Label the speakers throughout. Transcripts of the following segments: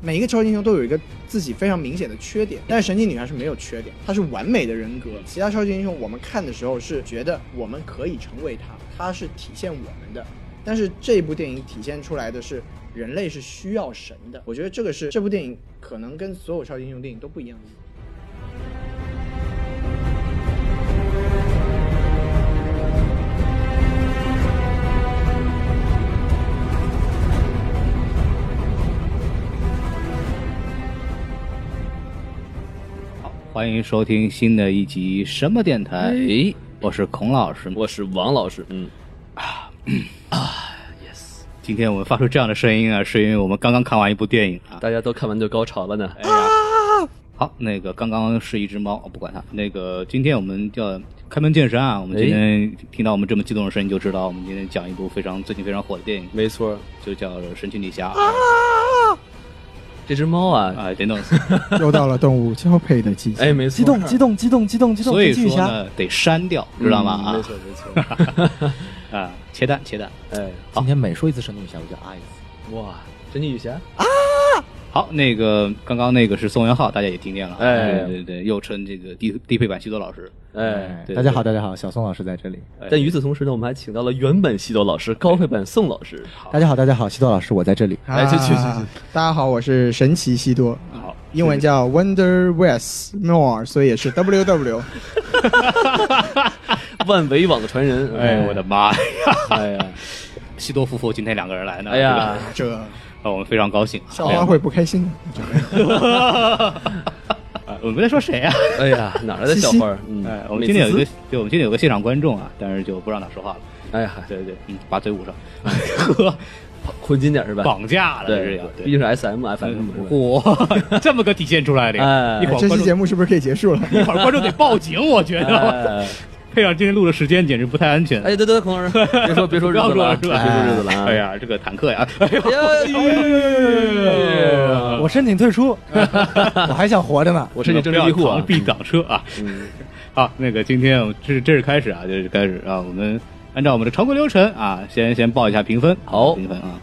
Speaker 1: 每一个超级英雄都有一个自己非常明显的缺点，但是神奇女侠是没有缺点，她是完美的人格。其他超级英雄我们看的时候是觉得我们可以成为她，她是体现我们的。但是这部电影体现出来的是人类是需要神的，我觉得这个是这部电影可能跟所有超级英雄电影都不一样的地方。
Speaker 2: 欢迎收听新的一集什么电台？我是孔老师。啊
Speaker 3: 哎
Speaker 2: 嗯
Speaker 3: 我是王老师，嗯，
Speaker 2: 今天我们发出这样的声音啊，是因为我们刚刚看完一部电影啊。哎
Speaker 3: 大家都看完就高潮了呢。
Speaker 2: 好，那个刚刚是一只猫，我不管它。那个今天我们要开门见山啊，我们今天
Speaker 3: 哎
Speaker 2: 听到我们这么激动的声音，就知道我们今天讲一部非常最近非常火的电影，
Speaker 3: 没错，啊
Speaker 2: 就叫《神奇女侠》
Speaker 3: 这只猫啊，
Speaker 2: 啊，等等。
Speaker 4: 又到了动物交配的季节，
Speaker 3: 哎， 没错，
Speaker 4: 激动，激动，激动，激动，激动！
Speaker 2: 所以
Speaker 4: 神奇女
Speaker 2: 说
Speaker 4: 侠，
Speaker 2: 呢，得删掉，知道吗？
Speaker 3: 嗯没
Speaker 2: 啊
Speaker 1: 哎
Speaker 3: 错，没错。
Speaker 2: 啊，切蛋切蛋。
Speaker 3: 哎，
Speaker 5: 今天每说一次神奇女侠，我就啊爱一次。
Speaker 3: 哇，神奇女侠，
Speaker 2: 好，那个刚刚那个是宋元浩，大家也听见了，啊
Speaker 3: 哎
Speaker 2: 对对对，又称这个低低配版徐多老师，
Speaker 3: 哎，
Speaker 2: 对
Speaker 5: 大家好，大家好，小宋老师在这里。
Speaker 2: 哎
Speaker 3: 但与此同时呢，我们还请到了原本西多老师、高配版宋老师。
Speaker 5: 大家好，大家好，西多老师我在这里。
Speaker 1: 啊
Speaker 3: 去去去去！
Speaker 1: 大家好，我是神奇西多，
Speaker 2: 好，
Speaker 1: 英文叫 Wonder West Moore，所以也是 W W。
Speaker 3: 万维网的传人，
Speaker 2: 哎，我的，妈呀，
Speaker 3: 哎呀，
Speaker 2: 西多夫妇今天两个人来呢，
Speaker 3: 哎呀，
Speaker 1: 这
Speaker 2: 啊，我们非常高兴，
Speaker 1: 校花会不开心的。
Speaker 2: 啊我们在说谁啊？
Speaker 3: 哎呀，哪来的小花儿？嗯
Speaker 2: 哎，我们今天有一
Speaker 3: 美
Speaker 2: 个，对，我们今天有个现场观众啊，但是就不让他说话了，
Speaker 3: 滋滋哎呀，
Speaker 2: 对对，嗯，把嘴捂上，呵，
Speaker 3: 混金点儿是吧？
Speaker 2: 绑架了，这是
Speaker 3: 哎对
Speaker 2: 要，，
Speaker 3: 毕竟是 S M F
Speaker 2: 哎
Speaker 3: M 是吧？
Speaker 2: 嚯，这么个体现出来的呀，
Speaker 3: 哎
Speaker 2: 一会儿
Speaker 1: 这
Speaker 2: 观
Speaker 1: 期
Speaker 2: 众
Speaker 1: 节目是不是可以结束了？
Speaker 2: 一会儿观众得报警，我觉得
Speaker 3: 哎
Speaker 2: 配上今天录的时间，简直不太安全。
Speaker 3: 哎，对对，孔老师，别说别说
Speaker 2: 不
Speaker 3: 日
Speaker 2: 要
Speaker 3: 子
Speaker 2: 说
Speaker 3: 了，
Speaker 2: 是
Speaker 3: 别
Speaker 2: 吧？
Speaker 3: 说日子了啊！
Speaker 2: 哎呀，这个坦克呀，哎呦
Speaker 3: 哎呀，哎呀
Speaker 5: 我申请退出， 我还想活着呢。
Speaker 3: 我申请政治
Speaker 2: 不
Speaker 3: 庇
Speaker 2: 要
Speaker 3: 护啊
Speaker 2: 扛！避挡车啊！ 好，那个今天我们这是这是开始啊，这是开始啊，我们按照我们的常规流程啊，先先报一下评分，
Speaker 3: 好
Speaker 2: 评分啊，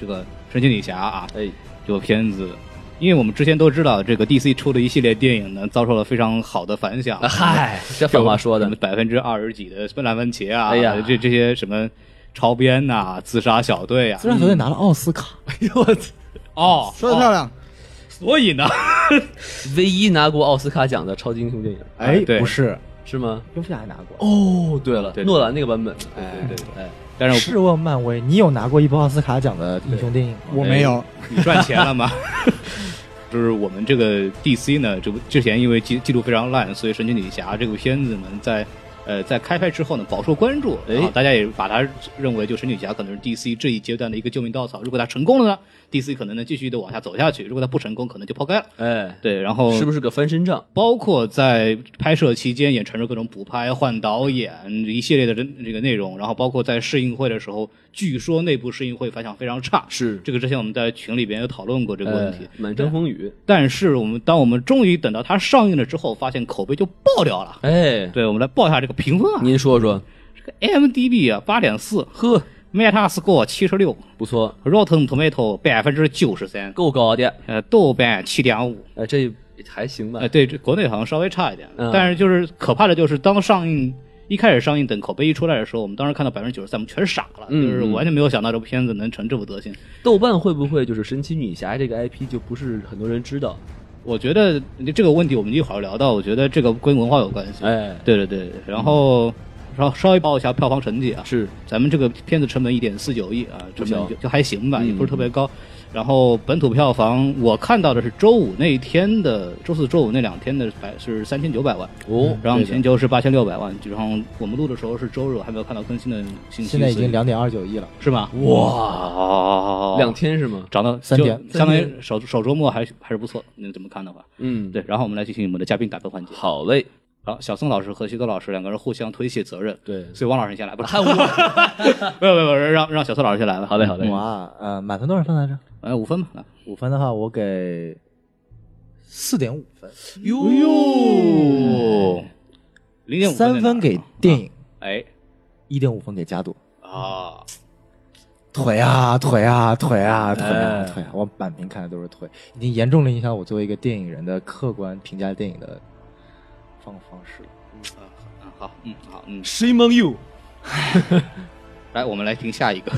Speaker 2: 这个神奇女侠啊，
Speaker 3: 哎，
Speaker 2: 这部片子。因为我们之前都知道，这个 DC 出的一系列电影呢，遭受了非常好的反 响。
Speaker 3: 嗨，这反话说的，
Speaker 2: 百分之二十几的烂番茄啊，
Speaker 3: 哎呀
Speaker 2: 这这些什么超编呐、自杀小队啊，嗯
Speaker 5: 自然团队拿了奥斯卡，
Speaker 2: 哦，
Speaker 1: 说的漂亮，
Speaker 2: 所以 呢，
Speaker 3: 唯一拿过奥斯卡奖的超级英雄电影
Speaker 2: 哎对
Speaker 5: 不是，
Speaker 3: 是吗？
Speaker 5: 蝙蝠侠还拿过。
Speaker 3: 哦，对了
Speaker 2: 对，对
Speaker 3: 诺兰那个版本，
Speaker 2: 哎对对
Speaker 3: 哎，
Speaker 2: 但是
Speaker 5: 试问漫威，你有拿过一部奥斯卡奖的英雄电影吗？
Speaker 1: 我没有。
Speaker 2: 你赚钱了吗？ 就是我们这个 DC 呢，这部之前因为记记录非常烂，所以《神奇女侠》这部片子呢，在呃在开拍之后呢，饱受关注，
Speaker 3: 哎
Speaker 2: 啊，大家也把它认为就神奇女侠可能是 DC 这一阶段的一个救命稻草。如果它成功了呢，DC 可能能继续的往下走下去；如果它不成功，可能就抛开了。
Speaker 3: 哎，
Speaker 2: 对，然后
Speaker 3: 是不是个翻身仗？
Speaker 2: 包括在拍摄期间也传出各种补拍、换导演一系列的这这个内容，然后包括在试映会的时候，据说内部试映会反响非常差。
Speaker 3: 是
Speaker 2: 这个之前我们在群里边有讨论过这个问题，
Speaker 3: 满城风雨，
Speaker 2: 但是我们当我们终于等到它上映了之后，发现口碑就爆掉了。
Speaker 3: 哎，
Speaker 2: 对，我们来报一下这个评分啊，
Speaker 3: 您说说，
Speaker 2: ，IMDB 啊八点四
Speaker 3: 呵，
Speaker 2: ，Metascore 七十六
Speaker 3: 不错，
Speaker 2: ，Rotten Tomato 百分之九十三，
Speaker 3: 够高的，
Speaker 2: 呃，豆瓣七点五，
Speaker 3: 哎，这还行吧
Speaker 2: 呃，，对，这国内好像稍微差一点，
Speaker 3: 嗯
Speaker 2: 但是就是可怕的就是当上映一开始上映，等口碑一出来的时候，我们当时看到百分之九十三，我们全傻了，
Speaker 3: 嗯
Speaker 2: 就是
Speaker 3: 嗯
Speaker 2: 完全没有想到这部片子能成这副德行。
Speaker 3: 豆瓣会不会就是神奇女侠这个 IP 就不是很多人知道？
Speaker 2: 我觉得这个问题我们一会儿聊到，我觉得这个跟文化有关系。
Speaker 3: 哎，
Speaker 2: 对对对，然后。然后稍微报一下票房成绩啊，
Speaker 3: 是
Speaker 2: 咱们这个片子成本一点四九亿啊，成
Speaker 3: 小
Speaker 2: 本就就还行吧，也不是特别高。然后本土票房我看到的是周五那一天的，周四周五那两天的百是三千九百万，
Speaker 3: 哦
Speaker 2: 然后
Speaker 3: 对的
Speaker 2: 全球是八千六百万，然后我们录的时候是周日，我还没有看到更新的信息，
Speaker 5: 现在已
Speaker 2: 所
Speaker 5: 经
Speaker 2: 以
Speaker 5: 两点二九亿了。
Speaker 2: 是吗？哇
Speaker 3: 两天是吗？
Speaker 2: 涨到
Speaker 5: 三
Speaker 2: 就
Speaker 5: 点
Speaker 2: 相当于首首周末还是还是不错，那怎么看的话，
Speaker 3: 嗯，
Speaker 2: 对，然后我们来进行我们的嘉宾打分环节。
Speaker 3: 好嘞，
Speaker 2: 好，小宋老师和徐德老师两个人互相推卸责任，
Speaker 3: 对
Speaker 2: 所以汪老师你先来吧。还有我， 没有没有，让让小宋老师先来吧。好嘞好
Speaker 5: 我啊，呃，满分多少分来着？
Speaker 2: 呃，五分吧。啊
Speaker 5: 五分的话，我给四点五分，
Speaker 2: 哟，零点五
Speaker 5: 三分给电影，
Speaker 2: 哎
Speaker 5: 一点五分给加多。
Speaker 2: 啊，
Speaker 5: 腿啊腿啊腿啊腿啊
Speaker 2: 哎
Speaker 5: 腿啊！我满屏看的都是腿，已经严重的影响我作为一个电影人的客观评价电影的方方式了。
Speaker 2: 嗯好，嗯好，嗯，
Speaker 3: ，Shame on you！
Speaker 2: 来，我们来听下一个，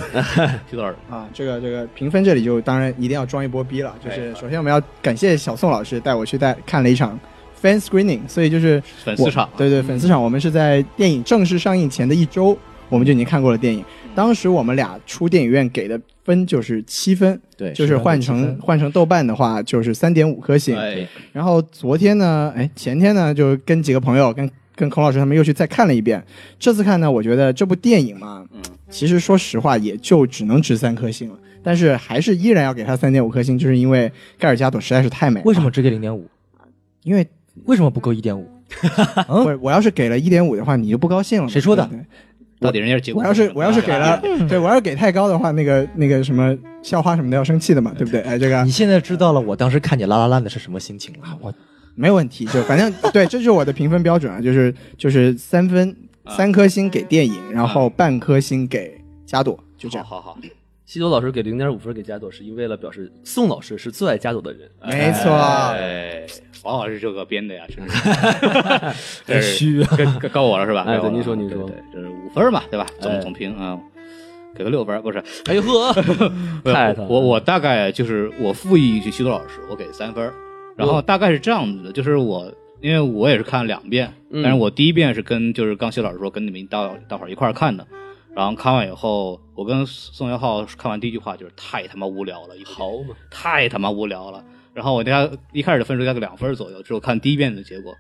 Speaker 2: 徐德老师，
Speaker 1: 啊，这个这个评分这里就当然一定要装一波逼了，就
Speaker 2: 哎
Speaker 1: 是首先我们要感谢小宋老师带我去带看了一场 fan screening，所以就是
Speaker 2: 粉丝
Speaker 1: 我
Speaker 2: 场啊
Speaker 1: 对对粉丝场，我们是在电影正式上映前的一周，我们就已经看过了电影。当时我们俩出电影院给的分就是七分，
Speaker 5: 对，
Speaker 1: 就是换成换成豆瓣的话就是三点五颗星。
Speaker 2: 哎，
Speaker 1: 然后昨天呢，哎，前天呢，就跟几个朋友跟。跟孔老师他们又去再看了一遍，这次看呢，我觉得这部电影嘛，
Speaker 2: 嗯，
Speaker 1: 其实说实话，也就只能值三颗星了，但是还是依然要给他三点五颗星，就是因为盖尔加朵实在是太美了。
Speaker 5: 为什么？只给零点五？
Speaker 1: 因为
Speaker 5: 为什么不够一点五？嗯
Speaker 1: 我我要是给了一点五的话，你就不高兴了嘛。
Speaker 5: 谁说的
Speaker 1: 对不对
Speaker 2: 到底人家是结果
Speaker 1: 我
Speaker 2: 是
Speaker 1: 要
Speaker 2: 什
Speaker 1: 是
Speaker 2: 么？啊
Speaker 1: 我要是给了，对我要是给太高的话，那个那个什么校花什么的要生气的嘛，对不对？哎，这个
Speaker 5: 你现在知道了我当时看你拉拉烂的是什么心情了？我
Speaker 1: 没问题，就反正对，这就是我的评分标准啊，就是就是三分
Speaker 2: 啊
Speaker 1: 三颗星给电影，然后半颗星给加朵，就这
Speaker 2: 好
Speaker 1: 样。
Speaker 2: 好好，
Speaker 3: 西多老师给零点五分给加朵，是因为了表示宋老师是最爱加朵的人。
Speaker 1: 没错，
Speaker 2: 哎，王老师这个编的呀，真是这是
Speaker 5: 虚啊
Speaker 2: 该该该我了是吧？
Speaker 3: 哎
Speaker 2: 该我
Speaker 3: 对
Speaker 2: 了啊
Speaker 3: 您说您说
Speaker 2: 对，对就是五分嘛，对吧？总
Speaker 3: 哎
Speaker 2: 总评啊。给个六分儿不是，
Speaker 3: 哎呦呵，
Speaker 2: 不是
Speaker 3: 太惨了
Speaker 2: 哎我我大概就是我复议一句徐多老师，我给三分儿，然后大概是这样子的，就是我因为我也是看了两遍，
Speaker 3: 嗯
Speaker 2: 但是我第一遍是跟就是刚徐老师说跟你们一大大伙儿一块儿看的，然后看完以后，我跟宋元浩看完第一句话就是太他妈无聊了，一好
Speaker 3: 好嘛，
Speaker 2: 太他妈无聊了。然后我大家一开始的分数大概两分左右，只有看第一遍的结果。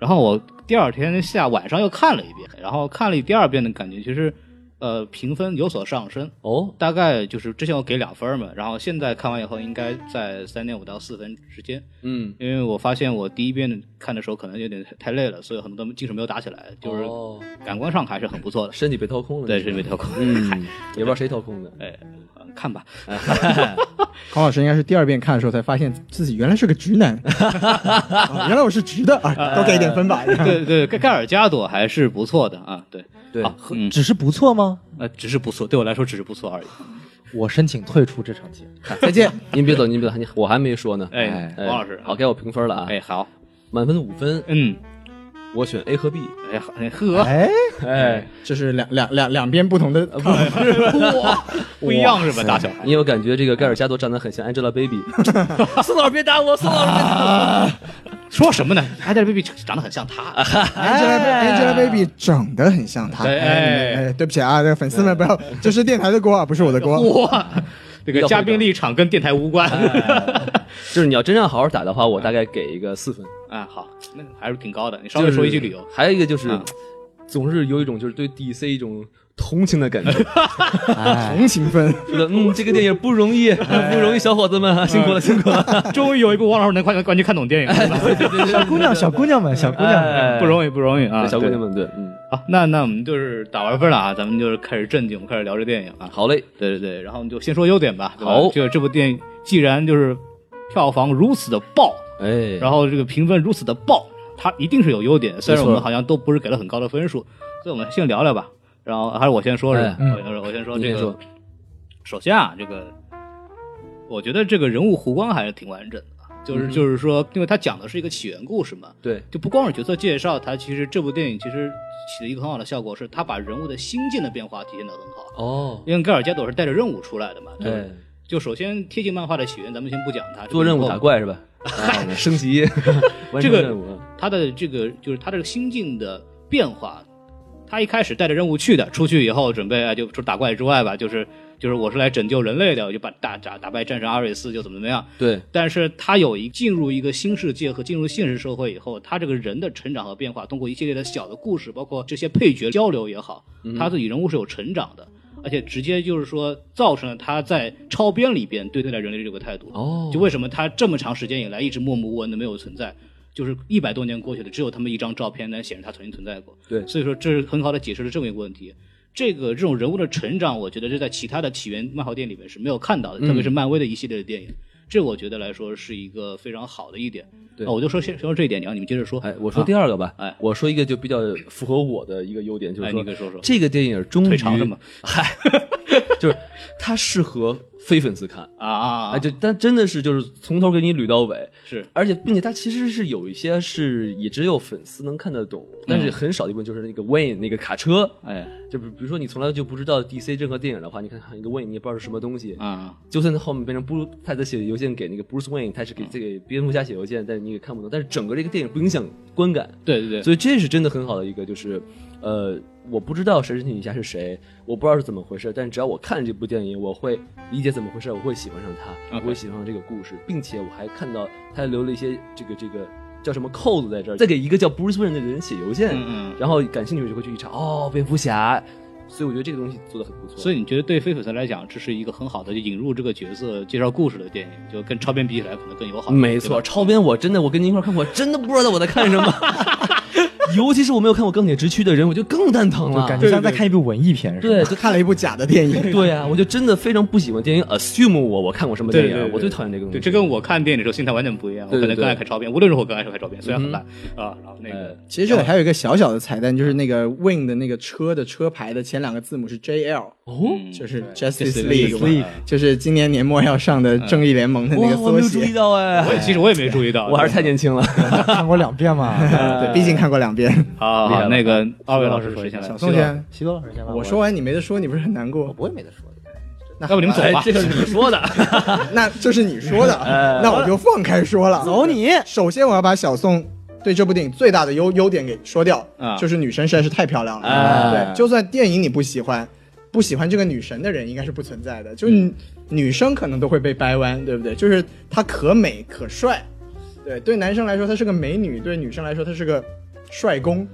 Speaker 2: 然后我第二天下晚上又看了一遍，然后看了第二遍的感觉，其实呃评分有所上升，
Speaker 3: 哦，
Speaker 2: 大概就是之前我给两分嘛，然后现在看完以后应该在三点五到四分之间，
Speaker 3: 嗯，
Speaker 2: 因为我发现我第一遍看的时候可能有点太累了，所以很多精神没有打起来，就是
Speaker 3: 哦
Speaker 2: 感官上还是很不错的。
Speaker 3: 身体被掏空了，
Speaker 2: 对，
Speaker 3: 你
Speaker 2: 是没
Speaker 3: 知道吗
Speaker 2: 跳空，
Speaker 3: 嗯，也不知道谁掏空的。
Speaker 2: 哎，呃看吧，
Speaker 1: 孔老师应该是第二遍看的时候才发现自己原来是个直 男，啊原来我是直的啊，多给一点分吧。
Speaker 2: 对对，盖盖尔加朵还是不错的啊，对，
Speaker 3: 对
Speaker 2: 好嗯
Speaker 5: 只是不错吗？
Speaker 2: 呃，只是不错，对我来说只是不错而已。
Speaker 5: 我申请退出这场节目。
Speaker 1: 再见。
Speaker 3: 您别走，您别走，你我还没说呢。
Speaker 2: 哎王老师
Speaker 3: 好，该我评分了啊。
Speaker 2: 哎，，好，
Speaker 3: 满分五分，
Speaker 2: 嗯，
Speaker 3: 我选 A 和 B。
Speaker 2: 哎，好，哎呵，
Speaker 5: 哎，
Speaker 3: 哎，
Speaker 1: 这是两两两两边不同的看法
Speaker 2: 不一样是吧？大小孩
Speaker 3: 因为我感觉这个盖尔加朵长得很像 Angelababy。宋老师别打我，宋老师别打我。
Speaker 2: 说什么呢？Angelababy 长得很像他，
Speaker 1: Angelababy 长得很像她。
Speaker 2: 哎对
Speaker 1: 哎，哎对不起啊，这个粉丝们不要，这是电台的锅啊，不是我的锅。
Speaker 2: 哇，这个嘉宾立场跟电台无关。
Speaker 3: 就是你要真要好好打的话，我大概给一个四分。
Speaker 2: 啊，好，那还是挺高的。你稍微说一句理由
Speaker 3: 就是，还有一个就是
Speaker 2: 嗯，
Speaker 3: 总是有一种就是对 DC 一种同情的感觉，觉
Speaker 1: 哎
Speaker 2: 哎
Speaker 1: 同情分，
Speaker 3: 得嗯，这个电影不容易，不容易，小伙子们啊辛
Speaker 2: 哎
Speaker 3: 苦了，辛苦了。
Speaker 2: 终于有一部王老师能看完全看懂电影了，
Speaker 5: 小姑娘，小姑娘们，小姑娘们，
Speaker 3: 哎
Speaker 2: 不容易，不容易啊，
Speaker 3: 对小姑娘
Speaker 2: 对。
Speaker 3: 们，对，嗯，
Speaker 2: 好，那那我们就是打完分了啊，咱们就是开始正经，我们开始聊这电影啊。
Speaker 3: 好嘞，
Speaker 2: 对对对，然后我们就先说优点吧。对吧
Speaker 3: 好
Speaker 2: 就这部电影既然就是票房如此的爆，
Speaker 3: 哎，
Speaker 2: 然后这个评分如此的爆，它一定是有优点。虽然
Speaker 3: 没错
Speaker 2: 我们好像都不是给了很高的分数，所以我们先聊聊吧。然后还是我先说是吧？
Speaker 5: 哎
Speaker 2: 我我先说
Speaker 3: 你
Speaker 2: 这
Speaker 3: 先
Speaker 2: 个。
Speaker 3: 说
Speaker 2: 首先啊，这个我觉得这个人物弧光还是挺完整的，就是、
Speaker 3: 嗯
Speaker 2: 就是说，因为它讲的是一个起源故事嘛，
Speaker 3: 对，
Speaker 2: 就不光是角色介绍，它其实这部电影其实起了一个很好的效果，是它把人物的心境的变化体现的很好。
Speaker 3: 哦，
Speaker 2: 因为盖尔加朵是带着任务出来的嘛，对吧
Speaker 3: 哎，
Speaker 2: 就首先贴近漫画的起源，咱们先不讲它。
Speaker 3: 做任务打，怪 是吧？升级， 完
Speaker 2: 哦这
Speaker 3: 成
Speaker 2: 个
Speaker 3: 任务，啊
Speaker 2: 他的这个就是他这个心境的变化。他一开始带着任务去的，出去以后准备哎就除了打怪之外吧，就是就是我是来拯救人类的，我就把打打打败战神阿瑞斯，就怎么怎么样。
Speaker 3: 对，
Speaker 2: 但是他有一进入一个新世界和进入现实社会以后，他这个人的成长和变化，通过一系列的小的故事，包括这些配角交流也好，他自己人物是有成长的，而且直接就是说造成了他在超编里边对对待人类这个态度。
Speaker 3: 哦
Speaker 2: 就为什么他这么长时间以来一直默默无闻的没有存在，就是一百多年过去了，只有他们一张照片能显示他曾经存在过。
Speaker 3: 对
Speaker 2: 所以说这是很好的解释了这么一个问题。这个这种人物的成长，我觉得是在其他的起源漫画店里面是没有看到的，特别
Speaker 3: 嗯
Speaker 2: 是漫威的一系列的电影，这我觉得来说是一个非常好的一点。
Speaker 3: 对
Speaker 2: 啊我就说先说这一点，然后你们接着说。
Speaker 3: 哎，我说第二个吧，
Speaker 2: 哎
Speaker 3: 我说一个就比较符合我的一个优点，就
Speaker 2: 哎
Speaker 3: 是
Speaker 2: 你给说说
Speaker 3: 这个电影终于
Speaker 2: 腿长的嘛，
Speaker 3: 嗨，就是它适合非粉丝看，
Speaker 2: 啊啊，
Speaker 3: 哎，就但真的是就是从头给你捋到尾，
Speaker 2: 是
Speaker 3: 而且并且它其实是有一些是也只有粉丝能看得懂，但是很少的一部分就是那个 Wayne 那个卡车，
Speaker 2: 嗯哎
Speaker 3: 就比比如说你从来就不知道 DC 任何电影的话，你看看一个 Wayne 你也不知道是什么东西，
Speaker 2: 啊，
Speaker 3: 就算他后面变成布鲁，泰德写邮件给那个 Bruce Wayne，他是给这个蝙蝠侠写邮件，但是你也看不懂，但是整个这个电影不影响观感，
Speaker 2: 对对对，
Speaker 3: 所以这是真的很好的一个，就是，呃，我不知道神神奇女侠是谁，我不知道是怎么回事，但只要我看了这部电影，我会理解怎么回事，我会喜欢上他，我
Speaker 2: OK
Speaker 3: 会喜欢上这个故事，并且我还看到他留了一些这个这个叫什么扣子在这儿，再给一个叫 Bruce Wayne 的人写邮件，
Speaker 2: 嗯嗯。
Speaker 3: 然后感兴趣就会去一查，哦，蝙蝠侠，所以我觉得这个东西做的很不错。
Speaker 2: 所以你觉得对非粉丝来讲，这是一个很好的引入这个角色、介绍故事的电影，就跟超编比起来可能更友好。
Speaker 3: 没
Speaker 2: 对
Speaker 3: 错，
Speaker 2: 吧，
Speaker 3: 超编我真的，我跟您一块儿看，我真的不知道我在看什么。 尤其是我没有看过《钢铁直驱》的人，我就更蛋疼
Speaker 5: 就
Speaker 3: 了。
Speaker 5: 感觉像在看一部文艺片似的。
Speaker 3: 对，
Speaker 1: 就看了一部假的电 影。
Speaker 3: 对啊，我就真的非常不喜欢电影 assume 我我看过什么电
Speaker 2: 对对
Speaker 3: 影，啊
Speaker 2: 对
Speaker 3: 我最讨厌这个东西。
Speaker 2: 对，这跟我看电影的时候心态完全不一样。我
Speaker 3: 对
Speaker 2: 可
Speaker 3: 嗯对
Speaker 2: 能更爱
Speaker 3: 对
Speaker 2: 看超编，无论如何更爱看超编，虽然很烂啊。然后那
Speaker 3: 哎
Speaker 2: 个
Speaker 1: 其实这里还有一个小小的彩蛋，就是那个 Win 的那个车的车牌的前两个字母是 JL，
Speaker 3: 哦，
Speaker 1: 就是 Justice
Speaker 2: Justice
Speaker 1: League，
Speaker 2: League
Speaker 1: 嘛就是今年年末要上的正义联盟的那个
Speaker 3: 哇，我
Speaker 1: 缩
Speaker 3: 没有注意
Speaker 1: 写。
Speaker 3: 到哎，
Speaker 2: 我也其实我也没注意到，
Speaker 3: 我还是太年轻了。
Speaker 4: 看过两遍嘛。
Speaker 5: 嗯
Speaker 1: 对，毕竟看过两遍。
Speaker 2: 好
Speaker 3: 厉害
Speaker 2: 好
Speaker 3: 了
Speaker 2: 那个二位老师
Speaker 5: 师
Speaker 2: 说
Speaker 5: 说
Speaker 2: 一
Speaker 5: 一
Speaker 2: 下来
Speaker 5: 下
Speaker 1: 小，宋先，
Speaker 5: 西多老师先吧。
Speaker 1: 我说完你没得说，你不是很难
Speaker 5: 我
Speaker 1: 过？
Speaker 5: 不会没得说的。
Speaker 1: 那
Speaker 2: 要不你们走
Speaker 3: 哎
Speaker 2: 吧，
Speaker 3: 这。是你说的，
Speaker 1: 那这是你说的，那我就放开说了。走你！首先，我要把小宋对这部电影最大的优优点给说掉
Speaker 2: 啊，
Speaker 1: 就是女神实在是太漂亮了。
Speaker 3: 哎
Speaker 1: 对，就算电影你不喜欢，不喜欢这个女神的人应该是不存在的，就是女女生可能都会被掰弯，对不对？就是她可美可帅，对，对男生来说她是个美女，对女生来说她是个帅公。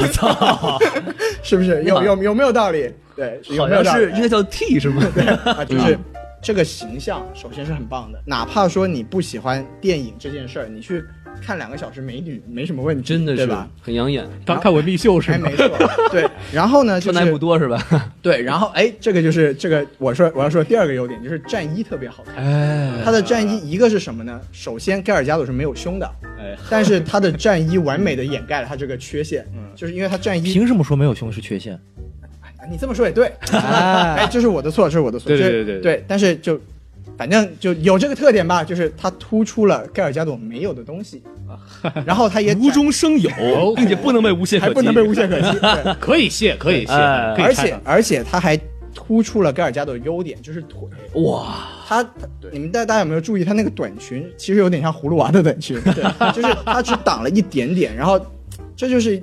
Speaker 1: 我操， 是不是有有有没有道理？对，有
Speaker 3: 好
Speaker 1: 没有
Speaker 3: 像
Speaker 1: 道理？
Speaker 3: 是应该叫 T 是吗？
Speaker 1: 啊，就是
Speaker 3: 嗯
Speaker 1: 这个形象首先是很棒的，哪怕说你不喜欢电影这件事儿，你去看两个小时美女没什么问题，
Speaker 3: 真的
Speaker 1: 对
Speaker 3: 是
Speaker 1: 吧？
Speaker 3: 很养眼，
Speaker 2: 当看文秘秀是
Speaker 1: 哎，
Speaker 2: 吗？
Speaker 1: 没错，对。然后呢，就
Speaker 3: 穿的还不
Speaker 1: 是
Speaker 3: 多是吧？
Speaker 1: 对，然后哎，这个就是这个，我说我要说第二个优点就是战衣特别好 看。
Speaker 3: 哎，
Speaker 1: 他的战衣一个是什么呢？首先，盖尔加朵是没有胸的，
Speaker 3: 哎
Speaker 1: 但是他的战衣完美的掩盖了他这个缺 陷，
Speaker 3: 嗯
Speaker 1: 就是因为他战衣
Speaker 5: 凭什么说没有胸是缺陷？
Speaker 1: 啊你这么说也 对，哎，这是我的错，这是我的错，
Speaker 2: 对对
Speaker 1: 这
Speaker 2: 对对
Speaker 1: 对，但是就反正就有这个特点吧，就是它突出了盖尔加朵没有的东 西，然后它也
Speaker 3: 无中生有，并且不能被无懈可
Speaker 1: 还
Speaker 3: 击，
Speaker 1: 不能被无懈可击，对
Speaker 2: 可以卸，可以卸，
Speaker 3: 哎
Speaker 2: 可以
Speaker 1: 而
Speaker 2: 拆
Speaker 1: 且
Speaker 2: 的
Speaker 1: 而且它还突出了盖尔加朵的优点，就是腿，
Speaker 3: 哇，
Speaker 1: 它你们大大家有没有注意，它那个短裙其实有点像葫芦娃的短裙，对， 就是它只挡了一点点，然后这就是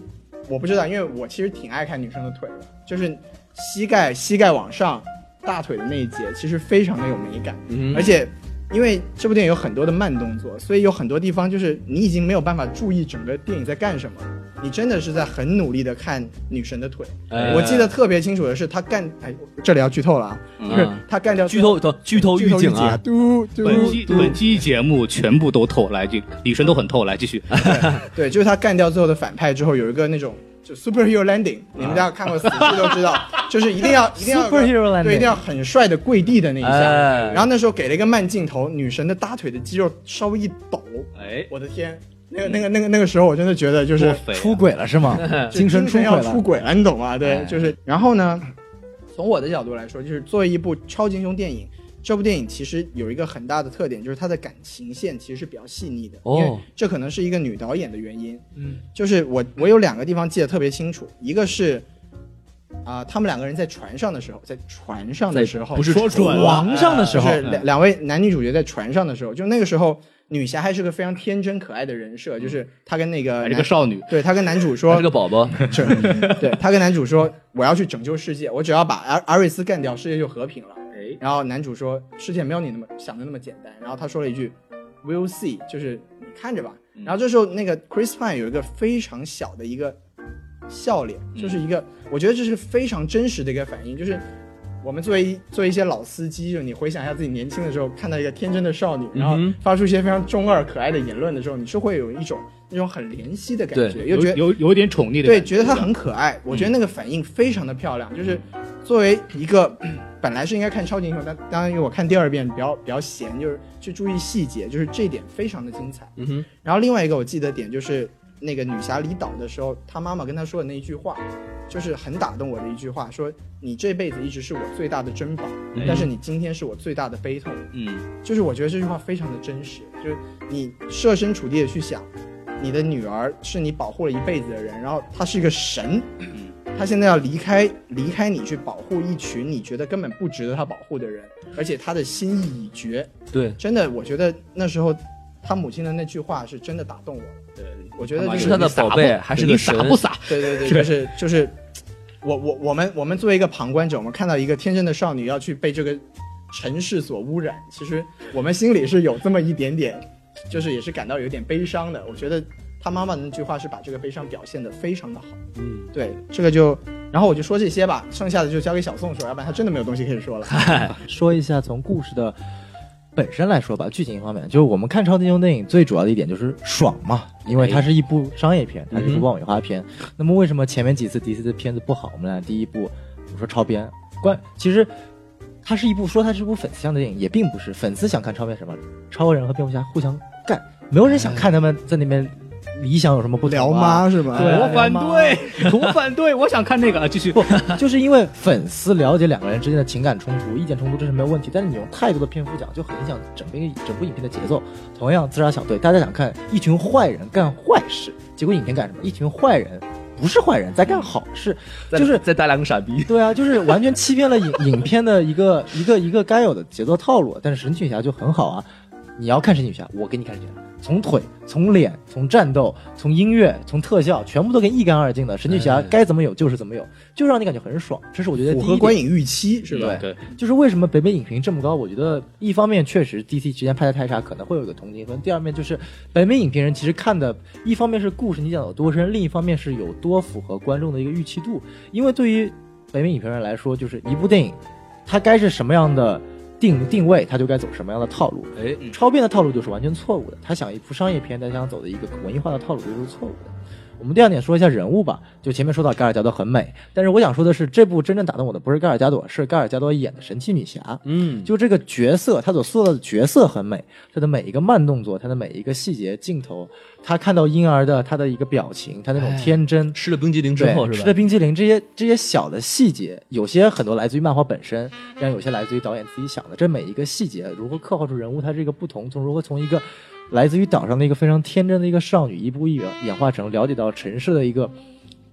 Speaker 1: 我不知道，因为我其实挺爱看女生的腿的，就是膝盖膝盖往上，大腿的那一节其实非常的有美感，
Speaker 3: 嗯
Speaker 1: 而且因为这部电影有很多的慢动作，所以有很多地方就是你已经没有办法注意整个电影在干什么了。你真的是在很努力的看女神的腿，
Speaker 3: 哎
Speaker 1: 我记得特别清楚的是，她干，哎，这里要剧透了啊，就是她干掉
Speaker 3: 嗯剧透剧透
Speaker 1: 剧
Speaker 3: 预
Speaker 1: 透
Speaker 3: 警
Speaker 1: 啊，
Speaker 3: 啊，
Speaker 1: 嘟嘟
Speaker 2: 本期
Speaker 1: 嘟
Speaker 2: 本，期节目全部都透来，就女生都很透来，继续。
Speaker 3: 哎
Speaker 2: 啊
Speaker 1: 对，就是他干掉最后的反派之后，有一个那种就 superhero landing，你们大家看过死侍都知道，就是一定要一定要有个
Speaker 5: Superhero landing
Speaker 1: 对，一定要很帅的跪地的那一下。
Speaker 3: 哎
Speaker 1: 然后那时候给了一个慢镜头，女神的大腿的肌肉稍微一抖，
Speaker 2: 哎，
Speaker 1: 我的天，那个那个那个那个时候我真的觉得就是
Speaker 2: 多肥啊
Speaker 5: 出轨了 是吗？
Speaker 1: 就精
Speaker 5: 神出轨
Speaker 1: 要
Speaker 5: 了。
Speaker 1: 出轨了，你懂吗？对，就是。然后呢，从我的角度来说，就是作为一部超级英雄电影，这部电影其实有一个很大的特点，就是它的感情线其实是比较细腻的。
Speaker 3: 哦
Speaker 1: 因为这可能是一个女导演的原因。嗯，就是我我有两个地方记得特别清楚，一个是。啊、他们两个人在船上的时候，在船上的时候，啊
Speaker 3: 不是说准
Speaker 5: 皇上的时候，
Speaker 1: 就是两两位男女主角在船上的时候，就那个时候，女侠还是个非常天真可爱的人设，就是她跟那个
Speaker 2: 还
Speaker 1: 男
Speaker 2: 是个少女，
Speaker 1: 对她跟男主
Speaker 3: 他
Speaker 1: 说
Speaker 3: 是个宝宝，
Speaker 1: 这，对他跟男主说：“我要去拯救世界，我只要把阿阿瑞斯干掉，世界就和平了。”
Speaker 6: 哎，
Speaker 1: 然后男主说事情也没有你那么想的那么简单，然后他说了一句 “We'll see”，就是你看着吧。然后这时候那个 Chris Pine 有一个非常小的一个笑脸，就是一个、我觉得这是非常真实的一个反应，就是。我们作为一作为一些老司机，就你回想一下自己年轻的时候，看到一个天真的少女，然后发出一些非常中二可爱的言论的时候，你是会有一种那种很怜惜的感
Speaker 3: 对
Speaker 1: 觉，哎又
Speaker 2: 有
Speaker 1: 觉得
Speaker 2: 有有一点宠溺的嗯
Speaker 1: 对，
Speaker 2: 感
Speaker 1: 觉得她很可爱。我觉得那个反应非常的漂亮，就是作为一个本来是应该看超级英雄，但当然因为我看第二遍比较比较闲，就是去注意细节，就是这一点非常的精彩。
Speaker 3: 嗯哼，
Speaker 1: 然后另外一个我记得点就是那个女侠离岛的时候，她妈妈跟她说的那一句话，就是很打动我的一句话，说你这辈子一直是我最大的珍宝，但是你今天是我最大的悲痛。
Speaker 2: 嗯，
Speaker 1: 就是我觉得这句话非常的真实，就是你设身处地的去想，你的女儿是你保护了一辈子的人，然后她是一个神，她现在要离开离开你去保护一群你觉得根本不值得她保护的人，而且她的心意已决。
Speaker 3: 对，
Speaker 1: 真的，我觉得那时候她母亲的那句话是真的打动我。对，我觉得
Speaker 2: 妈
Speaker 1: 就是
Speaker 3: 她的宝贝，还是个
Speaker 2: 你
Speaker 3: 神
Speaker 2: 傻？不傻？
Speaker 1: 对对对，就是就是，我我我们我们作为一个旁观者，我们看到一个天真的少女要去被这个城市所污染，其实我们心里是有这么一点点，就是也是感到有点悲伤的。我觉得他妈妈的那句话是把这个悲伤表现的非常的好。
Speaker 3: 嗯，
Speaker 1: 对，这个就，然后我就说这些吧，剩下的就交给小宋说，要不然他真的没有东西可以 说了。
Speaker 5: 说一下从故事的本身来说吧，剧情方面，就是我们看超级英雄电影最主要的一点就是爽嘛，因为它是一部商业片，它是一
Speaker 1: 哎
Speaker 5: 部爆米花片。那么为什么前面几次迪斯的片子不好？我们俩第一部我说超编，关其实。它是一部说它是一部粉丝向的电影，也并不是粉丝想看超编什么，超人和蝙蝠侠互相干，没有人想看他们在那边理想有什么不同、啊。
Speaker 1: 聊妈是吧？
Speaker 5: 对啊
Speaker 2: 我反对，我反对，我想看那个，啊继续。
Speaker 5: 不，就是因为粉丝了解两个人之间的情感冲突、意见冲突，这是没有问题。但是你用太多的篇幅讲，就很影响整个整部影片的节奏。同样，自杀小队，大家想看一群坏人干坏事，结果影片干什么？一群坏人不是坏人，在干好事，
Speaker 3: 再
Speaker 5: 就是
Speaker 3: 再打两个傻逼，
Speaker 5: 对啊，就是完全欺骗 了影影片的一个一个一个该有的节奏套路。啊但是神奇女侠就很好啊，你要看神奇女侠，我给你看神奇女侠，从腿、从脸、从战斗、从音乐、从特效，全部都给你一干二净的。神奇女侠该怎么有就是怎么有，就让你感觉很爽。这是我觉得第
Speaker 1: 哎符
Speaker 5: 一
Speaker 1: 合
Speaker 5: 点
Speaker 1: 观影预期是吧？
Speaker 5: 对就是为什么北美影评这么高？我觉得一方面确实 DC 之前拍的太差，可能会有一个同情分；第二面就是北美影评人其实看的，一方面是故事你讲有多深，另一方面是有多符合观众的一个预期度。因为对于北美影评人来说，就是一部电影它该是什么样的定定位，它就该走什么样的套路。
Speaker 3: 哎，
Speaker 5: 超编的套路就是完全错误的。他想一部商业片，但想走的一个文艺化的套路就是错误的。我们第二点说一下人物吧，就前面说到盖尔加朵很美，但是我想说的是，这部真正打动我的不是盖尔加朵，是盖尔加朵演的神奇女侠。
Speaker 3: 嗯，
Speaker 5: 就这个角色，他所塑造的角色很美，他的每一个慢动作，他的每一个细节镜头，他看到婴儿的他的一个表情，他那种天真，
Speaker 3: 吃了冰激凌之
Speaker 5: 对，
Speaker 3: 后是
Speaker 5: 吃
Speaker 3: 吧
Speaker 5: 的？冰激凌这些这些小的细节，有些很多来自于漫画本身，但有些来自于导演自己想的。这每一个细节如何刻画出人物他这个不同，从如何从一个来自于岛上的一个非常天真的一个少女，一步一演演化成了解到城市的一个呃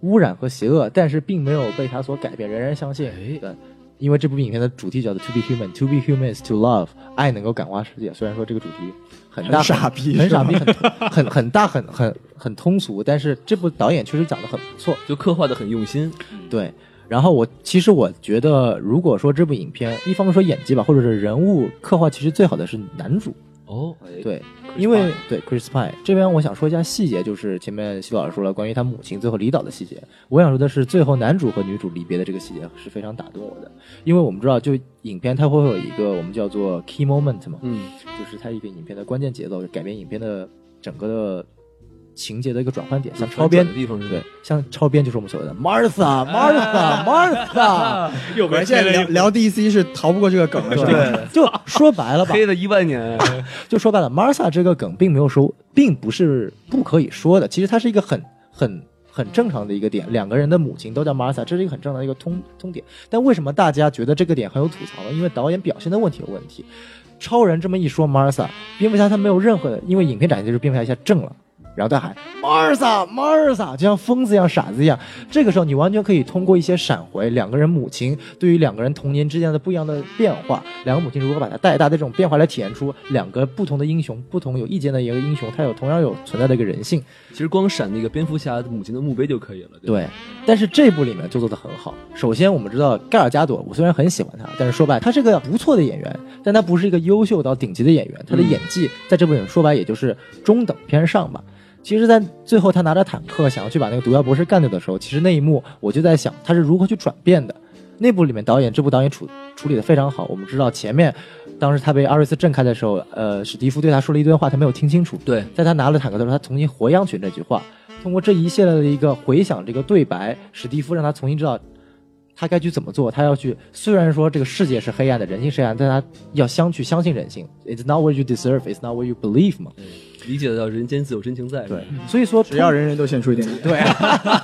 Speaker 5: 污染和邪恶，但是并没有被他所改变，仍然相信。对，因为这部影片的主题叫做 “To be human, to be human is to love”，爱能够感化世界。虽然说这个主题很大
Speaker 1: 很傻逼
Speaker 5: 很
Speaker 1: 是
Speaker 5: 傻
Speaker 1: 吧
Speaker 5: 逼，很很很大，很很很通俗，但是这部导演确实讲的很不错。
Speaker 3: 就刻画的很用心，
Speaker 5: 对，然后我其实我觉得，如果说这部影片，一方面说演技吧，或者是人物刻画，其实最好的是男主。
Speaker 3: 哦，
Speaker 5: 对，哎因为对 Chris Pine 这边，我想说一下细节，就是前面徐老师说了关于他母亲最后离岛的细节。我想说的是，最后男主和女主离别的这个细节是非常打动我的，因为我们知道，就影片它会有一个我们叫做 key moment 嘛，
Speaker 3: 嗯，
Speaker 5: 就是它一个影片的关键节奏，改变影片的整个的情节的一个转换点，像
Speaker 3: 反
Speaker 5: 超编
Speaker 3: 转的地方是吧
Speaker 5: 对，像超编就是我们所谓的
Speaker 3: 啊
Speaker 5: Martha，Martha，Martha，
Speaker 2: 又
Speaker 1: 果然现在聊聊 DC 是逃不过这个梗了，是吧？
Speaker 3: 对，
Speaker 5: 就说白了 吧，
Speaker 3: 黑了一万年，
Speaker 5: 就说白了，Martha 这个梗并没有说，并不是不可以说的，其实它是一个很很很正常的一个点，两个人的母亲都叫 Martha，这是一个很正常的一个通通点。但为什么大家觉得这个点很有吐槽呢？因为导演表现的问题有问题。超人这么一说，Martha，蝙蝠侠他没有任何的，因为影片展现就是蝙蝠侠一下正了。然后他喊 Martha Martha，就像疯子一样、傻子一样。这个时候，你完全可以通过一些闪回，两个人母亲对于两个人童年之间的不一样的变化，两个母亲如何把他带大的这种变化来体现出两个不同的英雄、不同有意见的一个英雄，他有同样有存在的一个人性。
Speaker 3: 其实光闪那个蝙蝠侠母亲的墓碑就可以了。吧，
Speaker 5: 对，但是这部里面就做得很好。首先，我们知道盖尔加朵，我虽然很喜欢他，但是说白了，他是个不错的演员，但他不是一个优秀到顶级的演员。
Speaker 3: 嗯
Speaker 5: 他的演技在这部里面说白也就是中等偏上吧。其实，在最后他拿着坦克想要去把那个毒药博士干掉的时候，其实那一幕我就在想他是如何去转变的。那部里面导演这部导演处处理的非常好。我们知道前面当时他被阿瑞斯震开的时候，呃，史蒂夫对他说了一段话，他没有听清楚。
Speaker 3: 对，
Speaker 5: 在他拿了坦克的时候，他重新活样起这句话。通过这一系列的一个回想，这个对白，史蒂夫让他重新知道他该去怎么做。他要去，虽然说这个世界是黑暗的，人性是黑暗，但他要相去相信人性。It's not what you deserve, it's not what you believe 嘛。
Speaker 3: 理解得到人间自有真情在。
Speaker 5: 对，，所以说
Speaker 1: 只要人人都献出一点力，对，
Speaker 5: 啊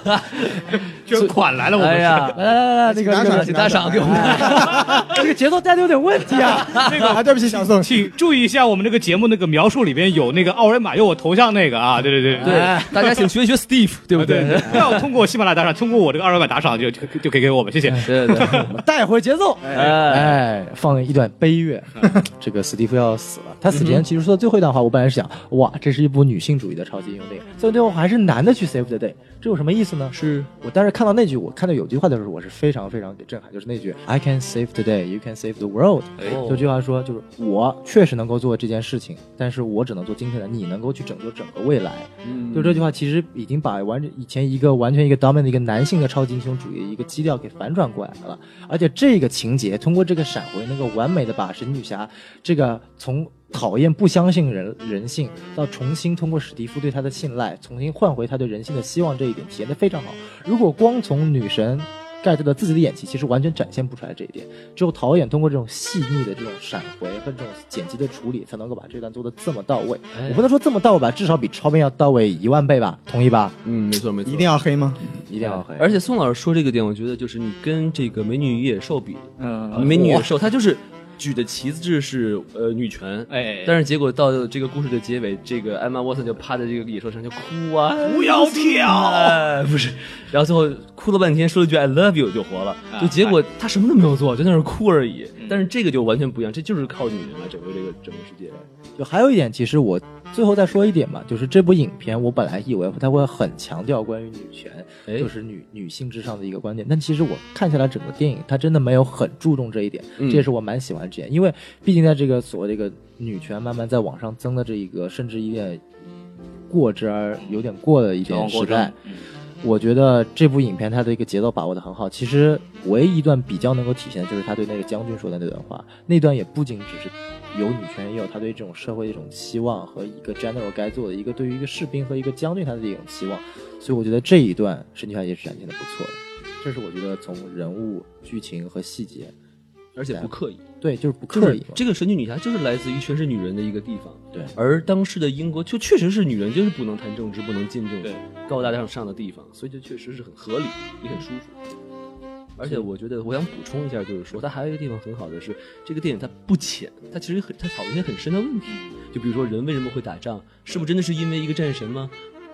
Speaker 2: 捐款来了，我
Speaker 5: 哎
Speaker 2: 们
Speaker 5: 呀，来来来来，那个那个哎
Speaker 1: 请打赏，给我们。
Speaker 5: 这个节奏带的有点问题啊。
Speaker 2: 那个
Speaker 1: 啊，对不起，小宋，
Speaker 2: 请注意一下我们这个节目那个描述里边有那个二维码，有我头像那个 啊，对对对
Speaker 3: 对，哎大家请学一学 Steve，对不
Speaker 2: 对对，不要通过喜马拉雅打赏，通过我这个二维码打赏就就就可以给我们，谢谢。
Speaker 3: 对对对，
Speaker 5: 带回节奏，哎，放一段悲乐。 这个史蒂夫要死了，嗯他死前其实说的最后一段话，我本来是想，哇，这是一部女性主义的超级英雄电影，最后最后还是男的去 save the day，这有什么意思呢？是我当时看到那句，我看到有句话的时候，我是非常非常给震撼，就是那句 I can save the day, you can save the world。就这句话说，就是我确实能够做这件事情，但是我只能做今天的，你能够去拯救整个未来。就这句话，其实已经把完整以前一个完全一个 dominant 的一个男性的超级英雄主义一个基调给反转过来了。而且这个情节通过这个闪回，能够完美的把神女侠这个从讨厌不相信人人性，到重新通过史蒂夫对她的信赖，重新换回她对人性的希望这一点，体现的非常好。如果光从女神。盖特的自己的演技其实完全展现不出来这一点，只有导演通过这种细腻的这种闪回和这种剪辑的处理，才能够把这段做的这么到位。我不能说这么到位吧，至少比超编要到位一万倍吧，同意吧？
Speaker 3: 嗯，没错没错，
Speaker 1: 一定要黑吗？
Speaker 5: 一定要黑。
Speaker 3: 而且宋老师说这个点，我觉得就是你跟这个《美女与野兽》比，
Speaker 2: 嗯，
Speaker 3: 《美女与野兽》它就是举的旗帜是呃女权，
Speaker 2: 哎，
Speaker 3: 但是结果到这个故事的结尾，这个艾玛沃森就趴在这个野兽身上就哭啊，
Speaker 2: 不要跳，
Speaker 3: 哎，不是，然后最后哭了半天，说了一句 “I love you” 就活了，
Speaker 2: 啊
Speaker 3: 就结
Speaker 2: 哎
Speaker 3: 果他什么都没有做，就在那儿哭而已。
Speaker 2: 嗯
Speaker 3: 但是这个就完全不一样，这就是靠女人来拯救这个整个世界。
Speaker 5: 就还有一点，其实我最后再说一点吧，就是这部影片，我本来以为它会很强调关于女权，
Speaker 3: 哎
Speaker 5: 就是女女性至上的一个观点，但其实我看下来整个电影，它真的没有很注重这一点，
Speaker 3: 嗯
Speaker 5: 这也是我蛮喜欢这点，因为毕竟在这个所谓这个女权慢慢在往上增的这一个，甚至有点过之而有点过的一
Speaker 2: 矫枉
Speaker 5: 点
Speaker 2: 过
Speaker 5: 时
Speaker 2: 正
Speaker 5: 代，
Speaker 2: 嗯
Speaker 5: 我觉得这部影片它的一个节奏把握的很好。其实唯一一段比较能够体现的就是他对那个将军说的那段话，那段也不仅只是有女权，也有他对这种社会的一种期望和一个 general 该做的一个对于一个士兵和一个将军他的一种期望。所以我觉得这一段神奇小也是展现的不错的。这是我觉得从人物、剧情和细节，
Speaker 3: 而且不刻意，
Speaker 5: 对，就是不
Speaker 3: 就
Speaker 5: 刻
Speaker 3: 是
Speaker 5: 意嘛。
Speaker 3: 这个神奇女侠就是来自于全是女人的一个地方。
Speaker 5: 对
Speaker 3: 而当时的英国就确实是女人就是不能谈政治、不能进政治
Speaker 2: 对，
Speaker 3: 高大上上的地方，所以就确实是很合理，也很舒服。而且我觉得我想补充一下，就是说它还有一个地方很好的是，这个电影它不浅，它其实很它讨论一些很深的问题，就比如说人为什么会打仗，是不是真的是因为一个战神吗？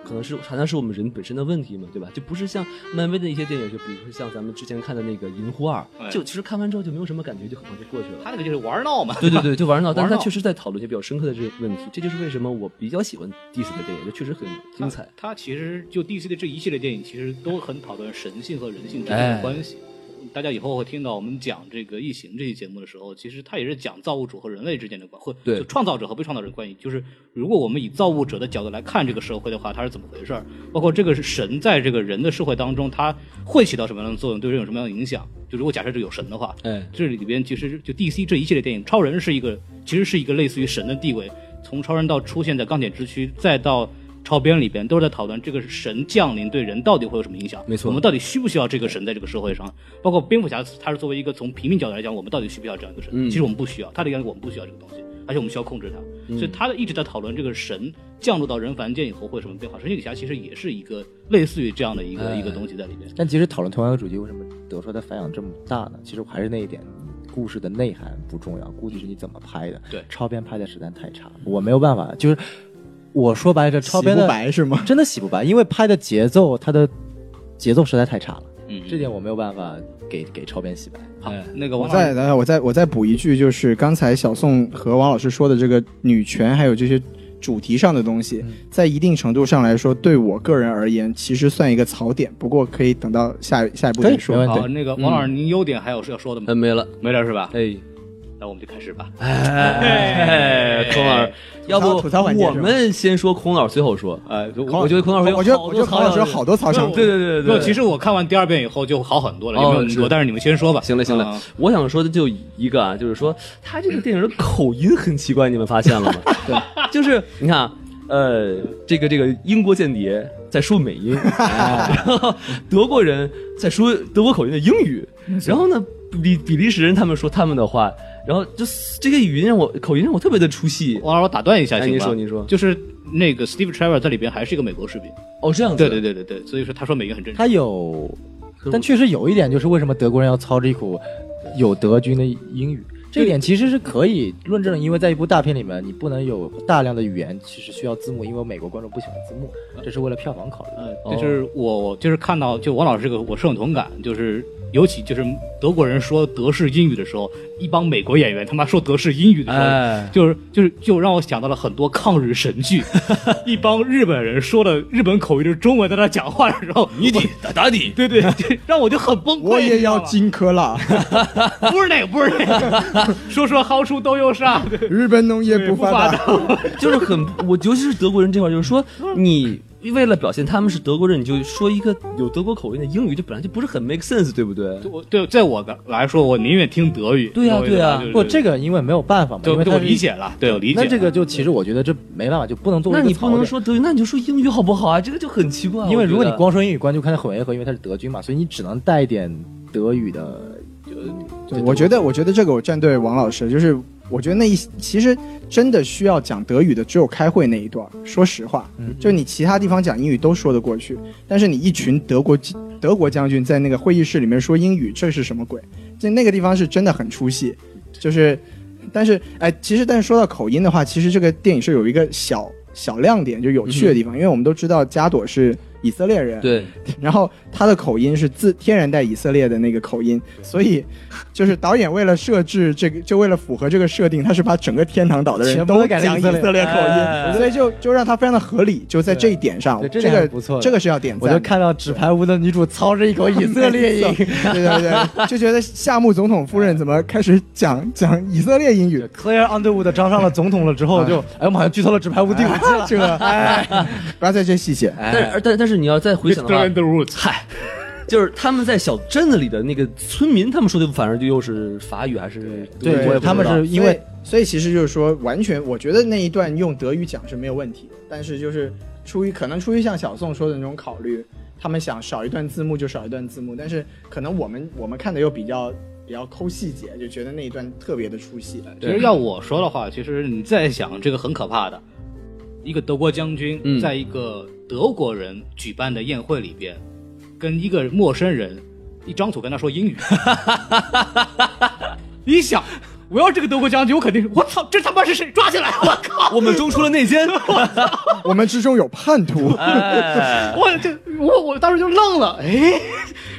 Speaker 3: 可能是好像是我们人本身的问题嘛，对吧？就不是像漫威的一些电影，就比如说像咱们之前看的那个《银狐二
Speaker 2: 哎》，
Speaker 3: 就其实看完之后就没有什么感觉，就很快就过去了。
Speaker 2: 他那个就是玩闹嘛，
Speaker 3: 对对 对，就玩闹，但是
Speaker 2: 玩
Speaker 3: 他
Speaker 2: 闹
Speaker 3: 确实在讨论一些比较深刻的这些问题，这就是为什么我比较喜欢 DC 的电影，就确实很精彩。
Speaker 2: 他其实就 DC 的这一系列电影，其实都很讨论神性和人性之间
Speaker 3: 哎
Speaker 2: 的关系。大家以后会听到我们讲这个《异形》这一节目的时候，其实它也是讲造物主和人类之间的关，或
Speaker 3: 对
Speaker 2: 就创造者和被创造者的关系。就是如果我们以造物者的角度来看这个社会的话，它是怎么回事儿？包括这个神在这个人的社会当中，它会起到什么样的作用，对人有什么样的影响？就如果假设这有神的话，
Speaker 1: 嗯
Speaker 3: 哎，
Speaker 2: 这里边其实就 DC 这一系列电影，超人是一个其实是一个类似于神的地位，从超人到出现在钢铁之躯，再到超编里边，都是在讨论这个神降临对人到底会有什么影响。
Speaker 3: 没错
Speaker 2: 我们到底需不需要这个神在这个社会上？包括蝙蝠侠，他是作为一个从平民角度来讲，我们到底需不需要这样一个神？
Speaker 3: 嗯
Speaker 2: 其实我们不需要，他的眼里我们不需要这个东西，而且我们需要控制它。所以他一直在讨论这个神降落到人凡间以后会有什么变化。神奇女侠其实也是一个类似于这样的一个、
Speaker 3: 哎
Speaker 2: 一个东西在里边。
Speaker 5: 但其实讨论同样的主题，为什么得出来的反响这么大呢？其实还是那一点，故事的内涵不重要，估计是你怎么拍的。
Speaker 2: 对
Speaker 5: 超编拍的实在太差，我没有办法，就是我说白了，这超
Speaker 1: 洗
Speaker 5: 编
Speaker 1: 不
Speaker 5: 的
Speaker 1: 白是吗？
Speaker 5: 真的洗不白，因为拍的节奏，它的节奏实在太差了，
Speaker 2: 嗯，
Speaker 5: 这点我没有办法给给超编洗白。
Speaker 2: 好，那个
Speaker 1: 我
Speaker 2: 王老
Speaker 1: 再
Speaker 2: 师，
Speaker 1: 来，我再我再补一句，就是刚才小宋和王老师说的这个女权，还有这些主题上的东西，在一定程度上来说，对我个人而言，其实算一个槽点。不过可以等到下下一步
Speaker 5: 可以
Speaker 1: 再说
Speaker 3: 嗯
Speaker 5: 没。问
Speaker 2: 好，
Speaker 5: 题。
Speaker 2: 那个王老师，您优点还有是要说的吗？
Speaker 3: 呃没了，
Speaker 2: 没了是吧？
Speaker 3: 哎，
Speaker 2: 那我们就开始 吧。
Speaker 3: 哎，孔老师，要不
Speaker 1: 吐槽环节是
Speaker 3: 我
Speaker 1: 吧
Speaker 3: 们先说孔老师，随后说。啊
Speaker 2: 呃，就
Speaker 3: 我觉得孔老师有
Speaker 1: 我觉得
Speaker 3: 好
Speaker 1: 我觉
Speaker 3: 多
Speaker 1: 得
Speaker 3: 槽
Speaker 1: 黄老师有
Speaker 3: 点
Speaker 1: 好多槽场，
Speaker 3: 对对对对对，
Speaker 2: 不，其实我看完第二遍以后就好很多了，也
Speaker 3: 哦
Speaker 2: 没有那么多。
Speaker 3: 是
Speaker 2: 但是你们先说吧。
Speaker 3: 行了行了，
Speaker 2: 嗯
Speaker 3: 我想说的就一个啊，就是说他这个电影的口音很奇怪，你们发现 了吗？对，就是你看啊，呃，这个这个英国间谍在说美 音，然后德国人在说德国口音的英语，然后呢，比比利时人他们说他们的话，然后就这个语音让我口音让我特别的出戏。
Speaker 2: 王老师，我打断一下，
Speaker 3: 哎
Speaker 2: 行吗？
Speaker 3: 您说您说
Speaker 2: 就是那个 Steve Trevor 在里边还是一个美国士兵。
Speaker 3: 哦，这样子，
Speaker 2: 对对对对对，所以说他说美音很正常。
Speaker 5: 他有，
Speaker 3: 我
Speaker 5: 但确实有一点嗯就是为什么德国人要操这一口有德军的英语。这一点其实是可以论证的，因为在一部大片里面，你不能有呃大量的语言，其实需要字幕，因为美国观众不喜欢字幕，这是为了票房考虑。
Speaker 2: 呃，就是我我就是看到，就王老师这个，我深有同感。就是尤其就是德国人说德式英语的时候，一帮美国演员他妈说德式英语的时候，
Speaker 3: 哎
Speaker 2: 就是就是就让我想到了很多抗日神剧，一帮日本人说的日本口音的中文在那讲话的时候，你
Speaker 3: 底打打底，
Speaker 2: 对对对，让我就很崩溃。
Speaker 1: 我也要
Speaker 2: 你知
Speaker 1: 荆轲了，
Speaker 2: 道吗，不是那个，不是那个，说说好处都有啥？
Speaker 1: 日本农业
Speaker 2: 对
Speaker 1: 不
Speaker 2: 不
Speaker 1: 发
Speaker 2: 发
Speaker 1: 达。
Speaker 3: 就是很，我尤其是德国人这块儿，就是说你为了表现他们是德国人，你就说一个有德国口音的英语，这本来就不是很 make sense，对不对？
Speaker 2: 我对，在我的来说，我宁愿听德语。
Speaker 3: 对呀
Speaker 2: 你懂我意思吧
Speaker 3: 对呀
Speaker 2: 就是
Speaker 5: 不，这个因为没有办法嘛，
Speaker 2: 对
Speaker 5: 因为
Speaker 2: 对
Speaker 5: 它
Speaker 2: 我
Speaker 5: 是
Speaker 2: 理解了，对我理解
Speaker 5: 那
Speaker 2: 了。
Speaker 5: 这个就其实我觉得这没办法，就不能作为
Speaker 3: 那
Speaker 5: 一
Speaker 3: 你
Speaker 5: 个
Speaker 3: 不能
Speaker 5: 槽点
Speaker 3: 说德语，那你就说英语好不好啊？这个就很奇怪。
Speaker 5: 因为
Speaker 3: 我觉
Speaker 5: 如果你
Speaker 3: 得
Speaker 5: 光说英语，观众看他混为合，因为他是德军嘛，所以你只能带一点德语的。
Speaker 1: 对，我觉得，我觉得这个我站队王老师，就是我觉得那一其实真的需要讲德语的只有开会那一段儿。说实话，就你其他地方讲英语都说得过去，但是你一群德国德国将军在那个会议室里面说英语，这是什么鬼？就那个地方是真的很出戏，就是，但是哎，其实但是说到口音的话，其实这个电影是有一个小小亮点，就有趣的地
Speaker 5: 嗯
Speaker 1: 方，因为我们都知道加朵是以色列人，
Speaker 3: 对，
Speaker 1: 然后他的口音是自天然带以色列的那个口音，所以就是导演为了设置这个，就为了符合这个设定，他是把整个天堂岛的人
Speaker 5: 全部都
Speaker 1: 都
Speaker 5: 改成
Speaker 1: 讲
Speaker 5: 以
Speaker 1: 以
Speaker 5: 色列
Speaker 1: 色列口
Speaker 3: 哎
Speaker 1: 音，所以就就让他非常的合理，就在这一点上
Speaker 5: 对，对这
Speaker 1: 这
Speaker 5: 点还
Speaker 1: 个
Speaker 5: 不错的
Speaker 1: 这个是要点
Speaker 5: 我
Speaker 1: 赞
Speaker 5: 就
Speaker 1: 的。
Speaker 5: 看到纸牌屋的女主操着一口以 色列音，
Speaker 1: 对对对， 就觉得夏目总统夫人怎么开始讲讲以色列英语？啊
Speaker 5: Claire Underwood 当上了总统了之后就，哎，我们好像剧透了《纸牌屋》第五季了。
Speaker 1: 这哎， 不要在这细节。
Speaker 3: 但是而但但是你要再回想的
Speaker 2: Victor
Speaker 3: 话
Speaker 2: and，the Roots，
Speaker 3: 嗨，就是他们在小镇子里的那个村民，他们说的反而就又是法语还是
Speaker 5: 对
Speaker 3: 我也不知道
Speaker 5: 他们是因
Speaker 1: 因为
Speaker 5: 为
Speaker 1: 所以其实就是说，完全我觉得那一段用德语讲是没有问题的，但是就是出于可能出于像小宋说的那种考虑，他们想少一段字幕就少一段字幕，但是可能我们我们看的又比较比较抠细节，就觉得那一段特别的出戏。
Speaker 2: 其实要我说的话，其实你再想这个很可怕的，一个德国将军
Speaker 3: 嗯
Speaker 2: 在一个德国人举办的宴会里边，跟一个陌生人一张嘴跟他说英语，你想。我要这个德国将军，我肯定是我操，这他妈是谁？抓起来！我靠！
Speaker 3: 我们中出了内奸。
Speaker 1: 我们之中有叛徒，
Speaker 3: 哎，
Speaker 2: 我这我我当时就愣了，哎，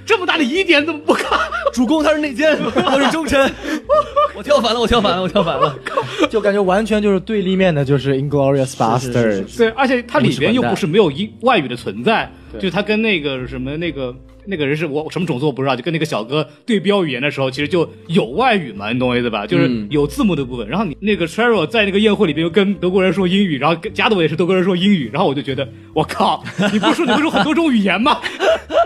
Speaker 2: 这么大的疑点怎么不看？
Speaker 3: 主公他是内奸，我是忠臣。我跳反了，我跳反了，我跳反了。
Speaker 5: 就感觉完全就是对立面的，就是 Inglorious
Speaker 1: 是是是
Speaker 5: Bastard。
Speaker 2: 对，而且它里边又不是没有英外语的存在，
Speaker 5: 对
Speaker 2: 就他跟那个什么那个那个人是我什么种族我不知道，就跟那个小哥对标语言的时候，其实就有外语嘛，你懂我意思吧？就是
Speaker 3: 嗯
Speaker 2: 有字幕的部分。然后你那个 Cheryl 在那个宴会里边又跟德国人说英语，然后跟加德韦也是德国人说英语，然后我就觉得我靠，你不是说你会说很多种语言吗？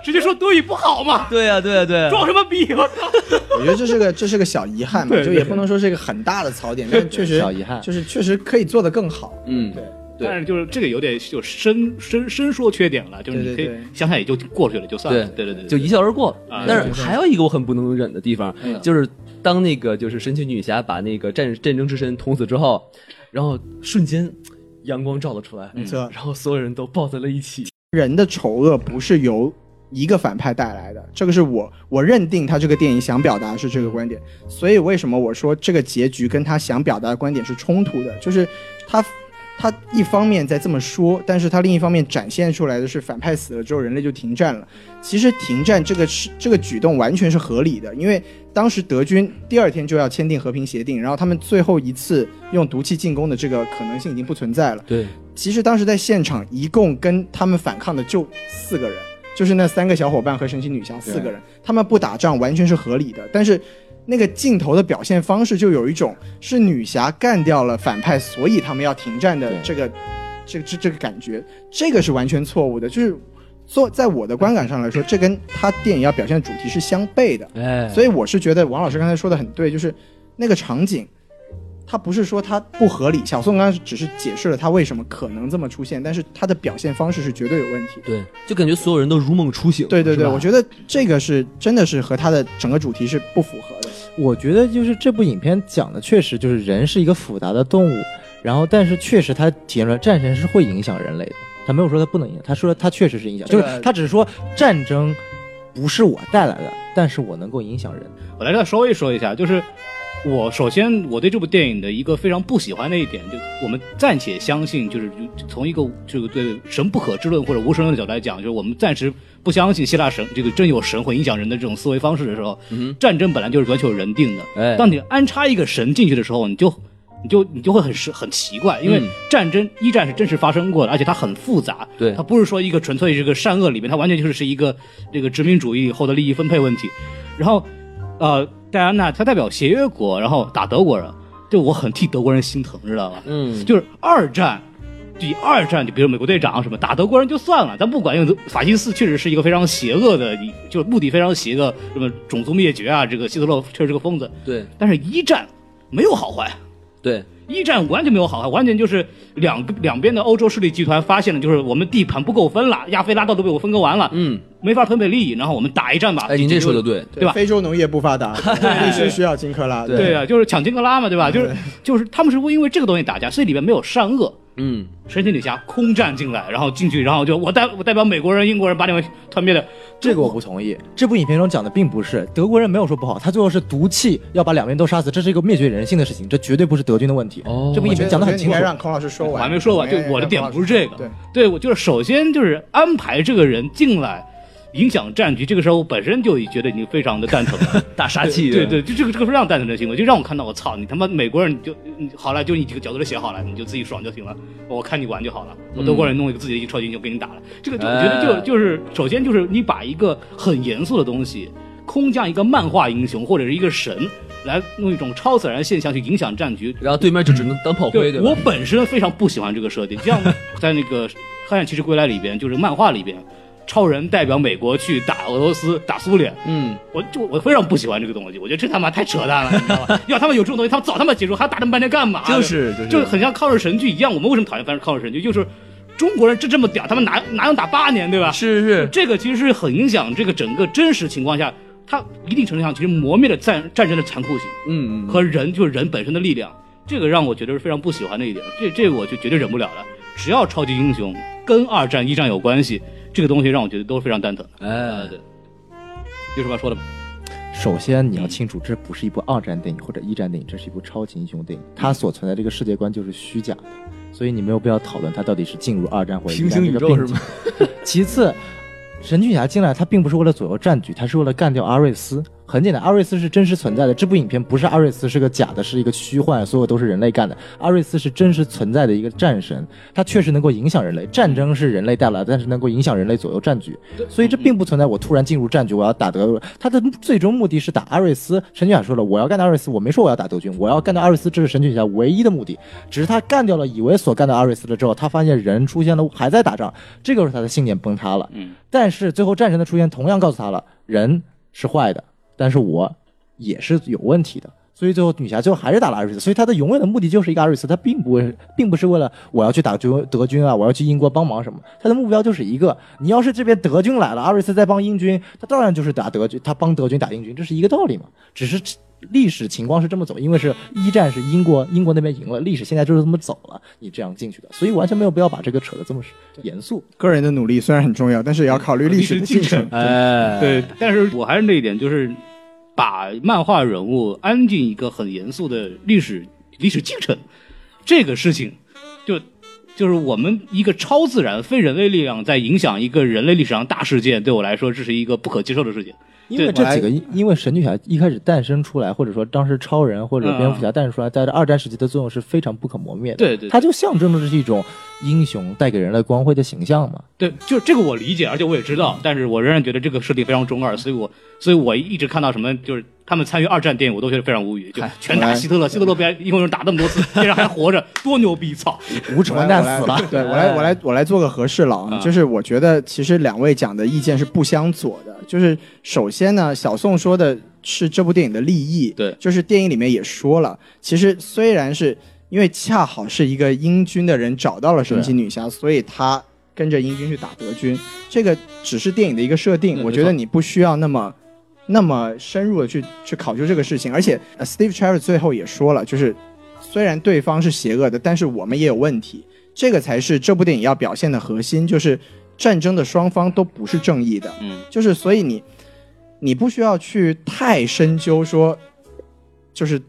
Speaker 2: 直接说德语不好吗？
Speaker 3: 对呀，对呀，对呀。
Speaker 2: 装什么逼！我操！
Speaker 1: 我觉得这是个这是个小遗憾嘛，
Speaker 2: 对
Speaker 1: 就也不能说是一个很大的槽点，但确实
Speaker 5: 小遗憾
Speaker 1: 就是确实可以做得更好。
Speaker 3: 嗯，
Speaker 1: 对，
Speaker 3: 对
Speaker 2: 但是就是这个有点就深深深说缺点了，就是你
Speaker 1: 对
Speaker 2: 可
Speaker 1: 对
Speaker 2: 以
Speaker 1: 对
Speaker 2: 想想也就过去了，就算了。对对对，
Speaker 3: 就一笑而过
Speaker 2: 啊。
Speaker 3: 但是还有一个我很不能忍的地方，就是当那个就是神奇女侠把那个战战争之神捅死之后，然后瞬间阳光照了出来，
Speaker 5: 嗯
Speaker 1: 没错。
Speaker 3: 然后所有人都抱在了一起。
Speaker 1: 人的丑恶不是由一个反派带来的，这个是我我认定他这个电影想表达是这个观点，所以为什么我说这个结局跟他想表达的观点是冲突的，就是他。他一方面在这么说，但是他另一方面展现出来的是反派死了之后，人类就停战了。其实停战这个是这个举动完全是合理的，因为当时德军第二天就要签订和平协定，然后他们最后一次用毒气进攻的这个可能性已经不存在了。
Speaker 3: 对，
Speaker 1: 其实当时在现场一共跟他们反抗的就四个人，就是那三个小伙伴和神奇女侠四个人，他们不打仗完全是合理的，但是。那个镜头的表现方式就有一种是女侠干掉了反派，所以他们要停战的
Speaker 5: 对
Speaker 1: 这个，这这这个感觉，这个是完全错误的。就是做在我的观感上来说，这跟他电影要表现的主题是相悖的。
Speaker 3: 哎，
Speaker 1: 所以我是觉得王老师刚才说的很对，就是那个场景，它不是说它不合理，小宋刚刚只是解释了他为什么可能这么出现，但是他的表现方式是绝对有问题的。
Speaker 3: 对，就感觉所有人都如梦初醒。
Speaker 1: 对对对，
Speaker 3: 是吧
Speaker 1: 我觉得这个是真的是和他的整个主题是不符合的。
Speaker 5: 我觉得就是这部影片讲的确实就是人是一个复杂的动物，然后但是确实它体现出来战争是会影响人类的，他没有说它不能影响，他说它确实是影响，
Speaker 1: 这
Speaker 5: 就
Speaker 1: 个
Speaker 5: 是他只是说战争不是我带来的，但是我能够影响人。
Speaker 2: 我来这稍微说一下，就是我首先我对这部电影的一个非常不喜欢的一点，就我们暂且相信，就是就从一个这个对神不可知论或者无神论的角度来讲，就是我们暂时不相信希腊神这个真有神会影响人的这种思维方式的时候，
Speaker 3: 嗯
Speaker 2: 战争本来就是完全有人定的。
Speaker 3: 哎，
Speaker 2: 当你安插一个神进去的时候，你就你就你就会很是很奇怪，因为
Speaker 3: 嗯
Speaker 2: 战争、一战是真实发生过的，而且它很复杂，
Speaker 3: 对
Speaker 2: 它不是说一个纯粹这个善恶里面，它完全就是是一个这个殖民主义以后的利益分配问题。然后，呃，戴安娜她代表协约国，然后打德国人，就我很替德国人心疼，知道吧？
Speaker 3: 嗯，
Speaker 2: 就是二战。第二战，就比如美国队长什么打德国人就算了，咱不管，因为法西斯确实是一个非常邪恶的，就是目的非常邪恶，什么种族灭绝啊，这个希特勒确实是个疯子。
Speaker 3: 对
Speaker 2: 但是一战没有好坏，
Speaker 3: 对，
Speaker 2: 一战完全没有好坏，完全就是两个两边的欧洲势力集团发现了，就是我们地盘不够分了，亚非拉到都被我分割完了，
Speaker 3: 嗯，
Speaker 2: 没法分配利益，然后我们打一战吧。
Speaker 3: 哎，您这说的对，
Speaker 2: 对吧
Speaker 1: 非洲农业不发达，必须需要金克拉。
Speaker 3: 对
Speaker 2: 对啊，就是抢金克拉嘛，对吧？就是就是他们是因为这个东西打架，所以里面没有善恶。
Speaker 3: 嗯，
Speaker 2: 神奇女侠空战进来，然后进去，然后就我代我代表美国人、英国人把你们团灭了。
Speaker 5: 这个我不同意。这部影片中讲的并不是德国人没有说不好，他最后是毒气要把两边都杀死，这是一个灭绝人性的事情，这绝对不是德军的问题。
Speaker 3: 哦
Speaker 5: 这部
Speaker 1: 我
Speaker 5: 影
Speaker 1: 觉得
Speaker 5: 片讲得
Speaker 1: 我
Speaker 5: 很
Speaker 1: 觉得
Speaker 5: 清
Speaker 1: 你
Speaker 5: 楚
Speaker 1: 应该。让孔老师说
Speaker 2: 我
Speaker 1: 完。
Speaker 2: 还没说完，就
Speaker 1: 应该
Speaker 2: 我的点不是这个。
Speaker 1: 对
Speaker 2: 对，我就是首先就是安排这个人进来，影响战局。这个时候我本身就已觉得已经非常的蛋疼了，
Speaker 3: 大杀器，
Speaker 2: 对对，就这个这个非常蛋疼的行为，就让我看到我操你他妈美国人你就你好了，就你几个角度都写好了，你就自己爽就行了，我看你玩就好了。我德国人弄一个自己的一个超级英雄给你打了，这个就我觉得就
Speaker 3: 嗯哎
Speaker 2: 就是首先就是你把一个很严肃的东西，空降一个漫画英雄或者是一个神来弄一种超自然现象去影响战局，
Speaker 3: 然后对面就只能当炮灰，
Speaker 2: 对
Speaker 3: 对
Speaker 2: 我
Speaker 3: 吧？
Speaker 2: 本身非常不喜欢这个设定，就像在那个《黑暗骑士归来》里边，就是漫画里边，超人代表美国去打俄罗斯、打苏联，
Speaker 3: 嗯，
Speaker 2: 我就我非常不喜欢这个东西，我觉得这他妈太扯淡了，你知道吧？ 要他们有这种东西，他们早他妈结束，还打这么半天干嘛？
Speaker 3: 就是就
Speaker 2: 就是很像抗日神剧一样，我们为什么讨厌抗日神剧？就是中国人就这么屌，他们哪哪能打八年，对吧？
Speaker 3: 是是
Speaker 2: 这个其实是很影响这个整个真实情况下，它一定程度上其实磨灭了战战争的残酷性。
Speaker 3: 嗯
Speaker 2: 和人就是人本身的力量，这个让我觉得是非常不喜欢的一点。这这个我就绝对忍不了的。只要超级英雄跟二战、一战有关系，这个东西让我觉得都是非常蛋疼的。
Speaker 3: 哎，
Speaker 2: 对，有什么要说的吗？
Speaker 5: 首先你要清楚，这不是一部二战电影或者一战电影，这是一部超级英雄
Speaker 3: 嗯
Speaker 5: 电影，它所存在这个世界观就是虚假的，所以你没有必要讨论它到底是进入二战或者一
Speaker 3: 平
Speaker 5: 战
Speaker 3: 行
Speaker 5: 这
Speaker 3: 宇
Speaker 5: 个
Speaker 3: 宙
Speaker 5: 病
Speaker 3: 是
Speaker 5: 情。
Speaker 3: 吗？
Speaker 5: 其次，神奇女侠进来，她并不是为了左右战局，她是为了干掉阿瑞斯。很简单，阿瑞斯是真实存在的。这部影片不是阿瑞斯是个假的，是一个虚幻，所有都是人类干的。阿瑞斯是真实存在的一个战神，他确实能够影响人类。战争是人类带来的，但是能够影响人类左右战局，所以这并不存在我突然进入战局，我要打德国人。他的最终目的是打阿瑞斯。神奇女侠说了，我要干掉阿瑞斯，我没说我要打德军，我要干掉阿瑞斯，这是神奇女侠唯一的目的。只是他干掉了以为所干掉阿瑞斯了之后，他发现人出现了，还在打仗，这个时候他的信念崩塌了。
Speaker 2: 嗯，
Speaker 5: 但是最后战神的出现同样告诉他了，人是坏的，但是我也是有问题的。所以最后女侠最后还是打了阿瑞斯，所以她的永远的目的就是一个阿瑞斯，她并不并不是为了我要去打军德军啊，我要去英国帮忙什么，她的目标就是一个，你要是这边德军来了，阿瑞斯在帮英军，他当然就是打德军，他帮德军打英军，这是一个道理嘛，只是。历史情况是这么走，因为是一战是英国，英国那边赢了，历史现在就是这么走了，你这样进去的，所以完全没有必要把这个扯得这么严肃。
Speaker 1: 个人的努力虽然很重要，但是也要考虑历史的进程。
Speaker 3: 哎，
Speaker 2: 对，但是呃我还是那一点，就是把漫画人物安进一个很严肃的历史历史进程，这个事情就就是我们一个超自然、非人类力量在影响一个人类历史上大事件，对我来说这是一个不可接受的事情。
Speaker 5: 因为
Speaker 2: 对
Speaker 5: 这几个，因为神女侠一开始诞生出来，或者说当时超人或者蝙蝠侠诞生出来，在这二战时期的作用是非常不可磨灭的。
Speaker 2: 嗯对对对
Speaker 5: 它就象征着是一种英雄带给人类光辉的形象嘛。
Speaker 2: 对，就这个我理解，而且我也知道，但是我仍然觉得这个设定非常中二，所以我所以我一直看到什么就是他们参与二战电影，我都觉得非常无语，就全打希特勒，希特勒被一共人打那么 多次，竟然还活着，多牛逼！操，
Speaker 5: 无耻
Speaker 1: 我来
Speaker 5: 混
Speaker 1: 我
Speaker 5: 蛋
Speaker 1: 来
Speaker 5: 死 了。
Speaker 1: 对我来我来我来做个和事佬啊，
Speaker 2: 嗯
Speaker 1: 就是我觉得其实两位讲的意见是不相左的。就是首先呢，小宋说的是这部电影的立意，
Speaker 2: 对
Speaker 1: 就是电影里面也说了，其实虽然是因为恰好是一个英军的人找到了神奇女侠，所以他跟着英军去打德军，这个只是电影的一个设定，
Speaker 2: 嗯
Speaker 1: 我
Speaker 2: 没
Speaker 1: 觉得
Speaker 2: 错
Speaker 1: 你不需要那么。那么深入的去去考究这个事情，而且、呃、Steve Trevor 最后也说了，就是虽然对方是邪恶的，但是我们也有问题，这个才是这部电影要表现的核心，就是战争的双方都不是正义的，
Speaker 2: 嗯，
Speaker 1: 就是所以你你不需要去太深究说，就是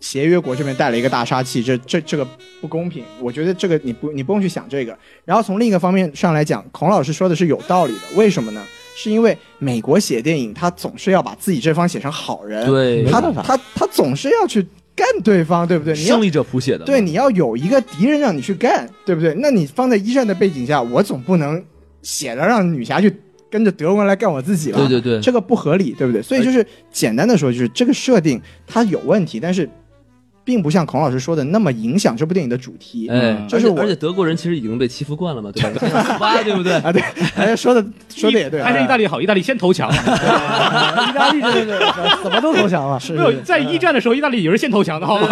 Speaker 1: 协约国这边带了一个大杀器，这这这个不公平，我觉得这个你不你不用去想这个。然后从另一个方面上来讲，孔老师说的是有道理的，为什么呢？是因为美国写电影，他总是要把自己这方写成好人，
Speaker 3: 对
Speaker 1: 他
Speaker 5: 没办法
Speaker 1: 他他总是要去干对方，对不对？你要
Speaker 3: 胜利者谱写的，
Speaker 1: 对，你要有一个敌人让你去干，对不对？那你放在一战的背景下，我总不能写着让女侠去跟着德国人来干我自己吧？
Speaker 3: 对对对，
Speaker 1: 这个不合理，对不对？所以就是简单的说，就是这个设定它有问题，但是并不像孔老师说的那么影响这部电影的主题。嗯
Speaker 3: 哎，
Speaker 1: 这是
Speaker 3: 而且
Speaker 1: 我
Speaker 3: 而且德国人其实已经被欺负惯了嘛，对吧？斯巴对不对？
Speaker 1: 啊，对，哎，说的说的也对，啊
Speaker 2: 还哎是意大利好，意大利先投 降。
Speaker 5: 意大利这个 怎么都投降了，
Speaker 1: 是
Speaker 2: 没有 在一战的时候，意大利也是先投降的，好吗？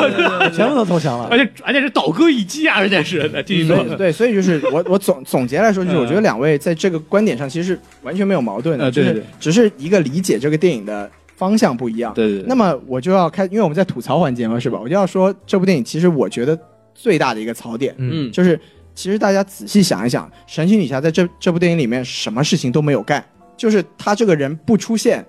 Speaker 5: 全部都投降了
Speaker 2: 而。且而且是倒戈一击啊，而且是 来继续说
Speaker 1: 所。以对，所以就是我我总总结来说，就是我觉得两位在这个观点上其实是完全没有矛盾的，
Speaker 2: 呃
Speaker 1: 就
Speaker 2: 对
Speaker 1: 是
Speaker 2: 对
Speaker 1: 只是一个理解这个电影的方向不一样。
Speaker 2: 对对
Speaker 1: 那么我就要开，因为我们在吐槽环节嘛，是吧？我就要说这部电影其实我觉得最大的一个槽点，
Speaker 3: 嗯
Speaker 1: 就是其实大家仔细想一想，神奇女侠在这这部电影里面什么事情都没有干，就是她这个人不出现，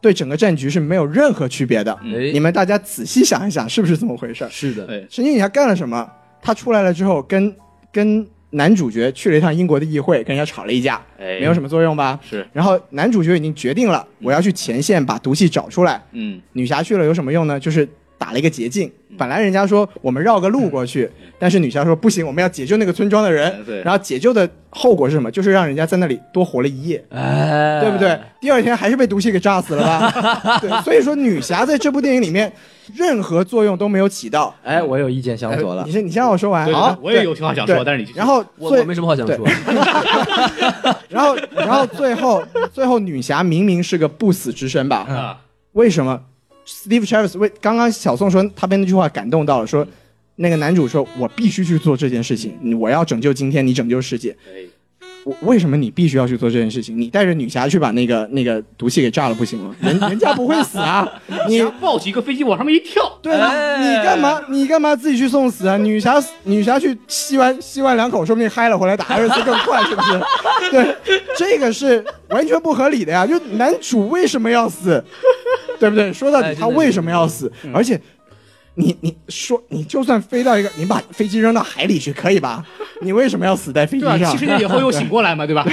Speaker 1: 对整个战局是没有任何区别的。
Speaker 3: 哎
Speaker 1: 你们大家仔细想一想，是不是这么回事儿？
Speaker 3: 是 的，
Speaker 2: 对
Speaker 1: 神奇女侠干了什么？她出来了之后跟，跟男主角去了一趟英国的议会，跟人家吵了一架，
Speaker 2: 哎
Speaker 1: 没有什么作用吧？
Speaker 2: 是，
Speaker 1: 然后男主角已经决定了，我要去前线把毒气找出来。
Speaker 2: 嗯，
Speaker 1: 女侠去了有什么用呢？就是打了一个捷径。本来人家说我们绕个路过去，但是女侠说不行，我们要解救那个村庄的人
Speaker 2: 哎。嗯对
Speaker 1: 然后解救的后果是什么？就是让人家在那里多活了一夜，
Speaker 3: 哎，
Speaker 1: 对不对？第二天还是被毒气给炸死了吧？对，所以说女侠在这部电影里面任何作用都没有起到。
Speaker 5: 哎，我有意见相左
Speaker 1: 哎
Speaker 5: 了
Speaker 1: 你。先你先让我说完。
Speaker 2: 对
Speaker 1: 好，
Speaker 2: 我也
Speaker 1: 对
Speaker 2: 有话想说
Speaker 1: 对
Speaker 2: 但是你继续
Speaker 1: 然后
Speaker 3: 我
Speaker 1: 最
Speaker 3: 我没什么话想说，
Speaker 1: 然后然后最后最后女侠明明是个不死之身吧？
Speaker 2: 啊，
Speaker 1: 为什么 Steve Travis 为刚刚小宋说他被那句话感动到了，说那个男主说我必须去做这件事情，你我要拯救今天，你拯救世界。
Speaker 2: 哎
Speaker 1: 我为什么你必须要去做这件事情？你带着女侠去把那个那个毒气给炸了不行吗？人人家不会死 啊！你
Speaker 2: 想抱起一个飞机往上面一 跳，
Speaker 1: 对啊，你干嘛你干嘛自己去送死啊？女侠女侠去吸完吸完两口，说不定嗨了回来打二十四更快，是不是？ 对，这个是完全不合理的呀！就男主为什么要死，对不对？说到底
Speaker 3: 哎
Speaker 1: 他为什么要死？而且你你说你就算飞到一个，你把飞机扔到海里去可以吧？你为什么要死在飞机
Speaker 2: 对啊吧？
Speaker 1: 上
Speaker 2: 七？十年以后又醒过来嘛，对 吧？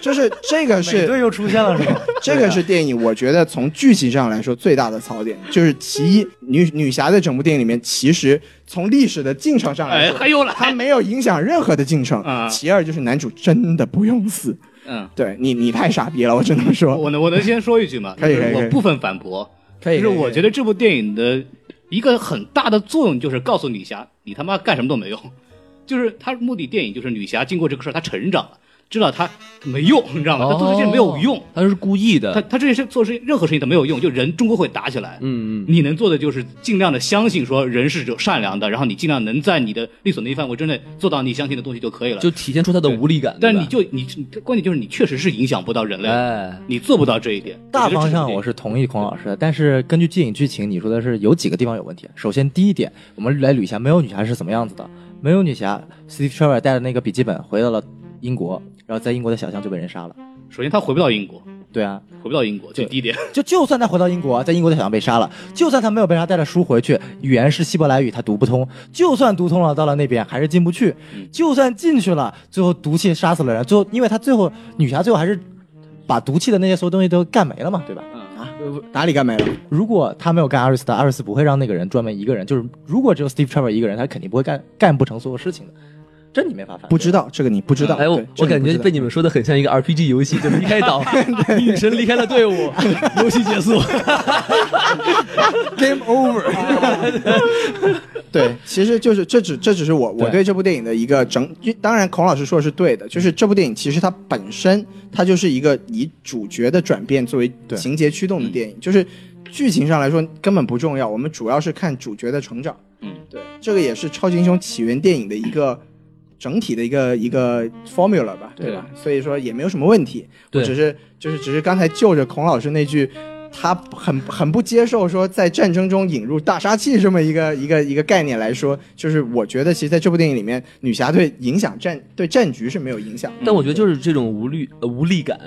Speaker 1: 就是这个是
Speaker 5: 又出现了是吧？
Speaker 1: 这个是电影，我觉得从剧情上来说最大的槽点，就是其一，女女侠在整部电影里面，其实从历史的进程上来
Speaker 2: 哎，
Speaker 1: 说，
Speaker 2: 还有了，
Speaker 1: 她没有影响任何的进程。
Speaker 2: 啊
Speaker 1: 其二就是男主真的不用死，
Speaker 2: 嗯，
Speaker 1: 对你你太傻逼了，我只能说，
Speaker 2: 我能我能先说一句吗？
Speaker 1: 可以可以
Speaker 2: 就是
Speaker 1: 可以
Speaker 2: 我部分反驳，
Speaker 1: 可
Speaker 2: 就是我觉
Speaker 1: 得
Speaker 2: 得这部电影的一个很大的作用就是告诉女侠，你他妈干什么都没用。就是他目的电影就是女侠经过这个事儿，她成长了，知道她没用，你知道吗？她做这些没有用，
Speaker 3: 他是故意的
Speaker 2: 她，她这些事做事任何事情都没有用，就人终究会打起来。
Speaker 3: 呃嗯嗯，
Speaker 2: 你能做的就是尽量的相信说人是有善良的，然后你尽量能在你的力所能及范围之内做到你相信的东西就可以了。
Speaker 3: 就体现出他的无力感，
Speaker 2: 但
Speaker 3: 对
Speaker 2: 是
Speaker 3: 吧
Speaker 2: 你就你关键就是你确实是影响不到人类，
Speaker 3: 哎，
Speaker 2: 你做不到这一点。
Speaker 5: 大
Speaker 2: 我觉得这是
Speaker 5: 方向
Speaker 2: 电影
Speaker 5: 我是同意孔老师的，但是根据电影剧情，你说的是有几个地方有问题。首先，第一点，我们来捋一下没有女侠是什么样子的。没有女侠，Steve Trevor 带着那个笔记本回到了英国，然后在英国的小巷就被人杀了。
Speaker 2: 首先他回不到英国，
Speaker 5: 对啊，
Speaker 2: 回不到英国，最低点。
Speaker 5: 就就算他回到英国，啊在英国他想被杀了，就算他没有被杀，带着书回去，语言是希伯来语，他读不通；就算读通了，到了那边还是进不去；就算进去了，最后毒气杀死了人，最后因为他最后女侠最后还是把毒气的那些所有东西都干没了嘛，对吧？
Speaker 1: 哪里干没了？
Speaker 5: 如果他没有干阿瑞斯的，阿瑞斯不会让那个人专门一个人，就是如果只有 Steve Trevor 一个人，他肯定不会干干不成所有事情的，这你没法反
Speaker 1: 不知道这个你不知道。
Speaker 3: 哎，我
Speaker 1: 对这
Speaker 3: 我
Speaker 1: 个
Speaker 3: 感
Speaker 1: 你不知
Speaker 3: 觉
Speaker 1: 道
Speaker 3: 被你们说的很像一个 RPG 游戏，就是离 开岛，女神离开了队伍，游戏结束。
Speaker 1: Game Over。对， 其实就是这只这只是我我
Speaker 5: 对嗯
Speaker 1: 对这部电影的一个整，当然孔老师说的是对的，就是这部电影其实它本身它就是一个以主角的转变作为
Speaker 5: 对
Speaker 1: 情节驱动的电影，就是剧情上来说根本不重要，我们主要是看主角的成长。
Speaker 2: 嗯，
Speaker 1: 对，这个也是超级英雄起源电影的一个。整体的一个一个 formula 吧，对吧？所以说也没有什么问题，我
Speaker 3: 对
Speaker 1: 只是就是只是刚才就着孔老师那句他很很不接受说在战争中引入大杀器这么一个一个一个概念来说，就是我觉得其实在这部电影里面，女侠对影响战对战局是没有影响的。
Speaker 3: 但我觉得就是这种无力呃无力感，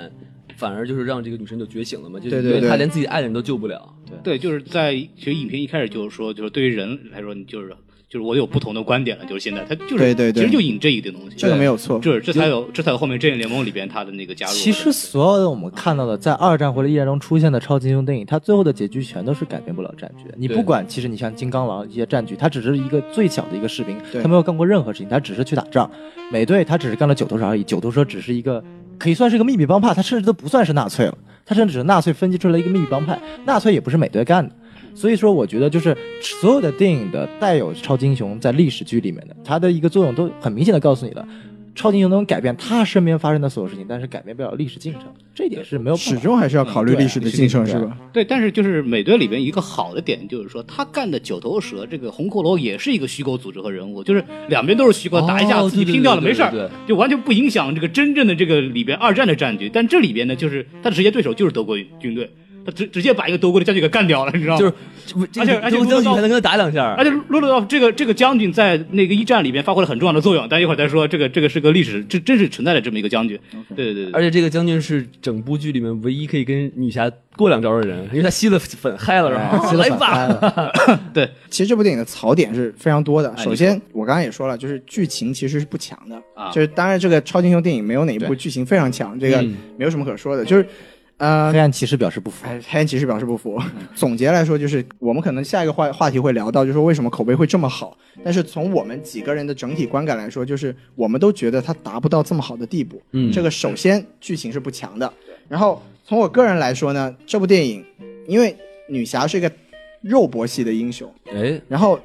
Speaker 3: 反而就是让这个女神就觉醒了嘛，就
Speaker 1: 对
Speaker 3: 是
Speaker 1: 对
Speaker 3: 因为
Speaker 1: 对
Speaker 3: 她连自己爱的人都救不了。
Speaker 2: 对，就是在其实影评一开始就是说，就是对于人来说，你就是就是我有不同的观点了，就是现在他就是
Speaker 1: 对对对
Speaker 2: 其实就引这一点东西，
Speaker 1: 这个没有错，
Speaker 2: 就是这才有这才有后面正义联盟里边他的那个加入。
Speaker 5: 其实所有的我们看到的在二战或者一战中出现的超级英雄电影，它最后的结局全都是改变不了战局的。你
Speaker 3: 对
Speaker 5: 不管，其实你像金刚狼一些战局，他只是一个最小的一个士兵，
Speaker 1: 对
Speaker 5: 他没有干过任何事情，他只是去打仗。美队他只是干了九头蛇而已，九头蛇只是一个可以算是一个秘密帮派，他甚至都不算是纳粹了，他甚至只是纳粹分析出来一个秘密帮派，纳粹也不是美队干的。所以说，我觉得就是所有的电影的带有超级英雄在历史剧里面的，它的一个作用都很明显的告诉你了，超级英雄能改变他身边发生的所有事情，但是改变不了历史进程，这一点是没有办法
Speaker 1: 始终还是要考虑
Speaker 5: 嗯对啊
Speaker 1: 历史的进程，
Speaker 5: 历史
Speaker 1: 是
Speaker 5: 进程
Speaker 1: 吧？
Speaker 2: 对，但是就是美队里边一个好的点就是说，他干的九头蛇这个红骷髅也是一个虚构组织和人物，就是两边都是虚构，
Speaker 3: 哦
Speaker 2: 打一架自己拼掉了
Speaker 3: 对对对
Speaker 2: 没事
Speaker 3: 对对
Speaker 2: 儿，就完全不影响这个真正的这个里边二战的战局。但这里边呢，就是他的直接对手就是德国军队，他直直接把一个德国的将军给干掉了，你知道吗？
Speaker 3: 就是，这
Speaker 2: 而且而且
Speaker 3: 东
Speaker 2: 如果
Speaker 3: 将军
Speaker 2: 到
Speaker 3: 还能跟他打两下，
Speaker 2: 而且洛洛道夫这个这个将军在那个一战里边发挥了很重要的作用，但一会儿再说，这个这个是个历史，这真是存在的这么一个将军。对对对
Speaker 3: 而
Speaker 2: 对，
Speaker 3: 且这个将军是整部剧里面唯一可以跟女侠过两招的人，因为他吸了粉嗨了，然后
Speaker 5: 吸了
Speaker 3: 来
Speaker 5: 粉嗨了
Speaker 3: 吧，
Speaker 1: 其实这部电影的槽点是非常多的。
Speaker 2: 哎
Speaker 1: 首先，我刚刚也说了，就是剧情其实是不强的，
Speaker 2: 啊
Speaker 1: 就是当然这个超级英雄电影没有哪一部剧情非常强，这个
Speaker 3: 嗯
Speaker 1: 没有什么可说的。就是，呃
Speaker 5: 黑，暗骑士表示不服。嗯
Speaker 1: 哎，黑暗骑士表示不服。 总结来说，就是我们可能下一个话话题会聊到，就是说为什么口碑会这么好。但是从我们几个人的整体观感来说，就是我们都觉得它达不到这么好的地步。
Speaker 3: 嗯
Speaker 1: 这个首先剧情是不强的，然后从我个人来说呢，这部电影因为女侠是一个肉搏系的英雄，
Speaker 3: 哎，
Speaker 1: 然后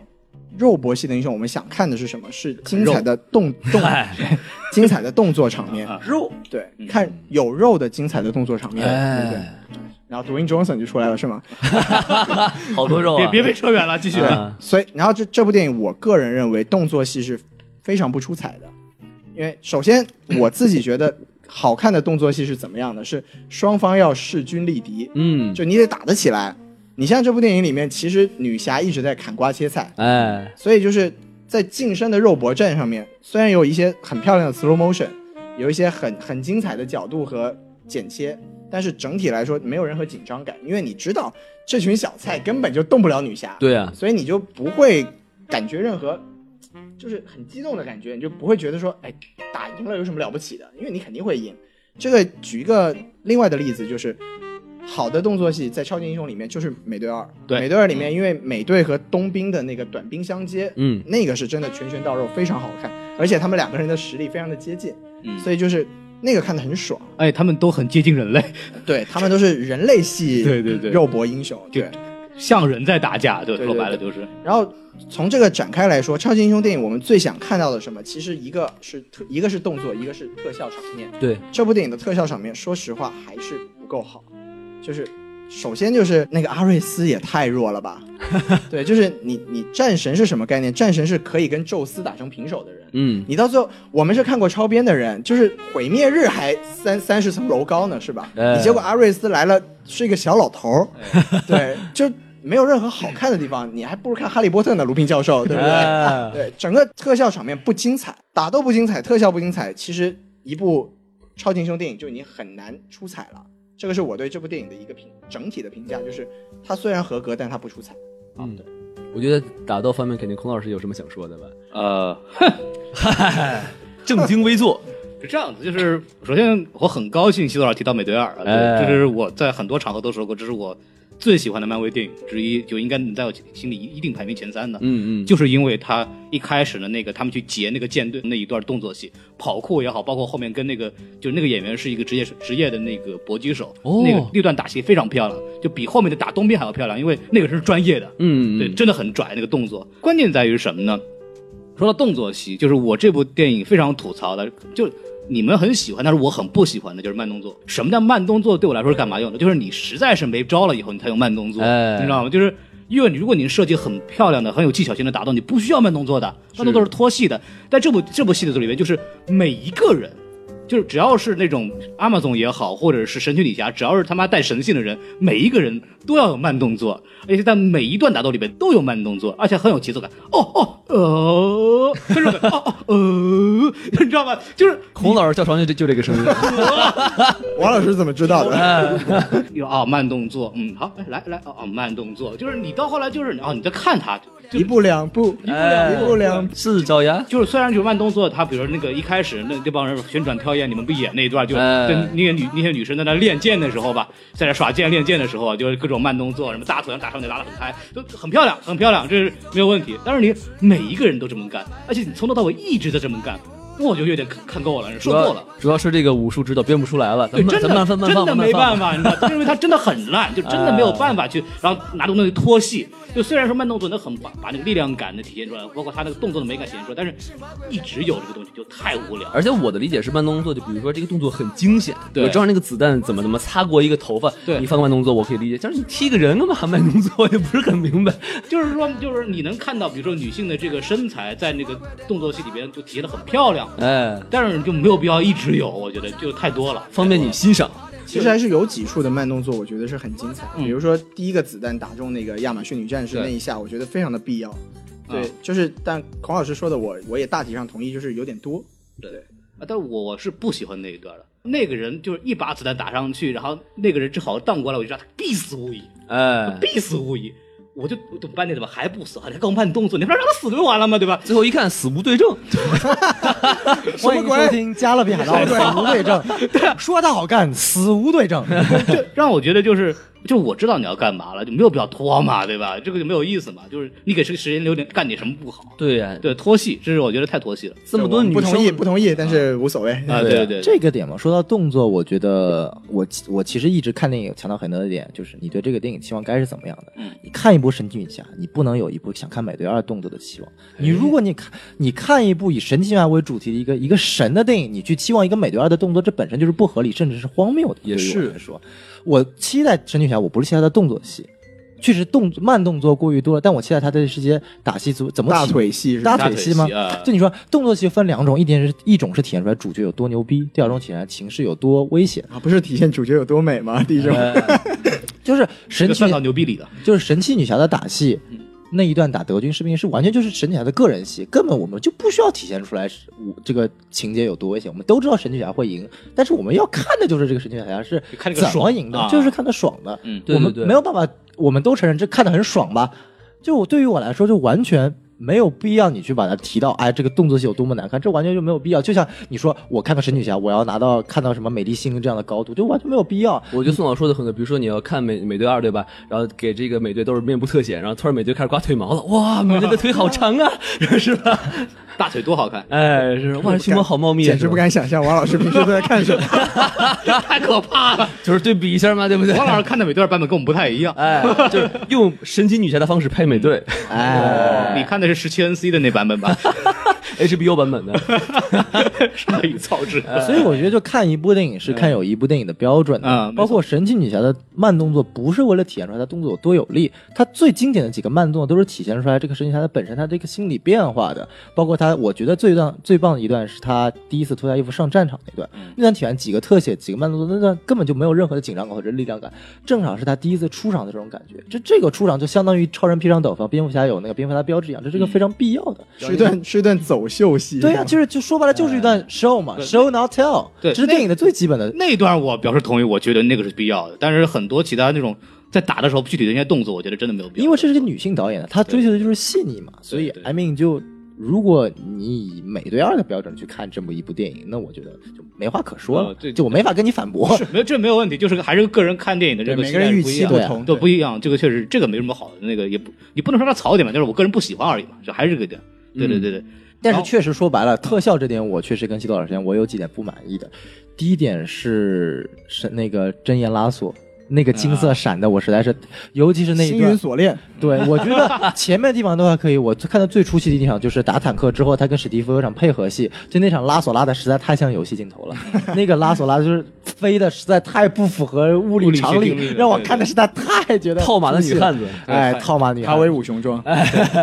Speaker 1: 肉搏系的英雄我们想看的是
Speaker 3: 嗯
Speaker 1: 什么？是精彩的动动，
Speaker 3: 哎
Speaker 1: 精彩的动作场面。
Speaker 3: 啊
Speaker 7: 肉
Speaker 1: 对，看有肉的精彩的动作场面。对不对
Speaker 3: 嗯哎，
Speaker 1: 然后 Dwayne Johnson 就出来了，是吗？
Speaker 3: 好多肉
Speaker 2: 别
Speaker 3: 啊，
Speaker 2: 别被扯远了，继续。
Speaker 3: 啊
Speaker 1: 所以，然后这这部电影，我个人认为动作戏是非常不出彩的，因为首先我自己觉得好看的动作戏是怎么样的？是双方要势均力敌，
Speaker 3: 嗯，
Speaker 1: 就你得打得起来。你像这部电影里面，其实女侠一直在砍瓜切菜，
Speaker 3: 哎，
Speaker 1: 所以就是在近身的肉搏战上面，虽然有一些很漂亮的 slow motion，有一些很很精彩的角度和剪切，但是整体来说没有任何紧张感，因为你知道这群小菜根本就动不了女侠，
Speaker 3: 对啊，
Speaker 1: 所以你就不会感觉任何就是很激动的感觉，你就不会觉得说，哎，打赢了有什么了不起的？因为你肯定会赢。这个举一个另外的例子，就是好的动作戏在超级英雄里面就是美队二，
Speaker 2: 对
Speaker 1: 美队二里面因为美队和冬兵的那个短兵相接，
Speaker 3: 嗯，
Speaker 1: 那个是真的拳拳到肉，非常好看，而且他们两个人的实力非常的接近，
Speaker 2: 嗯
Speaker 1: 所以就是那个看得很爽。
Speaker 2: 哎，他们都很接近人类，
Speaker 1: 对他们都是人类系
Speaker 2: 对对对
Speaker 1: 肉搏英雄，
Speaker 2: 就
Speaker 1: 对。
Speaker 2: 像人在打架，对，
Speaker 1: 对对
Speaker 2: 说白了就是，
Speaker 1: 然后从这个展开来说，超级英雄电影我们最想看到的什么？其实一个是特，一个是动作，一个是特效场面。
Speaker 3: 对，
Speaker 1: 这部电影的特效场面，说实话还是不够好。就是首先就是那个阿瑞斯也太弱了吧？对，就是你你战神是什么概念？战神是可以跟宙斯打成平手的人。
Speaker 3: 嗯，
Speaker 1: 你到最后，我们是看过超编的人，就是毁灭日还三三十层楼高呢，是吧？
Speaker 3: 哎
Speaker 1: 你结果阿瑞斯来了是一个小老头儿，对，就没有任何好看的地方，你还不如看《哈利波特》呢，卢平教授，对不对？
Speaker 3: 哎
Speaker 1: 对，整个特效场面不精彩，打斗不精彩，特效不精彩，其实一部超级英雄电影就已经很难出彩了。这个是我对这部电影的一个评整体的评价，就是它虽然合格，但它不出彩。
Speaker 3: 嗯，对，我觉得打斗方面肯定孔老师有什么想说的吧？
Speaker 2: 呃，
Speaker 3: 正襟危坐，
Speaker 2: 是这样子，就是首先我很高兴西多老师提到美队二啊，
Speaker 3: 哎
Speaker 2: 对这是我在很多场合都说过，这是我最喜欢的漫威电影之一，就应该能在我心里一定排名前三的。
Speaker 3: 嗯嗯，
Speaker 2: 就是因为他一开始的那个他们去劫那个舰队那一段动作戏，跑酷也好，包括后面跟那个就是那个演员是一个职业职业的那个搏击手，
Speaker 3: 哦
Speaker 2: 那个那段打戏非常漂亮，就比后面的打冬兵还要漂亮，因为那个是专业的，
Speaker 3: 嗯
Speaker 2: 对，真的很拽那个动作。关键在于什么呢？说到动作戏，就是我这部电影非常吐槽的，就你们很喜欢，但是我很不喜欢的就是慢动作。什么叫慢动作？对我来说是干嘛用的？就是你实在是没招了以后，你才用慢动作，
Speaker 3: 哎
Speaker 2: 你知道吗？就是。因为你如果你设计很漂亮的、很有技巧性的打斗，你不需要慢动作的，慢动作是拖戏的。但这部这部戏的里面，就是每一个人，就是只要是那种阿玛总也好，或者是神奇女侠，只要是他妈带神性的人，每一个人都要有慢动作，而且在每一段打斗里面都有慢动作，而且很有节奏感。哦哦呃，就是那种哦哦呃，你知道吗？就是
Speaker 3: 孔老师叫床就这就这个声音，
Speaker 1: 王老师怎么知道的？
Speaker 2: 有哦慢动作，嗯好，哎来来哦哦慢动作，就是你到后来就是哦你在看他，就
Speaker 1: 一步两步，
Speaker 3: 哎
Speaker 1: 一步两步，
Speaker 3: 是赵阳，
Speaker 2: 就是虽然就是慢动作，他比如说那个一开始那这帮人旋转跳跃，你们不演那一段，就
Speaker 3: 哎
Speaker 2: 跟那些女那些女生在那练剑的时候吧，在那耍剑练剑的时候啊，就是各种慢动作，什么大腿上打上腿拉的很开，都很漂亮，很漂亮，这是没有问题。但是你每一个人都这么干，而且你从头到尾一直在这么干，我就有点看看够了，说
Speaker 3: 主要
Speaker 2: 够了。
Speaker 3: 主要是这个武术指导编不出来了，咱
Speaker 2: 对，
Speaker 3: 们
Speaker 2: 真
Speaker 3: 咱
Speaker 2: 的
Speaker 3: 们慢慢慢
Speaker 2: 真
Speaker 3: 放
Speaker 2: 的没办
Speaker 3: 慢放嗯
Speaker 2: 法，你知道，就是因为他真的很烂，就真的没有办法去，然后拿动那个拖戏。就虽然说慢动作能很把把那个力量感的体现出来，包括他那个动作的美感体现出来，但是一直有这个东西就太无聊。
Speaker 3: 而且我的理解是慢动作，就比如说这个动作很惊险，
Speaker 2: 对
Speaker 3: 我知道那个子弹怎么怎么擦过一个头发，
Speaker 2: 对
Speaker 3: 你放个慢动作我可以理解，但是你踢个人干嘛慢动作，我也不是很明白。
Speaker 2: 就是说，就是你能看到，比如说女性的这个身材在那个动作戏里边就体现的很漂亮，
Speaker 3: 哎，
Speaker 2: 但是就没有必要一直有，我觉得就太多了。
Speaker 3: 方便你欣赏。
Speaker 1: 其实还是有几处的慢动作，我觉得是很精彩的。
Speaker 2: 嗯
Speaker 1: 比如说第一个子弹打中那个亚马逊女战士
Speaker 2: 对
Speaker 1: 那一下，我觉得非常的必要。对
Speaker 2: 啊，
Speaker 1: 就是但孔老师说的我，我也大体上同意，就是有点多。
Speaker 2: 啊，但我我是不喜欢那一段的。那个人就是一把子弹打上去，然后那个人正好荡过来，我就知道他必死无疑。
Speaker 3: 哎，
Speaker 2: 必死无疑。我就我怎么办呢？怎么还不死？啊还跟我慢动作？你不是让他死就完了吗？对吧？
Speaker 3: 最后一看死无对证，
Speaker 5: 欢迎收听《加勒比海盗死无对证》，
Speaker 1: 啊
Speaker 5: 说他好干，死无对证。
Speaker 2: 就让我觉得就是，就我知道你要干嘛了，就没有必要拖嘛，对吧？这个就没有意思嘛。就是你给这个时间留点，干点什么不好？
Speaker 3: 对呀、
Speaker 2: 对，拖戏，这是我觉得太拖戏了
Speaker 3: 这么多女
Speaker 1: 不同意，
Speaker 3: 生
Speaker 1: 不同意，但是无所谓。
Speaker 2: 啊！对对，
Speaker 5: 哎这个点嘛，说到动作，我觉得我我其实一直看电影强调很多的点，就是你对这个电影期望该是怎么样的。
Speaker 2: 嗯
Speaker 5: 你看一部《神奇女侠》，你不能有一部想看《美队二》动作的期望。
Speaker 2: 哎
Speaker 5: 你如果你看你看一部以神奇女侠为主题的一个一个神的电影，你去期望一个美队二的动作，这本身就是不合理，甚至是荒谬的。
Speaker 3: 也
Speaker 5: 对于我
Speaker 3: 是
Speaker 5: 来说，我期待神奇女侠，我不是期待她的动作戏。确实动作慢动作过于多了，但我期待她的这些打戏组怎么
Speaker 1: 大
Speaker 5: 体
Speaker 1: 腿戏是吧
Speaker 5: 大
Speaker 2: 大
Speaker 5: 腿
Speaker 2: 腿
Speaker 5: 戏吗
Speaker 2: 戏啊？
Speaker 5: 就你说动作戏分两种，一点是一种是体现出来主角有多牛逼，第二种体现出来情势有多危险。
Speaker 1: 啊，不是体现主角有多美吗？第一种，
Speaker 2: 呃
Speaker 5: 就是
Speaker 2: 这
Speaker 5: 神
Speaker 2: 个
Speaker 5: 奇
Speaker 2: 算，到牛逼 里的。
Speaker 5: 就是神奇女侠的打戏。
Speaker 2: 嗯
Speaker 5: 那一段打德军士兵是完全就是神奇女侠的个人戏，根本我们就不需要体现出来是我这个情节有多危险。我们都知道神奇女侠会赢，但是我们要看的就是这个神奇女侠是
Speaker 2: 看这个
Speaker 5: 怎么
Speaker 2: 爽
Speaker 5: 赢的，
Speaker 2: 啊
Speaker 5: 就是看她爽的。
Speaker 2: 嗯，
Speaker 3: 对
Speaker 5: 我们
Speaker 3: 对对
Speaker 5: 没有办法，我们都承认这看得很爽吧？就我对于我来说，就完全没有必要你去把它提到，哎，这个动作戏有多么难看，这完全就没有必要。就像你说，我看个神女侠，我要拿到看到什么美丽心灵这样的高度，就完全没有必要。
Speaker 3: 我觉得宋老师说的很对，比如说你要看美美队二，对吧？然后给这个美队都是面部特写，然后突然美队开始刮腿毛了，哇，美队的腿好长啊， 是吧？，
Speaker 2: 大腿多好看
Speaker 3: 哎，是 哇，胸毛好茂密啊，
Speaker 1: 简直不敢想象王老师平时都在看什么。
Speaker 2: 太可怕了
Speaker 3: 是。吧，就是对比一下嘛，对不对？
Speaker 2: 王老师看的美队二版本跟我们不太一样，
Speaker 3: 哎，就是用神奇女侠的方式拍美队
Speaker 5: 哎
Speaker 2: 你看的是十七 NC 的那版 本吧？
Speaker 3: ，HBO 版本的，
Speaker 2: 鲨鱼操之。
Speaker 5: 所以我觉得，就看一部电影是看有一部电影的标准的，
Speaker 2: 嗯没错
Speaker 5: 包括神奇女侠的慢动作，不是为了体现出来她动作有多有力，她最经典的几个慢动作都是体现出来这个神奇女侠她本身她这个心理变化的，包括她，我觉得最让最棒的一段是她第一次脱下衣服上战场那段，
Speaker 2: 嗯
Speaker 5: 那段体现几个特写，几个慢动作，那段根本就没有任何的紧张感或者力量感，正常是她第一次出场的这种感觉，这这个出场就相当于超人披上斗篷，蝙蝠侠有那个蝙蝠侠标志一样，这是个
Speaker 2: 嗯
Speaker 5: 非常必要的。
Speaker 1: 是一段是一段走秀戏。啊
Speaker 5: 对呀、啊就是就说白了就是一段 show 嘛、s h o w not tell，
Speaker 2: 哎对
Speaker 5: 这是电影的最基本的。
Speaker 2: 那段我表示同意，我觉得那个是必要的。但是很多其他那种在打的时候具体的一些动作，我觉得真的没有必要。
Speaker 5: 因为这是个女性导演的，啊她追求的就是细腻嘛，所以
Speaker 2: 对
Speaker 5: I mean 就如果你以美对二的标准去看这么一部电影，那我觉得就没话可说了，
Speaker 2: 呃对
Speaker 5: 就我没法跟你反驳。
Speaker 2: 没有这没有问题，就是还是个人看电影的
Speaker 1: 对
Speaker 2: 这
Speaker 1: 啊
Speaker 2: 个
Speaker 1: 每个人预期
Speaker 2: 不一
Speaker 5: 不
Speaker 2: 样
Speaker 5: 一样
Speaker 1: 同，
Speaker 2: 都不一样。这个确实这个没什么好的，那个也不你不能说它槽点吧，就是我个人不喜欢而已嘛，就还是这个点。对对对对，
Speaker 5: 但是
Speaker 2: 然后
Speaker 5: 确实说白了，特效这点我确实跟西多老师一样，我有几点不满意的。第一点是是那个真言拉索。那个金
Speaker 2: 啊
Speaker 5: 色闪的，我实在是，尤其是那一
Speaker 1: 星
Speaker 5: 段
Speaker 1: 云，锁链，
Speaker 5: 对我觉得前面地方都还可以。我看到最出戏的一场就是打坦克之后，他跟史蒂夫有场配合戏，就那场拉索拉的实在太像游戏镜头了。那个拉索拉就是飞的实在太不符合物
Speaker 2: 物
Speaker 5: 理
Speaker 2: 理学
Speaker 5: 常理
Speaker 2: 定律，了
Speaker 5: 让我
Speaker 2: 对
Speaker 5: 看的实在太觉得
Speaker 3: 套马的
Speaker 5: 出戏
Speaker 3: 女
Speaker 5: 了
Speaker 3: 汉子，
Speaker 5: 哎，套马女
Speaker 1: 卡
Speaker 5: 汉
Speaker 1: 维
Speaker 5: 子。
Speaker 1: 武雄
Speaker 2: 哎
Speaker 1: 装，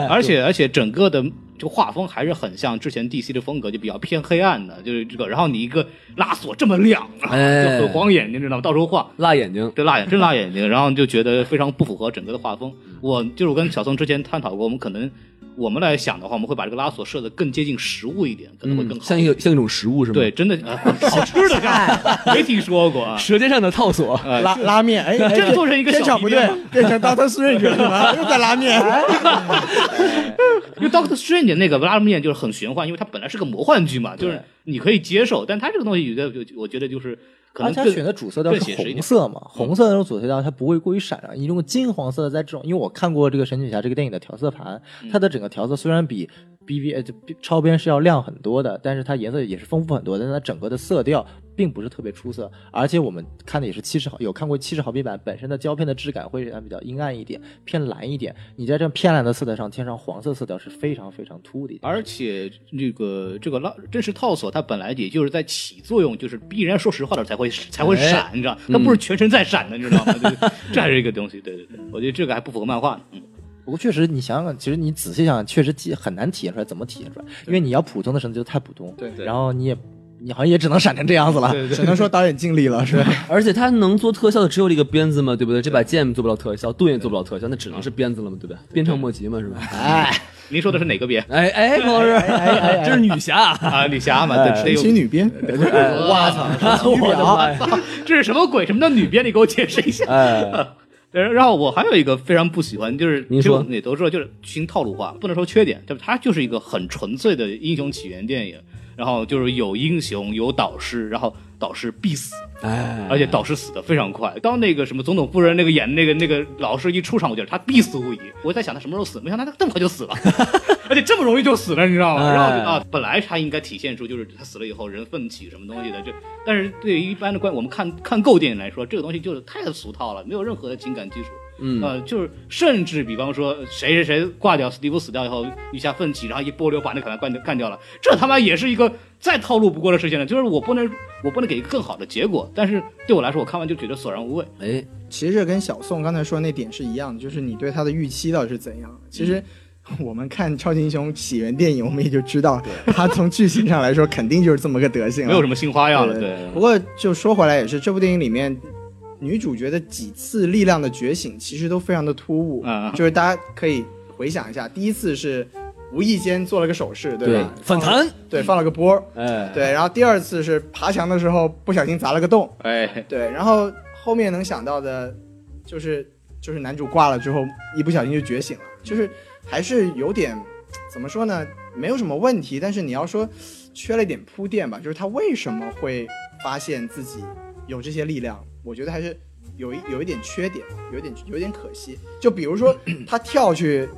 Speaker 2: 而且而且整个的就画风还是很像之前 DC 的风格，就比较偏黑暗的，就是这个。然后你一个拉锁这么亮，
Speaker 3: 哎
Speaker 2: 就很晃眼睛，知道吗？到时候画。
Speaker 3: 辣 眼睛，
Speaker 2: 对，辣眼真辣眼睛，然后就觉得非常不符合整个的画风。我就是我跟小宋之前探讨过，我们可能我们来想的话，我们会把这个拉索设的更接近实物一点，可能会更好。
Speaker 3: 嗯像一个像一种食物是吗？
Speaker 2: 对，，真的、
Speaker 5: 啊
Speaker 2: 呃 好吃的干，没听说过 啊。
Speaker 3: 舌尖上的套索，
Speaker 2: 哎
Speaker 1: 拉拉面，哎，哎
Speaker 2: 这做成一哎个
Speaker 1: 片
Speaker 2: 小
Speaker 1: 场
Speaker 2: 皮
Speaker 1: 不对
Speaker 2: 鞭，
Speaker 1: 变成 Doctor Strange 了是 吗？又在拉面，
Speaker 2: 因为 Doctor Strange 那个拉面就是很玄幻，因为它本来是个魔幻剧嘛，就是你可以接受，但它这个东西有的就我觉得就是可
Speaker 5: 而
Speaker 2: 能
Speaker 5: 且
Speaker 2: 更
Speaker 5: 它选的主色调
Speaker 2: 更
Speaker 5: 是
Speaker 2: 写实一
Speaker 5: 红
Speaker 2: 点。嗯
Speaker 5: 色嘛，红色的那种主色调它不会过于闪亮，啊你用金黄色的在这种，因为我看过这个神女侠这个电影的调色盘，
Speaker 2: 嗯
Speaker 5: 它的整个调色虽然比 B V 呃就比超编是要亮很多的，但是它颜色也是丰富很多，但是它整个的色调并不是特别出色，而且我们看的也是七十毫有看过七十毫米版本身的胶片的质感会比较阴暗一点，偏蓝一点，你在这样偏蓝的色调上添上黄色色调是非常非常突兀的一点。
Speaker 2: 而且这个这个拉真实套索，它本来也就是在起作用，就是必然说实话的才会才会
Speaker 5: 哎
Speaker 2: 闪，你知道，
Speaker 5: 嗯
Speaker 2: 它不是全身在闪的，你知道吗？就是这还是一个东西，对对对，我觉得这个还不符合漫画呢。嗯
Speaker 5: 不过确实，你想想，其实你仔细想，确实体很难体现出来，怎么体现出来？因为你要普通的绳子就太普通，
Speaker 1: 对对
Speaker 5: 然后你也，你好像也只能闪成这样子了。
Speaker 1: 只能说导演尽力了，是 吧？
Speaker 3: 而且他能做特效的只有这个鞭子嘛，对不对？这把剑做不了特效，盾也做不了特效，那只能是鞭子了嘛，对不对？鞭长莫及嘛，是吧？
Speaker 2: 您说的是哪 个别
Speaker 3: 哎哎，高老师，这是女侠啊，
Speaker 2: 啊？李霞嘛，
Speaker 5: 哎
Speaker 2: 对，得有
Speaker 1: 神奇女鞭，
Speaker 2: 哇操！
Speaker 3: 我的妈呀！
Speaker 2: 这是什么鬼？什么叫女编？你给我解释一下。
Speaker 3: 哎，
Speaker 2: 对，然后我还有一个非常不喜欢，就是
Speaker 3: 您
Speaker 2: 其实
Speaker 3: 说
Speaker 2: 我们也都知道，就是新套路化，不能说缺点，对吧？它就是一个很纯粹的英雄起源电影，然后就是有英雄有导师，然后导师必死，
Speaker 3: 哎，
Speaker 2: 而且导师死的非常快。当那个什么总统夫人那个演那个那个老师一出场，我觉得他必死无疑。我在想他什么时候死，没想到他这么快就 死了，而且这么容易就死了，你知道吗？
Speaker 3: 哎
Speaker 2: 然后我就啊，本来他应该体现出就是他死了以后人奋起什么东西的，这但是对于一般的观我们看看够电影来说，这个东西就是太俗套了，没有任何的情感基础。
Speaker 3: 嗯
Speaker 2: 呃，就是甚至比方说谁谁谁挂掉，史蒂夫死掉以后，一下奋起，然后一波流把那可能干干掉了，这他妈也是一个再套路不过的事情了。就是我不能，我不能给一个更好的结果，但是对我来说，我看完就觉得索然无味。
Speaker 3: 哎，
Speaker 1: 其实这跟小宋刚才说的那点是一样的，就是你对他的预期到底是怎样的。其
Speaker 2: 嗯
Speaker 1: 实我们看超级英雄起源电影，我们也就知道， 他从剧情上来说肯定就是这么个德性了，
Speaker 2: 没有什么新花样了。
Speaker 1: 对
Speaker 2: 对，
Speaker 1: 不过就说回来也是，这部电影里面女主角的几次力量的觉醒，其实都非常的突兀。
Speaker 2: 嗯嗯
Speaker 1: 就是大家可以回想一下，第一次是无意间做了个手势，对吧？
Speaker 3: 反
Speaker 1: 放了，
Speaker 3: 弹，
Speaker 1: 对，放了个波儿。
Speaker 3: 哎，
Speaker 1: 对，然后第二次是爬墙的时候不小心砸了个洞，
Speaker 2: 哎，
Speaker 1: 对，然后后面能想到的，就是就是男主挂了之后，一不小心就觉醒了，就是还是有点怎么说呢，没有什么问题，但是你要说缺了一点铺垫吧，就是他为什么会发现自己有这些力量，我觉得还是有一有一点缺点，有点有点可惜。就比如 说他跳去。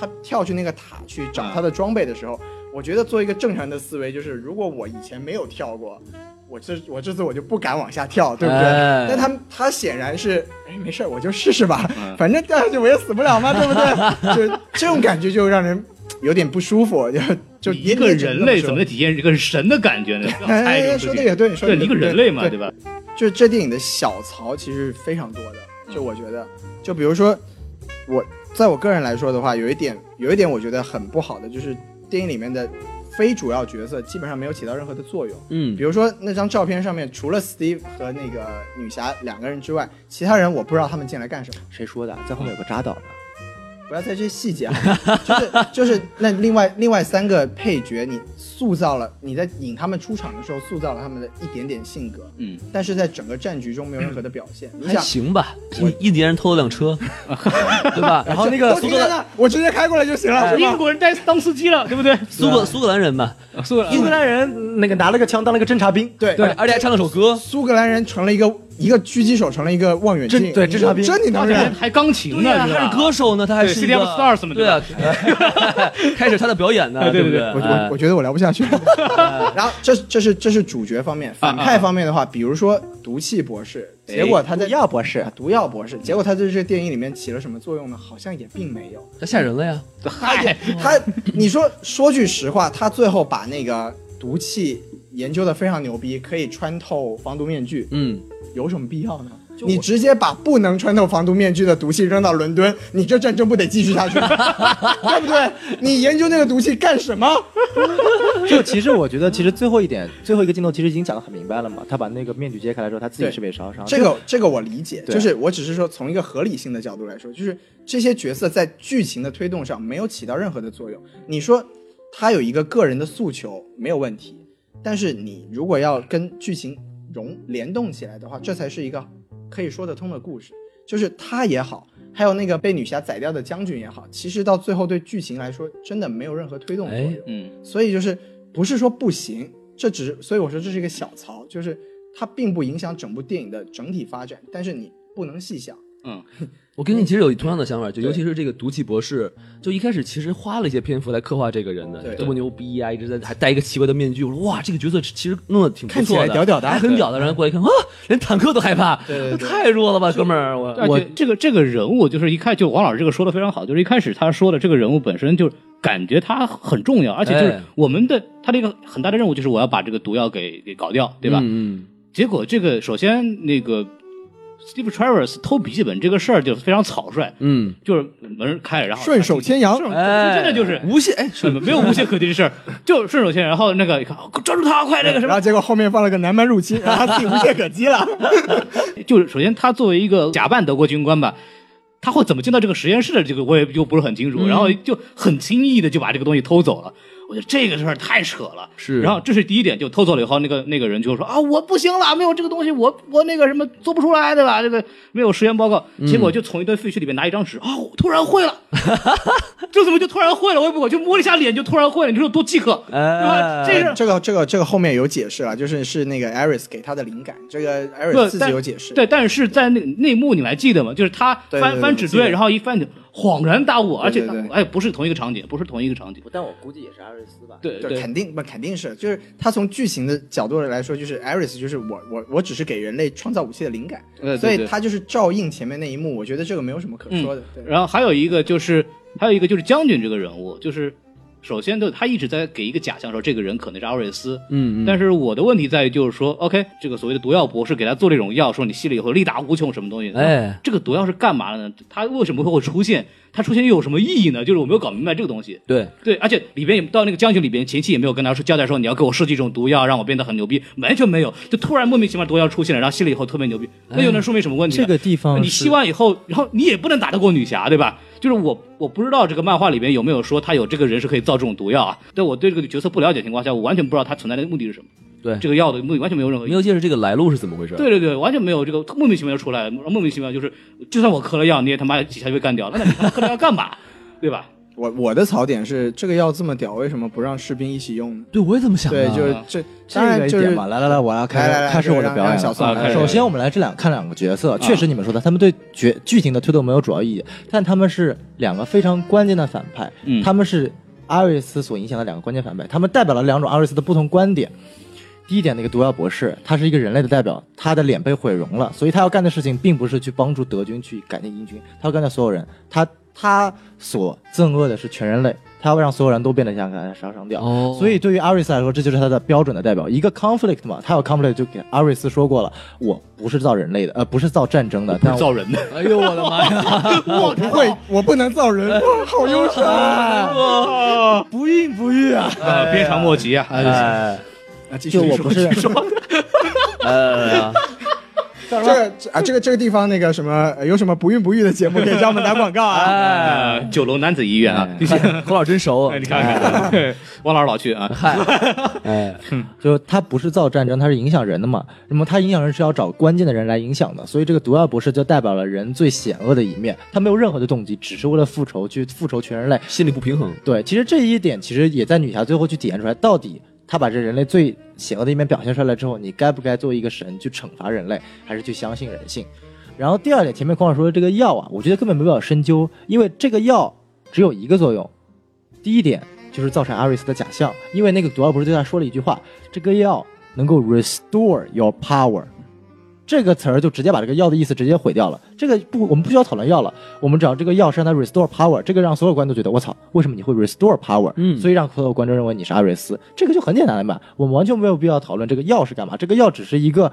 Speaker 1: 他跳去那个塔去找
Speaker 2: 啊
Speaker 1: 他的装备的时候，我觉得做一个正常人的思维就是，如果我以前没有跳过，我这我这次我就不敢往下跳，对不对？
Speaker 3: 哎
Speaker 1: 但他他显然是，哎，没事儿，我就试试吧，
Speaker 2: 嗯
Speaker 1: 反正掉下去我也死不了嘛，对不 对？就这种感觉就让人有点不舒服，就就
Speaker 2: 一个人类怎么能
Speaker 1: 的？
Speaker 2: 体验一个神的 感觉呢？ 不要
Speaker 1: 哎
Speaker 2: 猜这
Speaker 1: 哎，
Speaker 2: 种
Speaker 1: 说的
Speaker 2: 事情。
Speaker 1: 也对，你说
Speaker 2: 对，
Speaker 1: 得
Speaker 2: 一个人类嘛，
Speaker 1: 对
Speaker 2: 对吧？
Speaker 1: 就是这电影的小槽其实非常多的，就我觉得，就比如说我在我个人来说的话，有一点有一点我觉得很不好的就是电影里面的非主要角色基本上没有起到任何的作用。
Speaker 3: 嗯
Speaker 1: 比，如说那张照片上面，除了 Steve 和那个女侠两个人之外，其他人我不知道他们进来干什么。
Speaker 5: 谁说的？在后面有个扎导的，
Speaker 1: 不不要在这些细节啊， 就是就是那另外另外三个配角，你塑造了你在引他们出场的时候塑造了他们的一点点性格，
Speaker 2: 嗯，
Speaker 1: 但是在整个战局中没有任何的表现。你
Speaker 3: 还
Speaker 1: 想，
Speaker 3: 行吧，印印第安人偷了辆车，对吧？然后那
Speaker 1: 都停在那，我直接开过来就行了，是
Speaker 2: 英
Speaker 1: 吧？
Speaker 2: 国人带当司机了，对不对？
Speaker 3: 苏格苏格兰人吧，
Speaker 2: 苏格兰
Speaker 5: 英格兰人那个拿了个枪当了个侦察兵，
Speaker 1: 对
Speaker 3: 而且而且还唱了首歌，
Speaker 1: 苏格兰人成了一个一个狙击手，成了一个望远镜，
Speaker 5: 这对
Speaker 1: 这
Speaker 5: 侦察兵
Speaker 1: 这你能忍？
Speaker 2: 还钢琴
Speaker 3: 对呀，
Speaker 2: 呢，
Speaker 3: 他
Speaker 2: 吧
Speaker 3: 是歌手呢，他还
Speaker 2: 对
Speaker 3: 是一个
Speaker 2: City of Stars 嘛
Speaker 3: 对啊，开始他的表演呢，
Speaker 2: 对对
Speaker 3: 不
Speaker 2: 对
Speaker 1: 我
Speaker 3: 哎
Speaker 1: 我我觉得我聊不下去了。然后这这是这是主角方面，反派方面的话，比如说毒气博士，结果他在
Speaker 5: 毒药博士
Speaker 1: 啊，毒药博士，结果他在这个电影里面起了什么作用呢？好像也并没有。
Speaker 3: 他吓人了呀，
Speaker 1: 他也他，你说说句实话，他最后把那个毒气研究的非常牛逼，可以穿透防毒面具，
Speaker 3: 嗯，
Speaker 1: 有什么必要呢？
Speaker 5: 我
Speaker 1: 你直接把不能穿透防毒面具的毒气扔到伦敦，你这战争不得继续下去吗？ 对不对？你研究那个毒气干什么？
Speaker 5: 就其实我觉得，其实最后一点，最后一个镜头其实已经讲得很明白了嘛。他把那个面具揭开来之后，他自己
Speaker 1: 对
Speaker 5: 是被烧伤。
Speaker 1: 这个这个我理解，
Speaker 5: 对
Speaker 1: 就是我只是说从一个合理性的角度来说，就是这些角色在剧情的推动上没有起到任何的作用。你说他有一个个人的诉求没有问题，但是你如果要跟剧情融联动起来的话，这才是一个可以说得通的故事。就是他也好，还有那个被女侠宰掉的将军也好，其实到最后对剧情来说真的没有任何推动作用。
Speaker 3: 哎
Speaker 2: 嗯，
Speaker 1: 所以就是不是说不行，这只是所以我说这是一个小槽，就是它并不影响整部电影的整体发展，但是你不能细想。
Speaker 3: 我跟你其实有同样的想法，就
Speaker 1: 对
Speaker 3: 尤其是这个毒气博士，就一开始其实花了一些篇幅来刻画这个人的
Speaker 1: 对
Speaker 3: 多么牛逼呀、一直在还戴一个奇怪的面具，我说哇，这个角色其实弄得挺不
Speaker 5: 看起
Speaker 3: 错
Speaker 5: 来
Speaker 3: 的，
Speaker 5: 屌屌的
Speaker 3: 还很屌的，然后过来一看啊，连坦克都害怕，
Speaker 1: 对对对
Speaker 3: 太弱了吧，哥们儿，我
Speaker 2: 而且这个这个人物就是一看就王老师这个说的非常好，就是一开始他说的这个人物本身就感觉他很重要，而且就是
Speaker 3: 哎
Speaker 2: 我们的他的一个很大的任务就是我要把这个毒药给给搞掉，对吧？
Speaker 3: 嗯，
Speaker 2: 结果这个首先那个 Steve Travers 偷笔记本这个事儿就非常草率，
Speaker 3: 嗯
Speaker 2: 就是门开了，然后
Speaker 1: 顺手牵羊
Speaker 2: 顺手
Speaker 3: 哎
Speaker 2: 真的就是
Speaker 3: 无懈哎，
Speaker 2: 顺没有无懈可击的事儿，就顺手牵羊，然后那个一看，哦抓住他，快那个什
Speaker 1: 然
Speaker 2: 么
Speaker 1: 后，结果后面放了哎个南蛮入 侵，然后他自己无懈可击了。
Speaker 2: 就是首先他作为一个假扮德国军官吧。他会怎么进到这个实验室的？这个我也就不是很清楚。然后
Speaker 3: 嗯
Speaker 2: 就很轻易的就把这个东西偷走了，我觉得这个事儿太扯了。
Speaker 3: 是
Speaker 2: 然后这是第一点，就偷走了以后，那个那个人就说啊，我不行了，没有这个东西，我我那个什么做不出来，对吧？这个没有实验报告，
Speaker 3: 嗯
Speaker 2: 结果就从一堆废墟里面拿一张纸啊，我突然 会了，这怎么就突然会了？我也不管，就摸了一下脸就突然会了，你说有多饥渴，对吧？
Speaker 3: 哎
Speaker 2: 这是
Speaker 1: 这个这个这个后面有解释了，就是是那个 Iris 给他的灵感，这个 Iris 自己
Speaker 2: 但
Speaker 1: 有解释。
Speaker 2: 对，但是在那内幕你们还记得吗？就是他
Speaker 1: 对对
Speaker 2: 翻
Speaker 1: 对
Speaker 2: 翻
Speaker 1: 我
Speaker 2: 纸
Speaker 1: 记得
Speaker 2: 堆，然后一翻就恍然大悟，而且
Speaker 1: 对对对
Speaker 2: 哎，不是同一个场景，不是同一个场景，
Speaker 5: 但我估计也是阿瑞斯吧。
Speaker 2: 对
Speaker 1: 对，肯定不肯定是，就是他从剧情的角度来说，就是 Iris 就是我我我只是给人类创造武器的灵感，
Speaker 2: 嗯对
Speaker 1: 所
Speaker 2: 对
Speaker 1: 以
Speaker 2: 嗯对。
Speaker 1: 他就是照应前面那一幕，我觉得这个没有什么可说的。对，
Speaker 2: 然后还有一个就是还有一个就是将军这个人物，就是首先就他一直在给一个假象说这个人可能是阿瑞斯，
Speaker 3: 嗯嗯，
Speaker 2: 但是我的问题在于，就是说，OK，这个所谓的毒药博士给他做了一种药，说你吸了以后力大无穷，什么东西？
Speaker 3: 哎，
Speaker 2: 这个毒药是干嘛的呢？它为什么会出现？它出现又有什么意义呢？就是我没有搞明白这个东西。
Speaker 3: 对，
Speaker 2: 对，而且里边也到那个将军里边，前期也没有跟他说交代说你要给我设计一种毒药，让我变得很牛逼，完全没有，就突然莫名其妙毒药出现了，然后吸了以后特别牛逼，那又能说明什么问题呢？
Speaker 5: 哎这个地方
Speaker 2: 你吸完以后，然后你也不能打得过女侠，对吧？就是我我不知道这个漫画里边有没有说他有这个人是可以造这种毒药啊？对我对这个角色不了解的情况下，我完全不知道他存在的目的是什么。
Speaker 3: 对
Speaker 2: 这个药的目的完全没有任何意义
Speaker 3: 没。有解释这个来路是怎么回事，
Speaker 2: 对对对，完全没有这个莫名其妙就出来了，莫名其妙就是，就算我嗑了药，你也他妈几下就被干掉了，那你他妈嗑了药干嘛？ 对吧？
Speaker 1: 我我的槽点是，这个药这么屌，为什么不让士兵一起用呢？
Speaker 3: 对，我也这么想
Speaker 1: 对
Speaker 3: 的，，
Speaker 1: 就是这，
Speaker 5: 这
Speaker 1: 当然
Speaker 5: 个一
Speaker 1: 就是
Speaker 5: 点吧，来来来，我要开
Speaker 1: 来来来
Speaker 5: 始开始
Speaker 1: 让
Speaker 5: 我的表演
Speaker 1: 让
Speaker 5: 了。
Speaker 1: 小宋
Speaker 2: 啊开
Speaker 1: 来啊
Speaker 2: 始
Speaker 5: 首先，我们来这两看两个角色，确实你们说的，他们对角剧情的推动没有主要意义，但他们是两个非常关键的反派，
Speaker 2: 嗯
Speaker 5: 他们是阿瑞斯所影响的两个关键反派，他们代表了两种阿瑞斯的不同观点。第一点，那个毒药博士，他是一个人类的代表，他的脸被毁容了，所以他要干的事情并不是去帮助德军去改进英军，他要干掉所有人，他他所憎恶的是全人类，他要让所有人都变得像刚才烧伤掉。
Speaker 3: 哦，
Speaker 5: 所以对于阿瑞斯来说，这就是他的标准的代表，一个 conflict 嘛，他有 conflict 就给阿瑞斯说过了，我不是造人类的，呃，不是造战争的，但
Speaker 2: 造人的，
Speaker 3: 哎呦我的妈呀，
Speaker 1: 我不会，我不能造人，哇好忧伤。啊
Speaker 5: 不孕不育 啊，
Speaker 2: 呃，鞭长莫及啊，
Speaker 5: 哎，就我不是，
Speaker 3: 哎呀，
Speaker 1: 这个 这啊，这个这个地方那个什么，呃有什么不孕不育的节目可以找我们打广告啊？
Speaker 2: 啊，九龙男子医院啊，你
Speaker 5: 哎
Speaker 3: 侯老师真熟，啊
Speaker 2: 哎看看， 对汪老师老去啊，
Speaker 5: 哎，就它不是造战争，它是影响人的嘛。那么它影响人是要找关键的人来影响的，所以这个毒药博士就代表了人最险恶的一面，他没有任何的动机，只是为了复仇去复仇全人类。
Speaker 3: 心理不平衡。
Speaker 5: 对，其实这一点其实也在女侠最后去体现出来，到底她把这人类最险恶的一面表现出来之后，你该不该作为一个神去惩罚人类，还是去相信人性？然后第二点，前面孔老师说的这个药啊，我觉得根本没必要深究，因为这个药只有一个作用，第一点就是造成阿瑞斯的假象，因为那个毒药博士对他说了一句话：“这个药能够 restore your power。”这个词儿就直接把这个药的意思直接毁掉了。这个不，我们不需要讨论药了，我们只要这个药是让它 restore power，这个让所有观众觉得我操，为什么你会 restore power？
Speaker 3: 嗯
Speaker 5: 所以让所有观众认为你是阿瑞斯，这个就很简单了嘛。我们完全没有必要讨论这个药是干嘛，这个药只是一个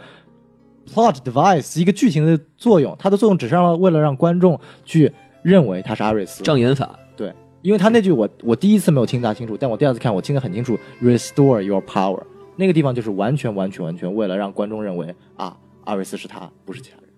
Speaker 5: plot device，一个剧情的作用，它的作用只是让为了让观众去认为他是阿瑞斯。
Speaker 3: 障眼法，
Speaker 5: 对，因为他那句我我第一次没有听大清楚，但我第二次看我听得很清楚，restore your power 那个地方就是完全完全完全为了让观众认为啊，阿瑞斯是他，不是其他人，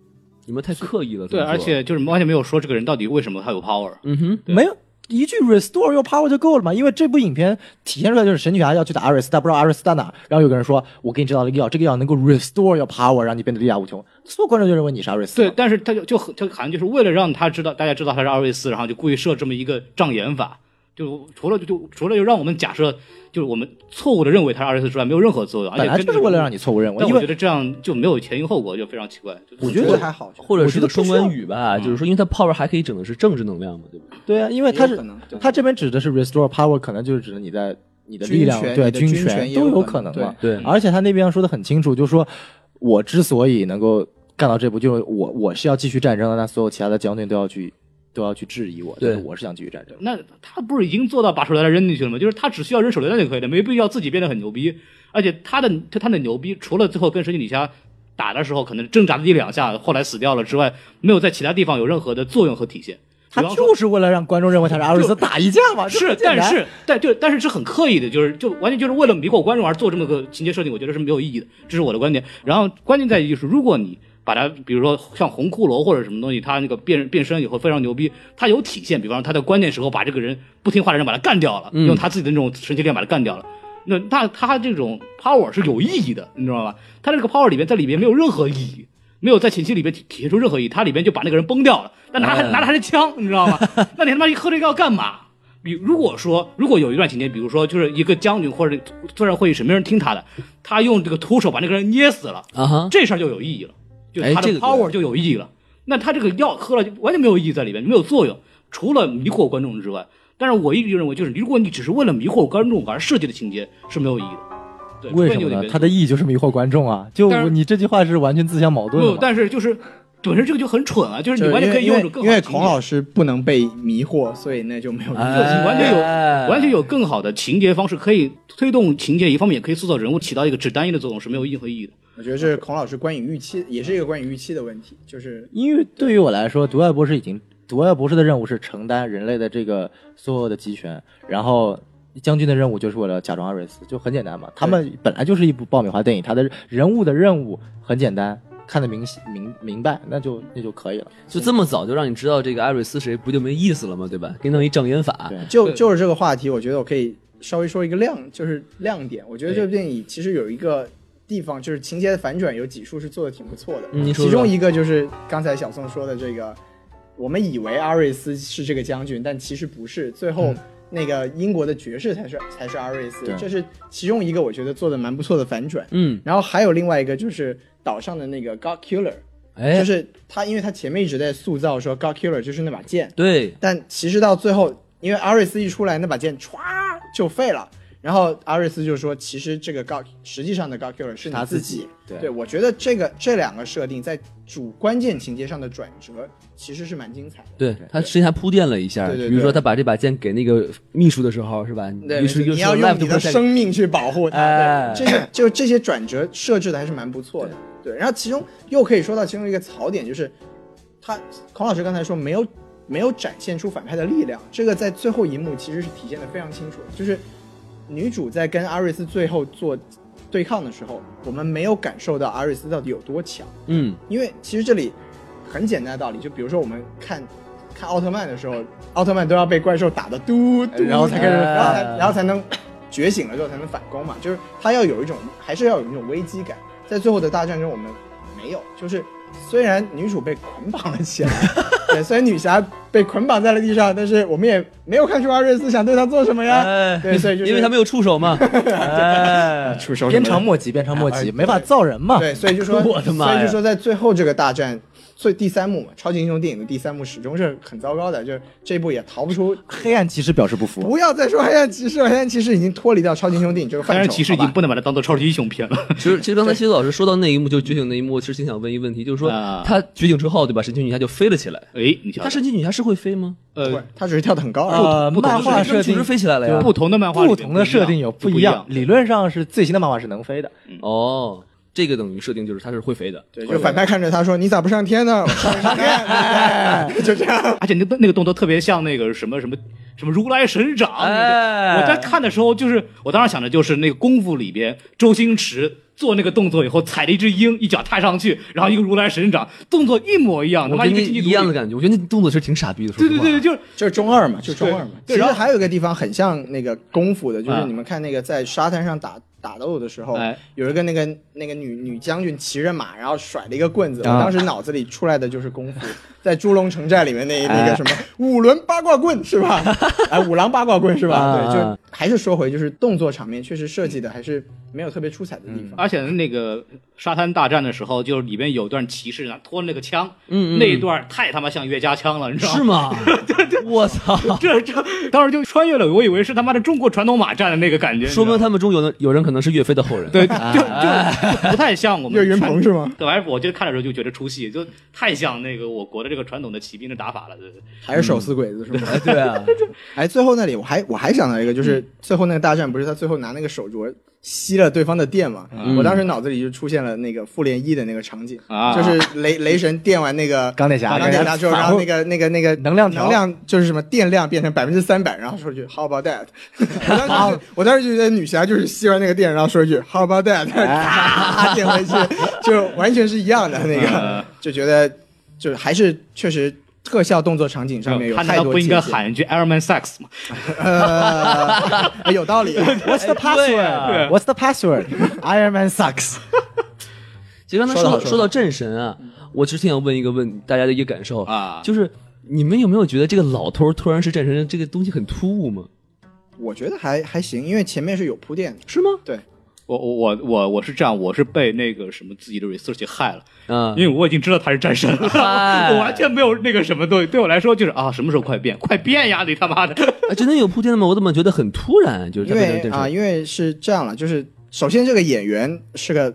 Speaker 3: 你们太刻意了。
Speaker 2: 对，
Speaker 3: 这么说
Speaker 2: 而且就是完全没有说这个人到底为什么他有 power，
Speaker 3: 嗯哼，
Speaker 5: 没有。一句 restore your power 就够了嘛？因为这部影片体现出来就是神女侠要去打阿瑞斯，但不知道阿瑞斯在哪儿。然后有个人说：“我给你制造了一个药，这个药能够 restore your power，让你变得力大无穷。”所有观众就认为你是阿瑞斯。
Speaker 2: 对，，但是他就就很就好像就是为了让他知道大家知道他是阿瑞斯，然后就故意设这么一个障眼法，就除了就就除了就让我们假设就是我们错误的认为他是阿瑞斯之外，没有任何作用，而且
Speaker 5: 本来
Speaker 2: 跟
Speaker 5: 就是为了让你错误认为，
Speaker 2: 但
Speaker 5: 因
Speaker 2: 我觉
Speaker 5: 为
Speaker 2: 得这样就没有前因后果，就非常奇怪。就
Speaker 5: 我觉得
Speaker 1: 这还好，
Speaker 3: 或者是
Speaker 5: 我觉得
Speaker 3: 个双
Speaker 5: 不需要
Speaker 3: 关语吧，就是说，因为它 power 还可以整的是政治能量嘛，对吧？
Speaker 5: 对啊，因为他
Speaker 1: 也有
Speaker 5: 是
Speaker 1: 可能对
Speaker 5: 他这边指的是 restore power，可能就是指的你在你的力量
Speaker 1: 军权
Speaker 5: 对
Speaker 1: 你的军权
Speaker 5: 权
Speaker 1: 也
Speaker 5: 都
Speaker 1: 有
Speaker 5: 可
Speaker 1: 可
Speaker 5: 能
Speaker 1: 能
Speaker 5: 嘛。
Speaker 3: 对对
Speaker 5: 而且他那边说的很清楚，就是说我之所以能够干到这步，就是我我是要继续战争的，那所有其他的将军都要去都要去质疑我，
Speaker 3: 对
Speaker 5: 但是我是想继续战争。
Speaker 2: 那他不是已经做到把手榴弹扔进去了吗？就是他只需要扔手榴弹就可以了，没必要自己变得很牛逼。而且他的他他的牛逼，除了最后跟神奇女侠打的时候可能挣扎的一两下，后来死掉了之外，没有在其他地方有任何的作用和体现。
Speaker 5: 他
Speaker 2: 比方说
Speaker 5: 就是为了让观众认为他是阿瑞斯打一架嘛，这
Speaker 2: 是
Speaker 5: 很，简单
Speaker 2: 但是但就但是是很刻意的，就是就完全就是为了迷惑观众而做这么个情节设定，我觉得是没有意义的，这是我的观点。然后关键在于就是，如果你把它，比如说像红骷髅或者什么东西，它那个变变身以后非常牛逼，它有体现，比方说它在关键时候把这个人不听话的人把他干掉了，
Speaker 5: 嗯
Speaker 2: 用他自己的那种神奇力量把他干掉了。那那他这种 power 是有意义的，你知道吧？他这个 power 里面在里面没有任何意义，没有在前期里面体体现出任何意义，他里面就把那个人崩掉了，但拿还拿着他的枪，你知道 吗？那你他妈一喝这个药干嘛？比如果说如果有一段情节，比如说就是一个将军或者作战会议室没人听他的，他用这个徒手把那个人捏死了，
Speaker 3: 啊
Speaker 5: 嗯
Speaker 3: 哈，
Speaker 2: 这事儿就有意义了，就
Speaker 3: 哎
Speaker 2: 他的
Speaker 3: 这个
Speaker 2: power 就有意义了。那他这个药喝了就完全没有意义在里面，没有作用，除了迷惑观众之外。但是我一直认为，就是如果你只是为了迷惑观众而设计的情节是没有意义的。对，
Speaker 5: 为
Speaker 2: 除非
Speaker 5: 什
Speaker 2: 你有
Speaker 5: 么
Speaker 2: 点
Speaker 5: 呢？
Speaker 2: 原
Speaker 5: 他
Speaker 2: 因
Speaker 5: 的意义就是迷惑观众啊！就
Speaker 2: 但是
Speaker 5: 你这句话是完全自相矛盾的
Speaker 2: 不
Speaker 5: 嘛，。
Speaker 2: 但是就是本身这个就很蠢啊，就是
Speaker 1: 就
Speaker 2: 你
Speaker 1: 是
Speaker 2: 完全可以
Speaker 1: 因
Speaker 2: 用
Speaker 1: 为
Speaker 2: 一种更
Speaker 1: 因
Speaker 2: 好的
Speaker 1: 为
Speaker 2: 情节
Speaker 1: 孔老师不能被迷惑，所以那就没有
Speaker 2: 就
Speaker 3: 哎
Speaker 2: 是完全有
Speaker 3: 哎
Speaker 2: 完全有更好的情节方式，可以推动情节，一方面也可以塑造人物，起到一个只单一的作用是没有任何意义的。
Speaker 1: 我觉得这是孔老师观影预期，也是一个观影预期的问题，就是
Speaker 5: 因为对于我来说，毒药博士已经，毒药博士的任务是承担人类的这个所有的集权，然后将军的任务就是为了假装阿瑞斯，就很简单嘛。他们本来就是一部爆米花电影，他的人物的任务很简单，看得明明明白，那就那就可以了。
Speaker 3: 就这么早就让你知道这个艾瑞斯谁，不就没意思了吗？对吧？给你弄一障眼法
Speaker 5: 对，
Speaker 1: 就就是这个话题，我觉得我可以稍微说一个亮，就是亮点。我觉
Speaker 3: 哎
Speaker 1: 得这部电影其实有一个地方，就是情节的反转有几处是做的挺不错的。
Speaker 3: 嗯您说说
Speaker 1: 其中一个就是刚才小宋说的这个，我们以为阿瑞斯是这个将军，但其实不是，最后。
Speaker 3: 嗯
Speaker 1: 那个英国的爵士才是才是阿瑞斯
Speaker 5: 对，
Speaker 1: 这是其中一个我觉得做的蛮不错的反转。
Speaker 3: 嗯，
Speaker 1: 然后还有另外一个就是岛上的那个 God Killer，
Speaker 3: 哎
Speaker 1: 就，是他，因为他前面一直在塑造说 God Killer 就是那把剑，
Speaker 3: 对，
Speaker 1: 但其实到最后，因为阿瑞斯一出来，那把剑歘就废了。然后阿瑞斯就说：“其实这个 God 实际上的 God Killer 是你
Speaker 5: 他自
Speaker 1: 自
Speaker 5: 己
Speaker 1: 己。
Speaker 5: 对
Speaker 1: 我觉得这个这两个设定在主关键情节上的转折其实是蛮精彩的。
Speaker 3: 对他之前还铺垫了一下，
Speaker 1: 对对对
Speaker 3: 比如说他把这把剑给那个秘书的时候，是吧？秘书
Speaker 1: 对，
Speaker 3: 就
Speaker 1: 你要
Speaker 3: 说
Speaker 1: 用你的
Speaker 3: “Life
Speaker 1: 生命去保护它。
Speaker 3: 哎
Speaker 1: 对，这些就这些转折设置的还是蛮不错的。对，然后其中又可以说到其中一个槽点，就是他孔老师刚才说没有没有展现出反派的力量，这个在最后一幕其实是体现的非常清楚的，就是女主在跟阿瑞斯最后做对抗的时候，我们没有感受到阿瑞斯到底有多强。
Speaker 3: 嗯，
Speaker 1: 因为其实这里很简单的道理，就比如说我们看看奥特曼的时候，奥特曼都要被怪兽打的嘟嘟，
Speaker 5: 然后才开始
Speaker 1: 然后才
Speaker 5: 哎
Speaker 1: 然后才能觉醒了之后才能反攻嘛，就是他要有一种还是要有一种危机感，在最后的大战中我们没有，就是虽然女主被捆绑了起来，对，虽然女侠被捆绑在了地上，但是我们也没有看出阿瑞斯想对她做什么呀，
Speaker 3: 哎
Speaker 1: 对，所以就是
Speaker 3: 因为他没有触手嘛，哎，
Speaker 1: 出手什么
Speaker 5: 鞭
Speaker 1: 的
Speaker 5: 长莫及，鞭长莫
Speaker 1: 哎
Speaker 5: 及，没法造人 嘛。
Speaker 1: 对，所以就说，
Speaker 3: 我的妈呀
Speaker 1: 所以就说，在最后这个大战，最第三幕嘛，超级英雄电影的第三幕始终是很糟糕的，就是这部也逃不出。
Speaker 5: 黑暗骑士表示不服，
Speaker 1: 不要再说黑暗骑士，了，黑暗骑士已经脱离掉超级英雄电影这个范
Speaker 2: 但
Speaker 1: 畴。
Speaker 2: 是其实已
Speaker 1: 好
Speaker 2: 经
Speaker 1: 吧
Speaker 2: 不能把它当做超级英雄片了。
Speaker 3: 其 实，其实刚才蝎子老师说到那一幕，就是觉醒那一幕，我其实挺想问一个问题，就是说
Speaker 2: 啊
Speaker 3: 他觉醒之后，对吧？神奇女侠就飞了起来。
Speaker 2: 哎，你瞧
Speaker 3: 他，神奇女侠是会飞吗？
Speaker 1: 不
Speaker 2: 呃，
Speaker 1: 他只是跳得很高而已。
Speaker 5: 呃，
Speaker 2: 不同
Speaker 5: 漫
Speaker 2: 不同
Speaker 5: 画
Speaker 2: 的
Speaker 5: 设
Speaker 3: 确
Speaker 5: 定
Speaker 3: 实飞起来了呀。
Speaker 2: 不同的漫画里
Speaker 5: 不
Speaker 2: 面
Speaker 5: 同的设定有
Speaker 2: 不
Speaker 5: 不一样
Speaker 2: 样，。
Speaker 5: 理论上是最新的漫画是能飞的，
Speaker 3: 哦，这个等于设定就是他是会飞的。
Speaker 1: 对，就反派看着他说：“你咋不上天呢？”我上上天，哎 就这样。
Speaker 2: 而且那个那个动作特别像那个什么什么什么如来神掌。
Speaker 3: 哎
Speaker 2: 我在看的时候，就是我当时想的就是那个功夫里边，周星驰做那个动作以后，踩了一只鹰，一脚踏上去，然后一个如来神掌，动作一模一样，他
Speaker 3: 我
Speaker 2: 妈
Speaker 3: 跟
Speaker 2: 一
Speaker 3: 你
Speaker 2: 个星期
Speaker 3: 一样的。感觉，我觉得那动作是挺傻逼的。说
Speaker 2: 对对
Speaker 3: 实话
Speaker 2: 对，，就是
Speaker 1: 就是中二嘛，就是中二嘛。其
Speaker 2: 对
Speaker 1: 实
Speaker 2: 然后
Speaker 1: 还有一个地方很像那个功夫的，就是
Speaker 2: 啊
Speaker 1: 你们看那个在沙滩上打打斗的时候
Speaker 2: 哎，
Speaker 1: 有一个那个那个女女将军骑着马，然后甩了一个棍子。我
Speaker 5: 啊
Speaker 1: 当时脑子里出来的就是功夫， 在《猪龙城寨》里面那那
Speaker 5: 哎
Speaker 1: 个什么五轮八卦棍是 吧？哎，五郎八卦棍是吧？
Speaker 5: 啊
Speaker 1: 对，就还是说回就是动作场面确实设计的还是没有特别出彩的地方。
Speaker 2: 而且那个沙滩大战的时候，就是里边有段骑士呢啊拖那个枪，嗯那一段太他妈像岳家枪了，你知道吗？
Speaker 3: 是吗？我操！
Speaker 2: 这这当时就穿越了，我以为是他妈的中国传统马战的那个感觉，
Speaker 3: 说明
Speaker 2: 他
Speaker 3: 他们中有人有人可能是岳飞的后人。
Speaker 2: 对，就就不太像我们
Speaker 1: 岳云
Speaker 2: 传
Speaker 1: 鹏。是吗？
Speaker 2: 对，反正我就看的时候就觉得出戏，就太像那个我国的这个传统的骑兵的打法了。对对对，
Speaker 1: 还是手撕鬼子是吗？
Speaker 3: 哎，对啊，
Speaker 1: 哎，最后那里我还我还想到一个，
Speaker 5: 嗯
Speaker 1: 就是最后那个大战不是他最后拿那个手镯吸了对方的电嘛？
Speaker 5: 嗯
Speaker 1: 我当时脑子里就出现了那个复联一的那个场景，
Speaker 2: 啊
Speaker 1: 就是雷雷神电完那个
Speaker 5: 钢铁侠
Speaker 1: 钢铁侠之后，
Speaker 5: 反
Speaker 1: 然后那个那个那个
Speaker 5: 能量条
Speaker 1: 能量就是什么电量变成百分之三百，然后说一句 How about that？我当时就我当时就觉得女侠就是吸完那个电，然后说一句 How about that？啪
Speaker 5: 哎
Speaker 1: 电回去，就完全是一样的那
Speaker 5: 嗯
Speaker 1: 个，就觉得就是还是确实。特效动作场景上
Speaker 5: 嗯
Speaker 1: 面有
Speaker 2: 呃他
Speaker 1: 太
Speaker 2: 难道
Speaker 1: 多
Speaker 2: 不应该
Speaker 1: 借鉴
Speaker 2: 喊一句 “Iron Man Sex” 吗？
Speaker 1: 呃， 哎有道理。
Speaker 5: What's the
Speaker 3: 对啊
Speaker 5: password? What's the password? Iron Man sucks.
Speaker 3: 其实刚才
Speaker 1: 说
Speaker 3: 说
Speaker 1: 得好
Speaker 3: 到
Speaker 1: 说得
Speaker 3: 说到战神啊，我其实挺想问一个问大家的一个感受
Speaker 2: 啊
Speaker 3: 就是你们有没有觉得这个老头儿突然是战神这个东西很突兀吗？
Speaker 1: 我觉得还还行，因为前面是有铺垫的。
Speaker 3: 是吗？
Speaker 1: 对，
Speaker 2: 我我我我我是这样，我是被那个什么自己的 research 害了，
Speaker 3: 啊
Speaker 2: 因，为我已经知道他是战神 了，
Speaker 3: 嗨
Speaker 5: 哎
Speaker 2: 我完全没有那个什么东西。对我来说就是啊，什么时候快变， 快变呀！你他妈 的，
Speaker 3: 啊真的有铺垫的吗？我怎么觉得很突然？就是
Speaker 1: 因
Speaker 3: 他变成
Speaker 1: 为
Speaker 3: 战神
Speaker 1: 啊、因为是这样了，就是首先这个演员是个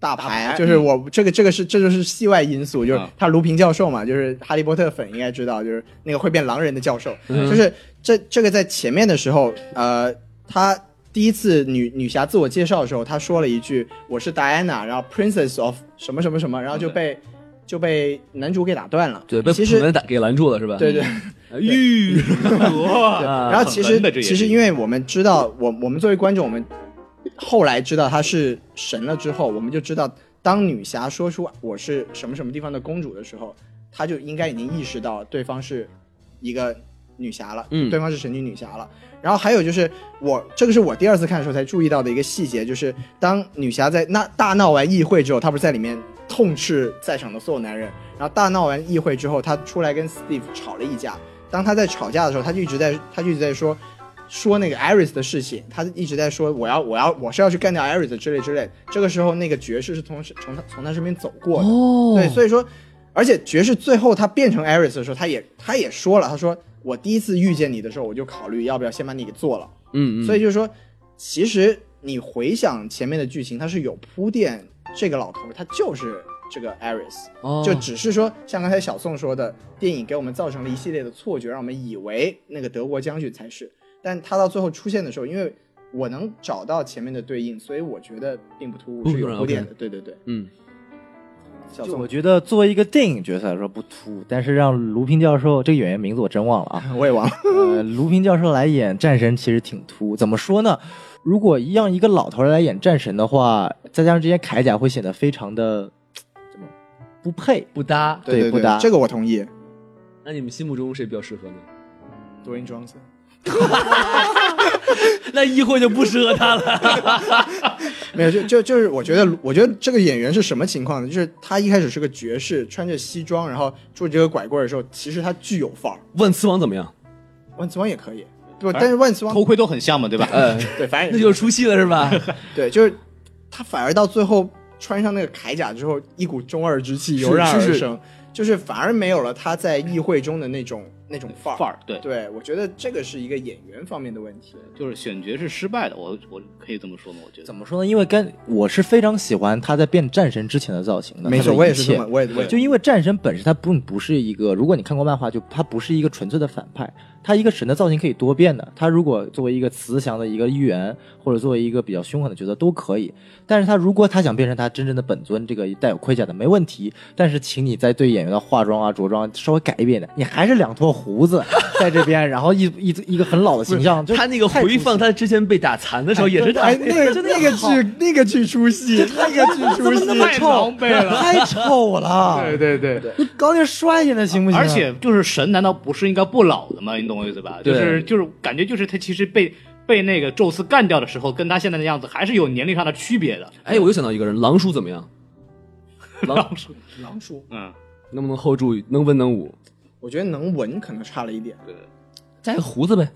Speaker 1: 大牌，就是我这个这个是这就是戏外因素，就是
Speaker 2: 啊
Speaker 1: 他卢平教授嘛，就是哈利波特粉应该知道，就是那个会变狼人的教授，就是这这个在前面的时候，呃，他。第一次女女侠自我介绍的时候，她说了一句“我是戴安娜”，然后 “Princess of 什么什么什么”，然后就被就被男主给打断了。
Speaker 3: 对被
Speaker 1: 其
Speaker 3: 普
Speaker 1: 实
Speaker 3: 文打给拦住了是吧？
Speaker 1: 对对，
Speaker 2: 吁，哇
Speaker 1: 然后其
Speaker 2: 哎啊很
Speaker 1: 实
Speaker 2: 文的这也
Speaker 1: 其
Speaker 2: 是
Speaker 1: 实因为我们知道，我我们作为观众，我们后来知道她是神了之后，我们就知道，当女侠说出我是什么什么地方的公主的时候，她就应该已经意识到对方是一个女侠了，
Speaker 3: 嗯
Speaker 1: 对方是神奇女侠了。然后还有就是我这个是我第二次看的时候才注意到的一个细节，就是当女侠在那大闹完议会之后，她不是在里面痛斥在场的所有男人，然后大闹完议会之后，她出来跟 Steve 吵了一架。当她在吵架的时候，她就一直在她就一直在说说那个 Iris 的事情，她一直在说我要我要我是要去干掉 Iris 之类之类。这个时候那个爵士是从从她从她身边走过的，
Speaker 3: 哦，
Speaker 1: 对，所以说，而且爵士最后他变成 Iris 的时候，他也他也说了，他说我第一次遇见你的时候，我就考虑要不要先把你给做了。
Speaker 3: 嗯嗯，
Speaker 1: 所
Speaker 3: 以
Speaker 1: 以就是说，其实你回想前面的剧情，它是有铺垫，这个老头他就是这个 Iris，、就
Speaker 3: 哦
Speaker 1: 只是说像刚才小宋说的，电影给我们造成了一系列的错觉，让我们以为那个德国将军才是，但他到最后出现的时候，因为。我能找到前面的对应，所以我觉得并不突兀，
Speaker 3: 不
Speaker 1: 是有
Speaker 3: 突然
Speaker 1: 铺垫
Speaker 3: ，OK
Speaker 1: 的。对对对，
Speaker 3: 嗯，
Speaker 1: 小
Speaker 5: 就
Speaker 1: 宋
Speaker 5: 我觉得作为一个电影角色来说不突兀，但是让卢平教授这个演员名字我真忘了啊，
Speaker 1: 我也忘了，
Speaker 5: 呃，卢平教授来演战神其实挺突兀，怎么说呢？如果让一个老头儿来演战神的话，再加上这些铠甲，会显得非常的怎么不配。
Speaker 3: 不搭。
Speaker 5: 对
Speaker 1: 对
Speaker 5: 不搭
Speaker 1: 这个我同意。
Speaker 3: 那你们心目中谁比较适合呢？
Speaker 1: Dwayne Johnson，
Speaker 3: 那议会就不适合他了。
Speaker 1: 没有，就就就是我觉得，我觉得这个演员是什么情况呢？就是他一开始是个爵士，穿着西装，然后拄着这个拐棍儿的时候，其实他具有范儿。
Speaker 3: 万磁王怎么样？
Speaker 1: 万磁王也可以，对吧？但是万磁王
Speaker 2: 头盔都很像嘛，对吧？
Speaker 5: 嗯
Speaker 3: 呃，
Speaker 1: 对，反正
Speaker 3: 那就是出戏了是吧？
Speaker 1: 对，就是他反而到最后穿上那个铠甲之后，一股中二之气油然而
Speaker 3: 是
Speaker 1: 生，
Speaker 3: 是
Speaker 1: 就是反而没有了他在议会中的那种那种范儿。
Speaker 2: 范儿对，
Speaker 1: 对，我觉得这个是一个演员方面的问题。
Speaker 2: 就是选角是失败的，我我可以这么说吗？我觉得
Speaker 5: 怎么说呢？因为跟我是非常喜欢他在变战神之前的造型的，
Speaker 1: 没
Speaker 5: 他
Speaker 1: 错，
Speaker 5: 的
Speaker 1: 我
Speaker 5: 一
Speaker 1: 也是这
Speaker 5: 切
Speaker 1: 么，我也我也
Speaker 5: 就因为战神本身他不不是一个，如果你看过漫画，就他不是一个纯粹的反派，他一个神的造型可以多变的。他如果作为一个慈祥的一个议员，或者作为一个比较凶狠的角色都可以。但是他如果他想变成他真正的本尊，这个带有盔甲的没问题。但是请你在对演员的化妆啊、着装稍微改一变点，你还是两坨胡子在这边，然后一一一个很老的形象，就
Speaker 3: 他那个
Speaker 5: 太出
Speaker 3: 回
Speaker 5: 戏
Speaker 3: 放，
Speaker 5: 了。
Speaker 3: 他之前被打残的时候 也是打
Speaker 1: 哎，。那个那个剧那个剧出戏，那个剧出戏，
Speaker 2: 太狼狈了。
Speaker 5: 太丑了，对 对对对，你搞点帅一点的行不行啊？
Speaker 2: 而且就是神，难道不是应该不老的吗？你懂我意思吧？就是就是感觉就是他其实被被那个宙斯干掉的时候，跟他现在的样子还是有年龄上的区别的。
Speaker 3: 哎，我又想到一个人，狼叔怎么样？狼
Speaker 1: 狼叔，
Speaker 2: 嗯，
Speaker 3: 能不能 hold 住？能文能武？
Speaker 1: 我觉得能文可能差了一点。
Speaker 3: 加个胡子呗。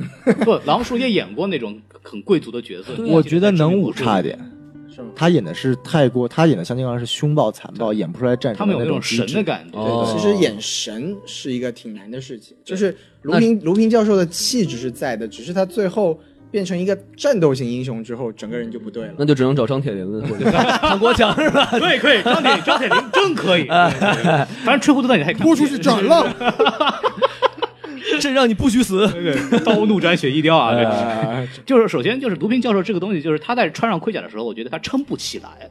Speaker 2: 不，狼叔也演过那种很贵族的角色。
Speaker 5: 我觉得能武嗯差一点，
Speaker 1: 是吗
Speaker 5: 他演的是太过，他演的像金刚是凶暴残暴，演不出来战
Speaker 2: 他
Speaker 5: 神
Speaker 2: 们
Speaker 5: 的
Speaker 2: 有那
Speaker 5: 种
Speaker 2: 种
Speaker 5: 机
Speaker 2: 神的
Speaker 5: 智。
Speaker 2: 感觉。
Speaker 3: 哦
Speaker 1: 其实眼神是一个挺难的事情，就是卢平卢平教授的气质是在的，只是他最后变成一个战斗型英雄之后，整个人就不对了。
Speaker 3: 那就只能找张铁林了，或 者唐国强是吧？
Speaker 2: 对，可以，张铁张铁林真可以。对对反正吹胡子蛋你还
Speaker 1: 豁出去斩了！
Speaker 3: 朕让你不许死。
Speaker 2: 刀怒斩雪一雕啊！
Speaker 3: 哎
Speaker 1: 哎
Speaker 2: 对，就是首先就是卢平教授这个东西，就是他在穿上盔甲的时候，我觉得他撑不起来，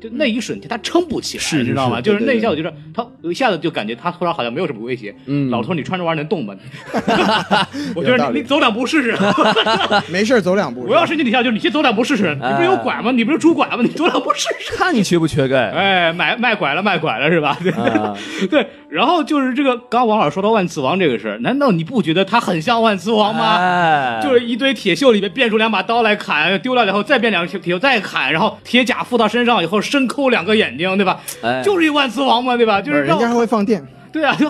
Speaker 2: 就那一瞬间他撑不起来，
Speaker 3: 是
Speaker 2: 你知道吗？
Speaker 3: 是
Speaker 2: 就是
Speaker 3: 对
Speaker 2: 那
Speaker 3: 对
Speaker 2: 一下，我就是他一下子就感觉他突然好像没有什么威胁。
Speaker 3: 嗯
Speaker 2: 老头，你穿这玩意儿能动吗？ 我觉
Speaker 1: 有
Speaker 2: 得
Speaker 1: 道
Speaker 2: 你
Speaker 1: 理
Speaker 2: 你走两步试试。
Speaker 1: 没事儿，走两步。
Speaker 2: 我要是你底下，就是你先走两步试试。你不是有拐吗？你不是拄拐吗？ 你走两步试试。
Speaker 3: 哎看你缺不缺钙？
Speaker 2: 哎，买卖拐了，卖拐了是吧？对、
Speaker 3: 啊，
Speaker 2: 对。然后就是这个，刚刚王老师说到万磁王这个事儿，难道你不觉得他很像万磁王吗？
Speaker 3: 哎
Speaker 2: 就是一堆铁锈里面变出两把刀来砍，丢掉以后再变两个铁锈再砍，然后铁甲附到身上以后深抠两个眼睛，对吧？
Speaker 3: 哎
Speaker 2: 就是一万磁王嘛，对吧？就是
Speaker 1: 人
Speaker 2: 让
Speaker 1: 家还会放电，
Speaker 2: 对啊，就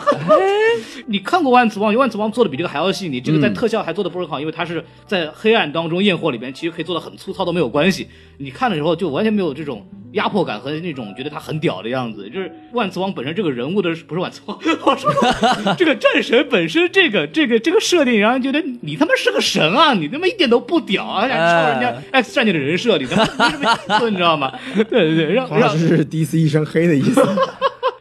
Speaker 2: 你看过万磁王？万磁王做的比这个还要细腻，这个在特效还做的不是很好，因为它是在黑暗当中焰火里边，其实可以做的很粗糙都没有关系。你看的时候就完全没有这种压迫感和那种觉得他很屌的样子。就是万磁王本身这个人物的不是万磁王， 我说错了这个战神本身这个这个这个设定，然后觉得你他妈是个神啊，你他妈一点都不屌啊，还抄人家 X 战警的人设，你他妈没什么意思，你知道吗？对对对，让
Speaker 1: 黄
Speaker 2: 让
Speaker 1: 老师是 DC 一身黑的意思。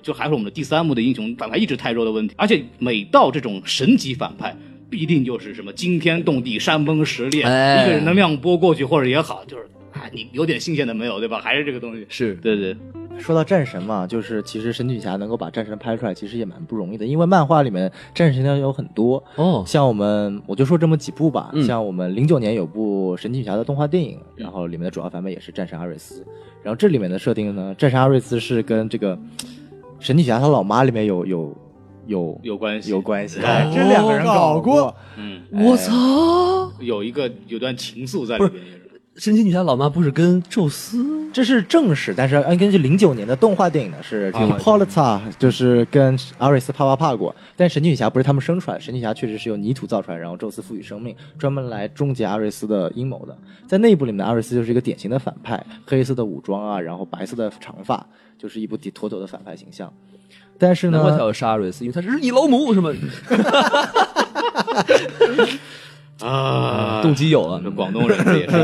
Speaker 2: 就还是我们的第三幕的英雄反派一直太弱的问题。而且每到这种神级反派，必定就是什么惊天动地、山崩石裂，
Speaker 3: 哎
Speaker 2: 一个人能量波过去或者也好，就是啊，你有点新鲜的没有，对吧？还是这个东 西。
Speaker 3: 是
Speaker 2: 对对，
Speaker 5: 说到战神嘛，就是其实神女侠能够把战神拍出来，其实也蛮不容易的，因为漫画里面战神要有很多，
Speaker 3: 哦，
Speaker 5: 像我们我就说这么几部吧，
Speaker 3: 嗯
Speaker 5: 像我们零九年有部神奇女侠的动画电影，然后里面的主要反派也是战神阿瑞斯，然后这里面的设定呢，战神阿瑞斯是跟这个神奇女侠她老妈里面有有有
Speaker 2: 有关系，
Speaker 5: 有关系，
Speaker 2: 哎
Speaker 5: 这两个人哦搞过，
Speaker 2: 嗯，
Speaker 3: 我操！
Speaker 2: 有一个有段情愫在里面也是。
Speaker 3: 神奇女侠老妈不是跟宙斯？
Speaker 5: 这是正史，但是按根据零九年的动画电影呢，是这个 Polita 就是跟阿瑞斯啪啪啪过，但神奇女侠不是他们生出来，神奇女侠确实是由泥土造出来，然后宙斯赋予生命，专门来终结阿瑞斯的阴谋的。在那一部里面的阿瑞斯就是一个典型的反派，黑色的武装啊，然后白色的长发，就是一部妥妥的反派形象。但是
Speaker 3: 难怪他
Speaker 5: 呢，
Speaker 3: 有沙瑞斯，因为他是一老母是吗？
Speaker 2: 啊
Speaker 3: 动机有了
Speaker 2: 这。广东人这也是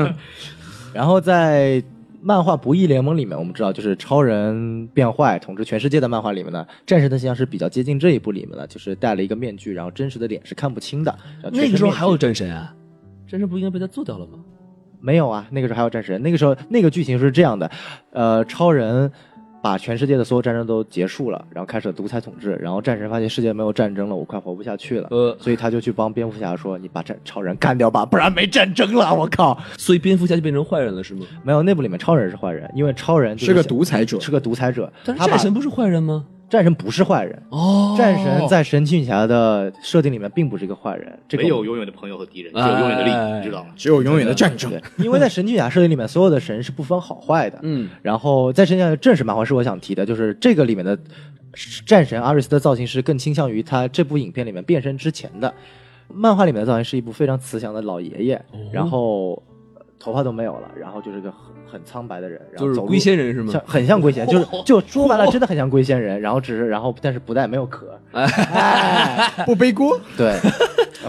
Speaker 5: 然后在漫画《不义联盟》里面，我们知道就是超人变坏统治全世界的漫画里面呢，战神的形象是比较接近这一部里面的，就是戴了一个面具，然后真实的脸是看不清的。然后全
Speaker 3: 那
Speaker 5: 身
Speaker 3: 个时候
Speaker 5: 面具
Speaker 3: 还有战神啊？战神不应该被他做掉了吗？
Speaker 5: 没有啊？那个时候还有战神，那个时候那个剧情是这样的，呃，超人。把全世界的所有战争都结束了，然后开始了独裁统治，然后战神发现世界没有战争了，我快活不下去了，
Speaker 3: 呃
Speaker 5: 所以他就去帮蝙蝠侠说：“你把战超人干掉吧，不然没战争了。”我靠，
Speaker 3: 所以蝙蝠侠就变成坏人了，是吗？
Speaker 5: 没有内部里面超人是坏人，因为超人就是
Speaker 4: 个独裁者。
Speaker 5: 是个独裁者，
Speaker 3: 但是
Speaker 5: 他把
Speaker 3: 战神不是坏人吗？
Speaker 5: 战神不是坏人，
Speaker 3: 哦
Speaker 5: 战神在神奇女侠的设定里面并不是一个坏人，这个
Speaker 2: 没有永远的朋友和敌人，只有永远的利益，
Speaker 3: 哎
Speaker 2: 你知道吗？
Speaker 4: 只有永远的战争
Speaker 5: 对，因为在神奇女侠设定里面，所有的神是不分好坏的。
Speaker 3: 嗯，
Speaker 5: 然后在神奇女侠正式漫画是我想提的，就是这个里面的战神阿瑞斯的造型师更倾向于他这部影片里面变身之前的。漫画里面的造型是一部非常慈祥的老爷爷，然后呃头发都没有了，然后就是个很很苍白的人，然后
Speaker 3: 就是
Speaker 5: 走路
Speaker 3: 龟仙人是吗
Speaker 5: 像？很像龟仙，就是就说白了，真的很像龟仙人。然后只是然后但是不带没有壳，哎
Speaker 4: 不背锅，
Speaker 5: 对，然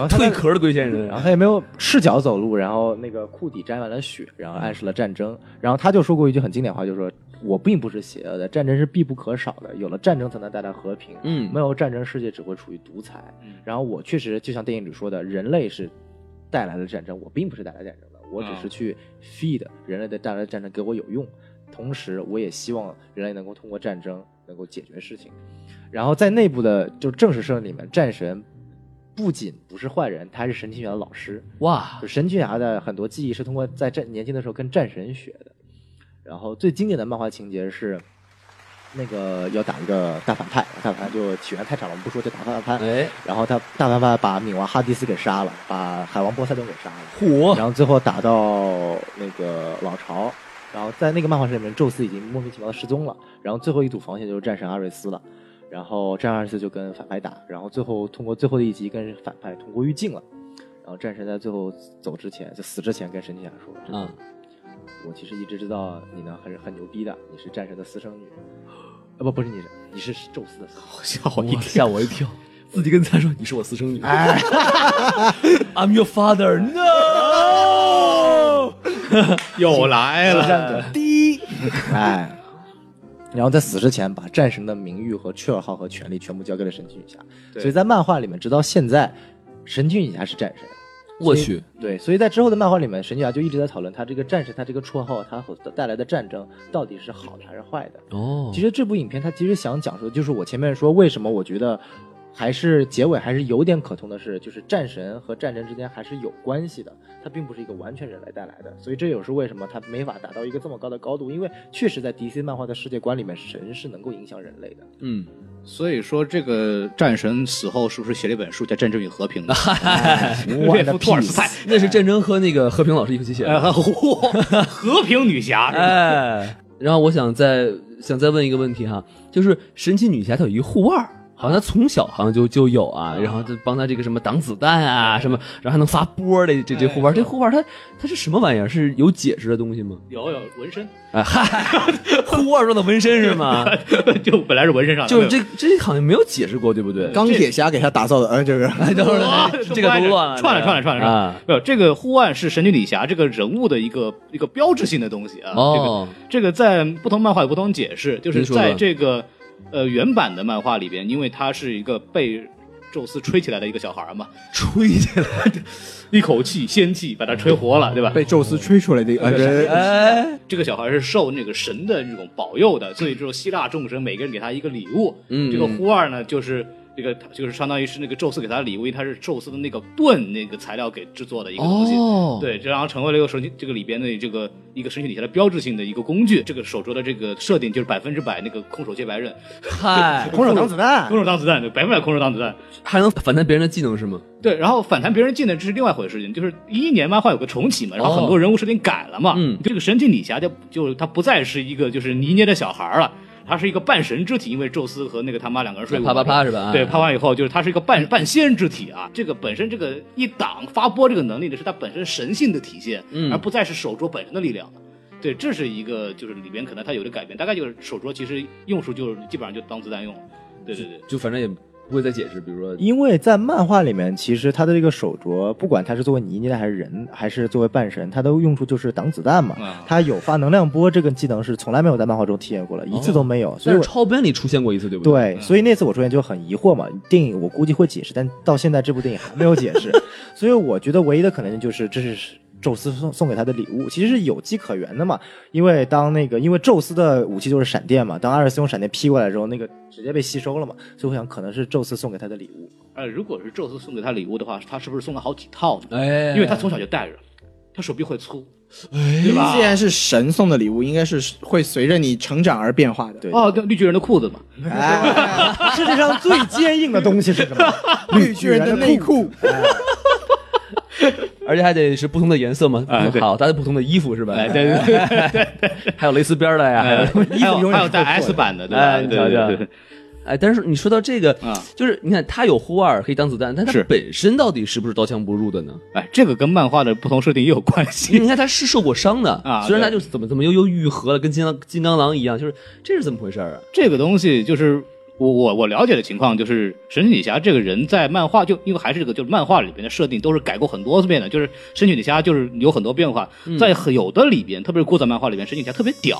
Speaker 5: 后他
Speaker 3: 蜕
Speaker 5: 的
Speaker 3: 壳的龟仙人啊
Speaker 5: 然后，他也没有赤脚走路，然后那个裤底沾满了血，然后暗示了战争。然后他就说过一句很经典话，就说：“我并不是邪恶的，战争是必不可少的，有了战争才能带来和平。
Speaker 3: 嗯
Speaker 5: 没有战争，世界只会处于独裁。
Speaker 2: 嗯
Speaker 5: 然后我确实就像电影里说的，人类是带来了战争，我并不是带来战争的，我只是去 feed 人类的带来的战争给我有用。同时，我也希望人类能够通过战争能够解决事情。然后在内部的就正式设定里面，战神不仅不是坏人，他还是神奇女侠的老师。
Speaker 3: 哇，
Speaker 5: 就神奇女侠的很多记忆是通过在战年轻的时候跟战神学的。然后最经典的漫画情节是，那个要打一个大反派，大反派就起源太长了，我们不说，就打大反派。
Speaker 3: 哎，
Speaker 5: 然后他大反派把冥王哈迪斯给杀了，把海王波塞冬给杀了。
Speaker 3: 火，
Speaker 5: 然后最后打到那个老巢，然后在那个漫画世界里面，宙斯已经莫名其妙的失踪了，然后最后一堵防线就是战神阿瑞斯了，然后战神阿瑞斯就跟反派打，然后最后通过最后的一集跟反派同归于尽了，然后战神在最后走之前，就死之前跟神奇侠说，
Speaker 3: 啊，
Speaker 5: 我其实一直知道你呢，还是很牛逼的，你是战神的私生女，啊不不是你是你是宙斯的私生
Speaker 3: 吓我
Speaker 5: 女，
Speaker 3: 一吓我一跳，自己跟他说你是我私生女
Speaker 5: 哎
Speaker 3: ，I'm your father no，
Speaker 2: 又来
Speaker 5: 是这
Speaker 2: 了，
Speaker 5: 样的，滴，哎，然后在死之前把战神的名誉和雀号和权力全部交给了神奇女侠，
Speaker 2: 对
Speaker 5: 所以在漫画里面，直到现在，神奇女侠是战神。
Speaker 3: 我去，
Speaker 5: 对，所以在之后的漫画里面，神奇女侠就一直在讨论她这个战神，她这个绰号，她所带来的战争到底是好的还是坏的。
Speaker 3: 哦
Speaker 5: 其实这部影片它其实想讲述的就是我前面说为什么我觉得还是结尾还是有点可通的是，就是战神和战争之间还是有关系的，它并不是一个完全人类带来的，所以这也是为什么它没法达到一个这么高的高度，因为确实在 DC 漫画的世界观里面，神是能够影响人类的。
Speaker 3: 嗯，
Speaker 2: 所以说这个战神死后是不是写了一本书叫《战争与和 平》呢？
Speaker 5: One
Speaker 2: 列夫托尔斯
Speaker 5: Piece
Speaker 2: 泰，
Speaker 3: 那是战争和那个和平老师一起写的，
Speaker 2: 呃，嚯和平女侠是吧
Speaker 3: 哎，然后我想再想再问一个问题哈，就是神奇女侠她有一个护腕儿。好像她从小好像就就有啊，然后就帮她这个什么挡子弹啊，什么，然后还能发波儿的这这护腕儿，这护腕儿它它是什么玩意儿？是有解释的东西吗？
Speaker 2: 有有纹身，
Speaker 3: 啊，嗨， 护腕儿上的纹身 是吗？
Speaker 2: 就本来是纹身上的，
Speaker 3: 就是这这好像没有解释过，对不对？
Speaker 4: 钢铁侠给他打造的，呃，这个
Speaker 1: 哎
Speaker 3: 等会儿
Speaker 2: 哇
Speaker 3: 这个都乱了，
Speaker 2: 串了串了串了串了
Speaker 3: 啊。
Speaker 2: 没有，这个护腕是神奇女侠这个人物的一个一个标志性的东西啊。
Speaker 3: 哦
Speaker 2: 这个这个在不同漫画有不同解释，就是
Speaker 3: 您说
Speaker 2: 在
Speaker 3: 说
Speaker 2: 这个呃原版的漫画里边，因为他是一个被宙斯吹起来的一个小孩嘛，
Speaker 3: 吹起来，
Speaker 2: 一口气仙气把他吹活了，对吧？
Speaker 4: 被宙斯吹出来的一个，呃
Speaker 3: 哎，
Speaker 2: 这个小孩是受那个神的这种保佑的，所以就是希腊众神每个人给他一个礼物。
Speaker 3: 嗯
Speaker 2: 这个忽二呢，就是这个就是相当于是那个宙斯给他的礼物，因为他是宙斯的那个盾那个材料给制作的一个东西。
Speaker 3: 哦，
Speaker 2: 对，这然后成为了一个神奇这个里边的这个一个神奇女侠的标志性的一个工具。这个手镯的这个设定就是百分之百那个空手接白刃，
Speaker 3: 嗨，
Speaker 4: 空手挡子
Speaker 3: 哎
Speaker 4: 弹
Speaker 2: 空，手当子弹，对，百分之百空手当子弹。
Speaker 3: 还能反弹别人的技能是吗？
Speaker 2: 对，然后反弹别人技能这是另外一回事情，就是一一年漫画有个重启嘛，然后很多人物设定改了嘛，
Speaker 3: 哦嗯
Speaker 2: 这个神奇女侠就就她不再是一个就是泥捏的小孩儿了。她是一个半神之体，因为宙斯和那个他妈两个人睡过
Speaker 3: 啪啪哎啪是吧啊
Speaker 2: 对，啪完以后就是她是一个半半仙之体啊。这个本身这个一挡发波这个能力呢，是她本身神性的体现，
Speaker 3: 嗯
Speaker 2: 而不再是手镯本身的力量了。对，这是一个就是里边可能它有的改变，大概就是手镯其实用处就是基本上就当子弹用了。对对对，
Speaker 3: 就反正也不会再解释，比如说
Speaker 5: 因为在漫画里面，其实他的这个手镯，不管他是作为泥捏的还是人，还是作为半神，它的用处就是挡子弹嘛
Speaker 2: 啊。
Speaker 5: 它有发能量波这个技能是从来没有在漫画中体验过了，一次都没有。所
Speaker 3: 但
Speaker 5: 以我
Speaker 3: 是超编里出现过一次，对不？
Speaker 5: 对，所以
Speaker 1: 嗯
Speaker 5: 那次我出现就很疑惑嘛。电 影我估计会解释，但到现在这部电影还没有解释，所以我觉得唯一的可能性就是这是宙斯送送给他的礼物，其实是有迹可源的嘛。因为当那个因为宙斯的武器就是闪电嘛，当阿尔斯用闪电劈过来之后，那个直接被吸收了嘛，所以我想可能是宙斯送给他的礼 物。
Speaker 2: 呃，如果是宙斯送给他礼物的话，他是不是送了好几套呢？
Speaker 3: 哎
Speaker 2: 因为他从小就带着，他手臂会粗，
Speaker 1: 既
Speaker 2: 对吧？
Speaker 1: 然是神送的礼物，应该是会随着你成长而变化的。
Speaker 5: 对
Speaker 2: 哦，对绿巨人的裤子嘛，
Speaker 5: 哎，世界上最坚硬的东西是什 么？
Speaker 1: 绿巨人的内裤，哎
Speaker 3: 而且还得是不同的颜色嘛，
Speaker 2: 哎对
Speaker 3: 好，搭的不同的衣服是吧？
Speaker 2: 哎，对对对，
Speaker 3: 还有蕾丝边儿的呀，还有
Speaker 2: 哎还有
Speaker 5: 永远
Speaker 2: 还有
Speaker 5: 是
Speaker 2: 带
Speaker 5: 会
Speaker 2: S
Speaker 5: 破的
Speaker 2: 版的，对吧？
Speaker 3: 哎，
Speaker 2: 对
Speaker 3: 你
Speaker 2: 对
Speaker 3: 瞧
Speaker 2: 对
Speaker 3: 瞧
Speaker 2: 对对，
Speaker 3: 哎，但是你说到这个
Speaker 2: 啊，
Speaker 3: 就是你看它有护腕可以当子弹，但它
Speaker 2: 是
Speaker 3: 本身到底是不是刀枪不入的呢？
Speaker 2: 哎，这个跟漫画的不同设定也有关系。
Speaker 3: 你看它是受过伤的
Speaker 2: 啊
Speaker 3: 虽然它
Speaker 2: 对
Speaker 3: 就是怎么怎么又又愈合了，跟金刚金刚狼一样，就是这是怎么回事儿啊？
Speaker 2: 这个东西就是我我我了解的情况，就是神奇女侠这个人在漫画就因为还是这个就是漫画里边的设定都是改过很多遍的，就是神奇女侠就是有很多变化，在很有的里边，特别是古早漫画里边，神奇女侠特别屌，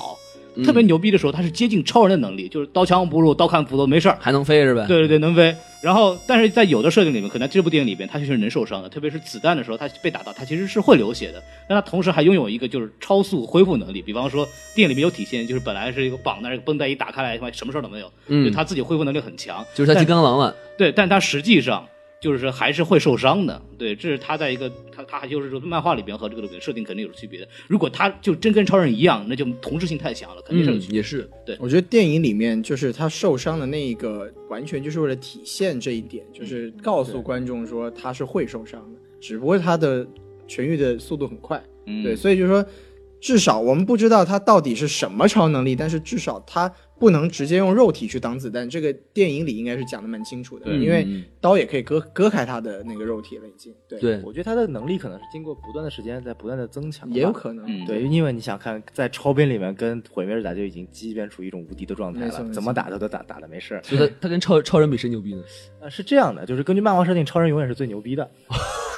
Speaker 2: 特别牛逼的时候，她是接近超人的能力，就是刀枪不入、刀砍斧头没事儿，
Speaker 3: 还能飞是吧？
Speaker 2: 对对对，能飞。然后，但是在有的设定里面，可能这部电影里边，他确实能受伤的，特别是子弹的时候，他被打到，他其实是会流血的。但他同时还拥有一个就是超速恢复能力，比方说电影里面有体现，就是本来是一个绑那儿，绷带一打开来，他妈什么事儿都没有，
Speaker 3: 嗯
Speaker 2: 就他自己恢复能力很强。
Speaker 3: 就是它
Speaker 2: 但
Speaker 3: 金刚 狼了，
Speaker 2: 对，但他实际上就是还是会受伤的。对，这是他在一个他他还就是说漫画里边和这个里边设定肯定有区别的。如果他就真跟超人一样，那就同质性太强了，肯定是有
Speaker 3: 嗯
Speaker 2: 区，别。
Speaker 3: 也是，
Speaker 1: 我觉得电影里面就是他受伤的那一个，完全就是为了体现这一点，就是告诉观众说他是会受伤的，只不过他的痊愈的速度很快。
Speaker 2: 嗯
Speaker 1: 对，所以就是说，至少我们不知道他到底是什么超能力，但是至少他不能直接用肉体去挡子弹。这个电影里应该是讲的蛮清楚的，
Speaker 2: 对
Speaker 1: 因为
Speaker 3: 嗯
Speaker 1: 刀也可以割割开他的那个肉体了，已经。对，
Speaker 3: 对，
Speaker 5: 我觉得他的能力可能是经过不断的时间在不断的增强吧，
Speaker 1: 也有可能。
Speaker 2: 嗯
Speaker 5: 对，因为你想看，在超编里面跟毁灭日打就已经基本处于一种无敌的状态
Speaker 1: 没错
Speaker 5: 了
Speaker 1: 没，错
Speaker 5: 怎么打他都打打的没事儿。
Speaker 3: 所以它它跟超超人比谁牛逼呢？
Speaker 5: 呃，是这样的，就是根据漫画设定，超人永远是最牛逼的，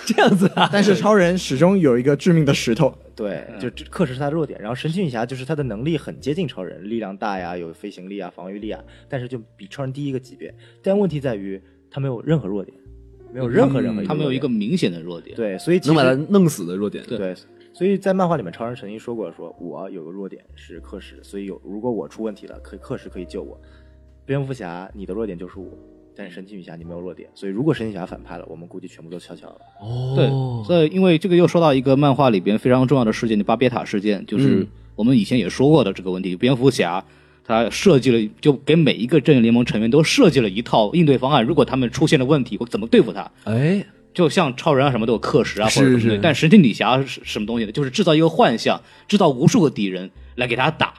Speaker 3: 这样子啊？
Speaker 1: 但是超人始终有一个致命的石头，
Speaker 5: 对，
Speaker 2: 嗯
Speaker 5: 就这克制是他的弱点。然后神奇女侠就是她的能力很接近超人，力量大呀，有飞行力啊，防御力啊，但是就比超人低一个级别。但问题在于她没有任何弱点，没有任何任何
Speaker 2: 嗯他没有一个
Speaker 5: 弱
Speaker 2: 明显的弱点。
Speaker 5: 点，对，所以其
Speaker 3: 能把它
Speaker 5: 实
Speaker 3: 弄死的弱点，
Speaker 5: 对。所以在漫画里面，超人曾经说过说，我有个弱点是克什，所以有如果我出问题了，可以克什可以救我。蝙蝠侠，你的弱点就是我，但是神奇女侠你没有弱点，所以如果神奇女侠反派了，我们估计全部都悄悄了。
Speaker 2: 对
Speaker 3: 哦，，
Speaker 2: 所以因为这个又说到一个漫画里边非常重要的事件，就巴别塔事件，就是
Speaker 3: 嗯
Speaker 2: 我们以前也说过的这个问题。蝙蝠侠他设计了，就给每一个正义联盟成员都设计了一套应对方案，如果他们出现了问题，我怎么对付他？
Speaker 3: 哎，
Speaker 2: 就像超人啊什么都有氪石啊
Speaker 3: 是
Speaker 2: 或者什么东西，
Speaker 3: 是
Speaker 2: 但神奇女侠是什么东西呢？就是制造一个幻象，制造无数个敌人来给他打，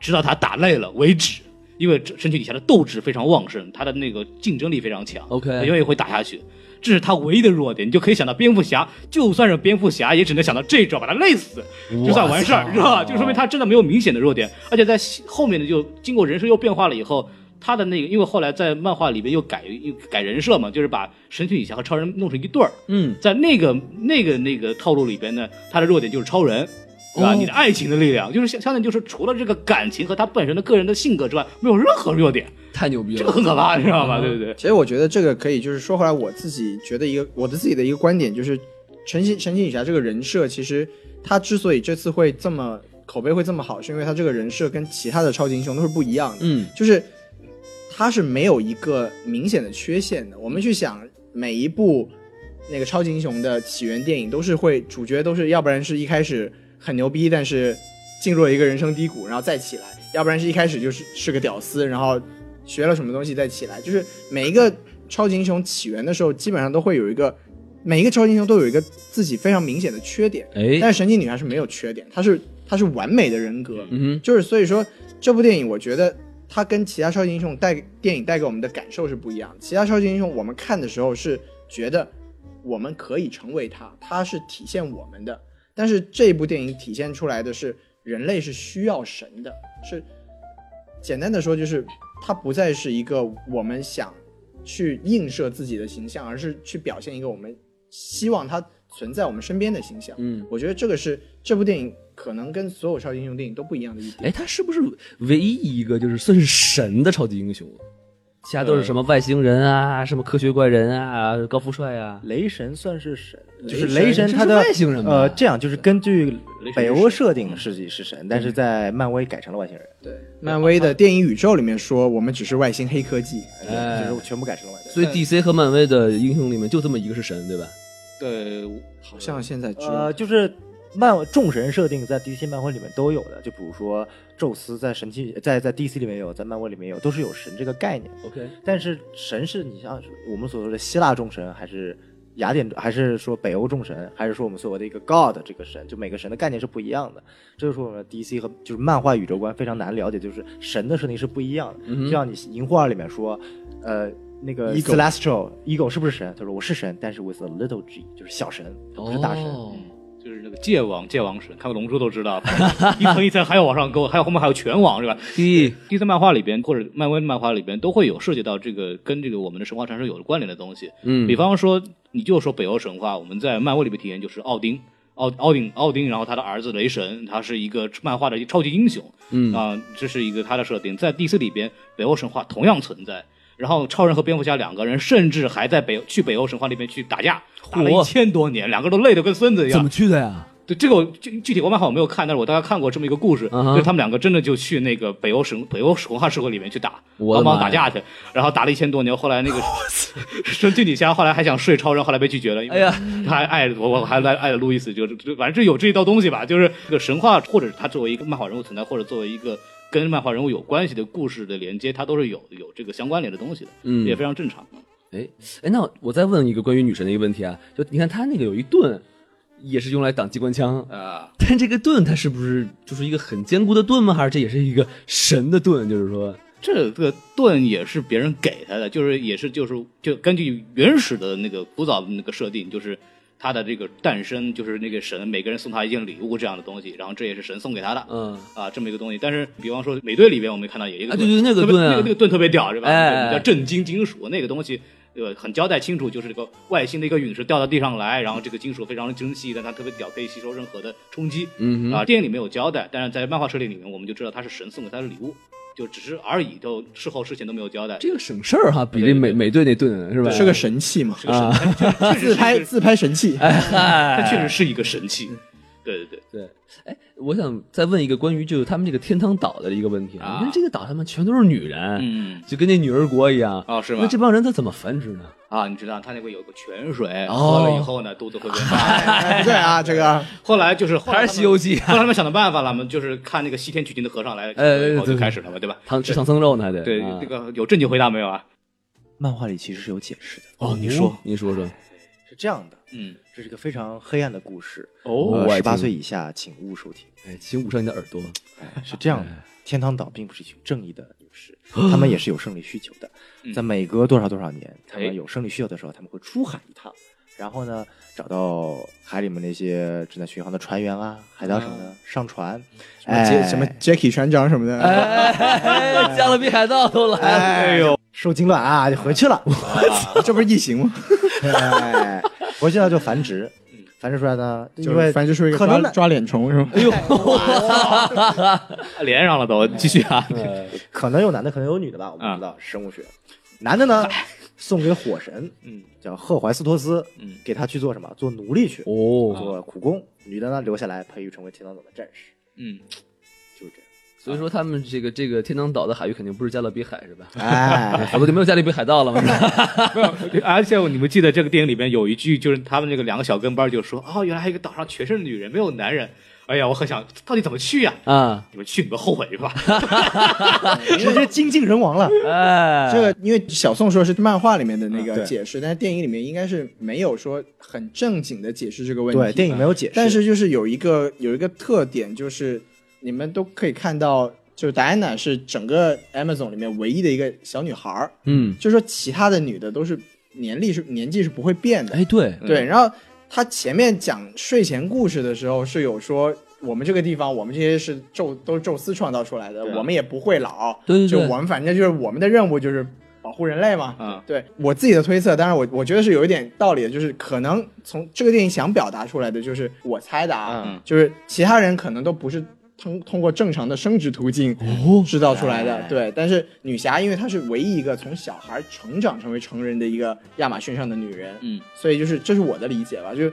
Speaker 2: 直到他打累了为止。因为这神奇女侠的斗志非常旺盛，她的那个竞争力非常强
Speaker 3: OK
Speaker 2: 她永远会打下去。这是她唯一的弱点，你就可以想到蝙蝠侠，就算是蝙蝠侠，也只能想到这一招把他累死，就算完事儿，是吧？就说明他真的没有明显的弱点，而且在后面的就经过人设又变化了以后，他的那个因为后来在漫画里边又改又改人设嘛，就是把神奇女侠和超人弄成一对儿，
Speaker 3: 嗯，
Speaker 2: 在那个那个那个套路里边呢，他的弱点就是超人，对吧？
Speaker 3: 哦
Speaker 2: 你的爱情的力量，就是相相当于就是除了这个感情和他本身的个人的性格之外，没有任何弱点，
Speaker 3: 太牛逼了，
Speaker 2: 这个很可怕，你知道吧？对不对？
Speaker 1: 其实我觉得这个可以，就是说回来，我自己觉得一个我的自己的一个观点就是，神奇神奇女侠这个人设，其实她之所以这次会这么口碑会这么好，是因为她这个人设跟其他的超级英雄都是不一样的，
Speaker 3: 嗯，
Speaker 1: 就是她是没有一个明显的缺陷的。我们去想每一部那个超级英雄的起源电影，都是会主角都是要不然是一开始很牛逼，但是进入了一个人生低谷，然后再起来；要不然是一开始就是是个屌丝，然后学了什么东西再起来。就是每一个超级英雄起源的时候，基本上都会有一个，每一个超级英雄都有一个自己非常明显的缺点。
Speaker 3: 哎，
Speaker 1: 但是神奇女侠是没有缺点，她是她是完美的人格，
Speaker 3: 嗯哼，
Speaker 1: 就是所以说这部电影，我觉得它跟其他超级英雄带给电影带给我们的感受是不一样的。其他超级英雄我们看的时候是觉得我们可以成为他，他是体现我们的，但是这部电影体现出来的是人类是需要神的，是简单的说就是它不再是一个我们想去映射自己的形象，而是去表现一个我们希望它存在我们身边的形象。
Speaker 3: 嗯，
Speaker 1: 我觉得这个是这部电影可能跟所有超级
Speaker 5: 哎
Speaker 1: 英雄电影都不一样的一点。
Speaker 3: 哎，他是不是唯一一个就是算是神的超级英雄啊？其他都是什么外星人啊，什么科学怪人啊，高富帅啊，
Speaker 5: 雷神算是神，就
Speaker 3: 雷
Speaker 5: 是雷
Speaker 3: 神
Speaker 5: 神
Speaker 3: 是
Speaker 5: 他的
Speaker 3: 外星人吧嗯
Speaker 5: 呃，这样就是根据
Speaker 2: 雷神是
Speaker 5: 北欧设定是是神，但是在漫威改成了外星人，
Speaker 1: 漫威的电影宇宙里面说我们只是外星黑科技，
Speaker 3: 哎
Speaker 5: 就是全部改成了外星人。
Speaker 3: 所以 DC 和漫威的英雄里面就这么一个是神，对吧？
Speaker 2: 对，
Speaker 1: 好像现在只有
Speaker 5: 呃，就是漫众神设定在 DC 漫威里面都有的，就比如说宙斯在神奇在在 DC 里面有，在漫威里面有，都是有神这个概念。
Speaker 3: OK，
Speaker 5: 但是神是你像我们所说的希腊众神，还是雅典，还是说北欧众神，还是说我们所谓的一个 God 这个神，就每个神的概念是不一样的。这就是我们 DC 和就是漫画宇宙观非常难了解，就是神的设定是不一样的。
Speaker 3: 嗯哼
Speaker 5: 就像你《银护二》里面说，呃。那个
Speaker 1: Ego
Speaker 5: Celestial Ego 是不是神？他说我是神，但是 with a little g，就是小神，不是大神。
Speaker 3: 哦
Speaker 2: 就是那个界王，界王神，看过《龙珠》都知道， 一层一层还要往上勾，还有后面还有拳王是吧？
Speaker 3: 第
Speaker 2: 第三漫画里边或者漫威漫画里边都会有涉及到这个跟这个我们的神话传说有关联的东西。
Speaker 3: 嗯
Speaker 2: 比方说，你就说北欧神话，我们在漫威里面体验就是奥丁。奥奥丁奥丁，然后他的儿子雷神，他是一个漫画的一个超级英雄，
Speaker 3: 嗯
Speaker 2: 啊、这是一个他的设定，在 DC 里边，北欧神话同样存在。然后超人和蝙蝠侠两个人，甚至还在北去北欧神话里边去打架，打了
Speaker 3: 嚯
Speaker 2: 一千多年，两个都累得跟孙子一样。
Speaker 3: 去的呀？
Speaker 2: 对这个我具具体我漫画我没有看，但是我大概看过这么一个故事，
Speaker 3: 嗯哼
Speaker 2: 就是他们两个真的就去那个北欧神北欧神话社会里面去打，
Speaker 3: 我的
Speaker 2: 帮忙
Speaker 3: 妈呀
Speaker 2: 打架去，然后打了一千多年，后来那 个神剧女侠后来还想睡超人，后来被拒绝了，因
Speaker 3: 哎
Speaker 2: 为
Speaker 3: 呀，
Speaker 2: 他还爱我，我还爱爱了路易斯，就是就反正就有这一道东西吧，就是这个神话，或者是他作为一个漫画人物存在，或者作为一个跟漫画人物有关系的故事的连接，它都是有有这个相关联的东西的，
Speaker 3: 嗯
Speaker 2: 也非常正常。
Speaker 3: 哎哎，那我再问一个关于女神的一个问题啊，就你看她那个有一盾，也是用来挡机关枪，
Speaker 2: 啊、
Speaker 3: 但这个盾它是不是就是一个很坚固的盾吗？还是这也是一个神的盾？就是说，
Speaker 2: 这个盾也是别人给他的，就是也是就是就根据原始的那个古早的那个设定，就是他的这个诞生，就是那个神每个人送他一件礼物这样的东西，然后这也是神送给他的。
Speaker 3: 嗯，
Speaker 2: 啊，这么一个东西，但是比方说美队里边，我们看到有一个
Speaker 3: 啊
Speaker 2: 盾
Speaker 3: 对对那个
Speaker 2: 特别
Speaker 3: 盾啊
Speaker 2: 那个那个盾特别屌，是吧？
Speaker 3: 哎
Speaker 2: 那个叫震惊金属那个东西，呃，很交代清楚，就是这个外星的一个陨石掉到地上来，然后这个金属非常的珍惜，但它特别屌，可以吸收任何的冲击。
Speaker 3: 嗯哼
Speaker 2: 啊，电影里没有交代，但是在漫画设定里面，我们就知道它是神送给他的礼物，就只是而已，都事后事前都没有交代。
Speaker 3: 这个省事儿哈，比这
Speaker 2: 对对
Speaker 3: 美
Speaker 2: 对
Speaker 3: 美队那盾是吧？
Speaker 1: 是个神器嘛，啊
Speaker 2: 这个神， 它确实
Speaker 1: 自拍自拍神器。
Speaker 2: 它
Speaker 3: 哎，
Speaker 2: 确实是一个神器。对对对，
Speaker 3: 对。哎，我想再问一个关于就是他们这个天堂岛的一个问题
Speaker 2: 啊
Speaker 3: 因为这个岛上面全都是女人，
Speaker 2: 嗯，
Speaker 3: 就跟那女儿国一样。
Speaker 2: 哦，是吗？
Speaker 3: 那这帮人他怎么繁殖呢？
Speaker 2: 啊，你知道它那个有个泉水，
Speaker 3: 哦
Speaker 2: 喝了以后呢，肚子会变大。
Speaker 1: 哎不对啊，这个
Speaker 2: 后来就是后来
Speaker 3: 还
Speaker 2: 他
Speaker 3: 是《
Speaker 2: 们
Speaker 3: 西游记》
Speaker 2: 后来他们想到办法了嘛，就是看那个西天取经的和尚来，
Speaker 3: 哎
Speaker 2: 然后
Speaker 3: 对
Speaker 2: 就开始了嘛，对吧？
Speaker 3: 唐吃唐僧肉呢？还得
Speaker 2: 对
Speaker 3: 啊，
Speaker 2: 这个有正经回答没有啊？
Speaker 5: 漫画里其实是有解释的。
Speaker 3: 哦，你说你说说
Speaker 5: 是这样的，
Speaker 2: 嗯，
Speaker 5: 这是一个非常黑暗的故事。呃
Speaker 3: 哦
Speaker 5: 十八岁以下请勿收听。
Speaker 3: 哎，请捂上你的耳朵。
Speaker 5: 是这样的，天堂岛并不是一群正义的女士，她们也是有生理需求的。在每隔多少多少年，她们有生理需求的时候，她们会出海一趟，然后呢，找到海里面那些正在巡航的船员啊、海盗什么的，上船，哎，
Speaker 1: 杰嗯啊 什么 Jackie 船长什么的，
Speaker 3: 哎，加勒比海盗都来了。
Speaker 1: 哎呦，
Speaker 5: 受精卵啊，就回去了。
Speaker 1: 这不是异形吗？
Speaker 5: 哎， 回去了就繁殖，繁殖出来呢，
Speaker 1: 就
Speaker 5: 因为
Speaker 1: 反正就是一个
Speaker 5: 可
Speaker 1: 抓
Speaker 5: 能呢哎
Speaker 1: 抓脸虫是吧？
Speaker 2: 连上了都，继续啊。
Speaker 5: 可能有男的，可能有女的吧，我
Speaker 3: 啊
Speaker 5: 不知道生物学。男的呢，
Speaker 3: 哎
Speaker 5: 送给火神，
Speaker 2: 嗯，
Speaker 5: 叫赫淮斯托斯，
Speaker 2: 嗯，
Speaker 5: 给他去做什么？做奴隶去，
Speaker 3: 哦，
Speaker 5: 做苦工。女的呢，留下来培育成为天堂岛的战士，
Speaker 2: 嗯，
Speaker 5: 就是这样。
Speaker 3: 所以说他们这个这个天堂岛的海域肯定不是加勒比海是吧？
Speaker 5: 哎，
Speaker 3: 好多就没有加勒比海盗了嘛。是 吧
Speaker 2: 嗯而且你们记得这个电影里边有一句，就是他们那个两个小跟班就说，哦，原来还有一个岛上全是女人，没有男人。哎呀，我很想到底怎么去呀？
Speaker 3: 啊，
Speaker 2: 你们去，你们后悔去吧。
Speaker 5: 直接精尽人亡了。
Speaker 3: 哎，
Speaker 1: 这个因为小宋说是漫画里面的那
Speaker 5: 嗯对
Speaker 1: 个解释，但是电影里面应该是没有说很正经的解释这个问题。
Speaker 5: 对，电影没有解释，
Speaker 1: 但是就是有一个有一个特点，就是你们都可以看到，就是戴安娜是整个 Amazon 里面唯一的一个小女孩儿，
Speaker 3: 嗯，
Speaker 1: 就是说其他的女的都是年龄是年纪是不会变的。
Speaker 3: 哎对，
Speaker 1: 对，然后她前面讲睡前故事的时候是有说。我们这个地方，我们这些是宙都是宙斯创造出来的，我们也不会老。
Speaker 3: 对对对
Speaker 1: 就我们反正就是我们的任务就是保护人类嘛。
Speaker 2: 啊，
Speaker 1: 对我自己的推测，当然我我觉得是有一点道理的，就是可能从这个电影想表达出来的，就是我猜的啊，
Speaker 2: 嗯
Speaker 1: 就是其他人可能都不是通通过正常的生殖途径
Speaker 3: 哦
Speaker 1: 制造出来的。
Speaker 3: 哎
Speaker 1: 对，但是女侠因为她是唯一一个从小孩成长成为成人的一个亚马逊上的女人，
Speaker 2: 嗯，
Speaker 1: 所以就是这是我的理解吧，就是。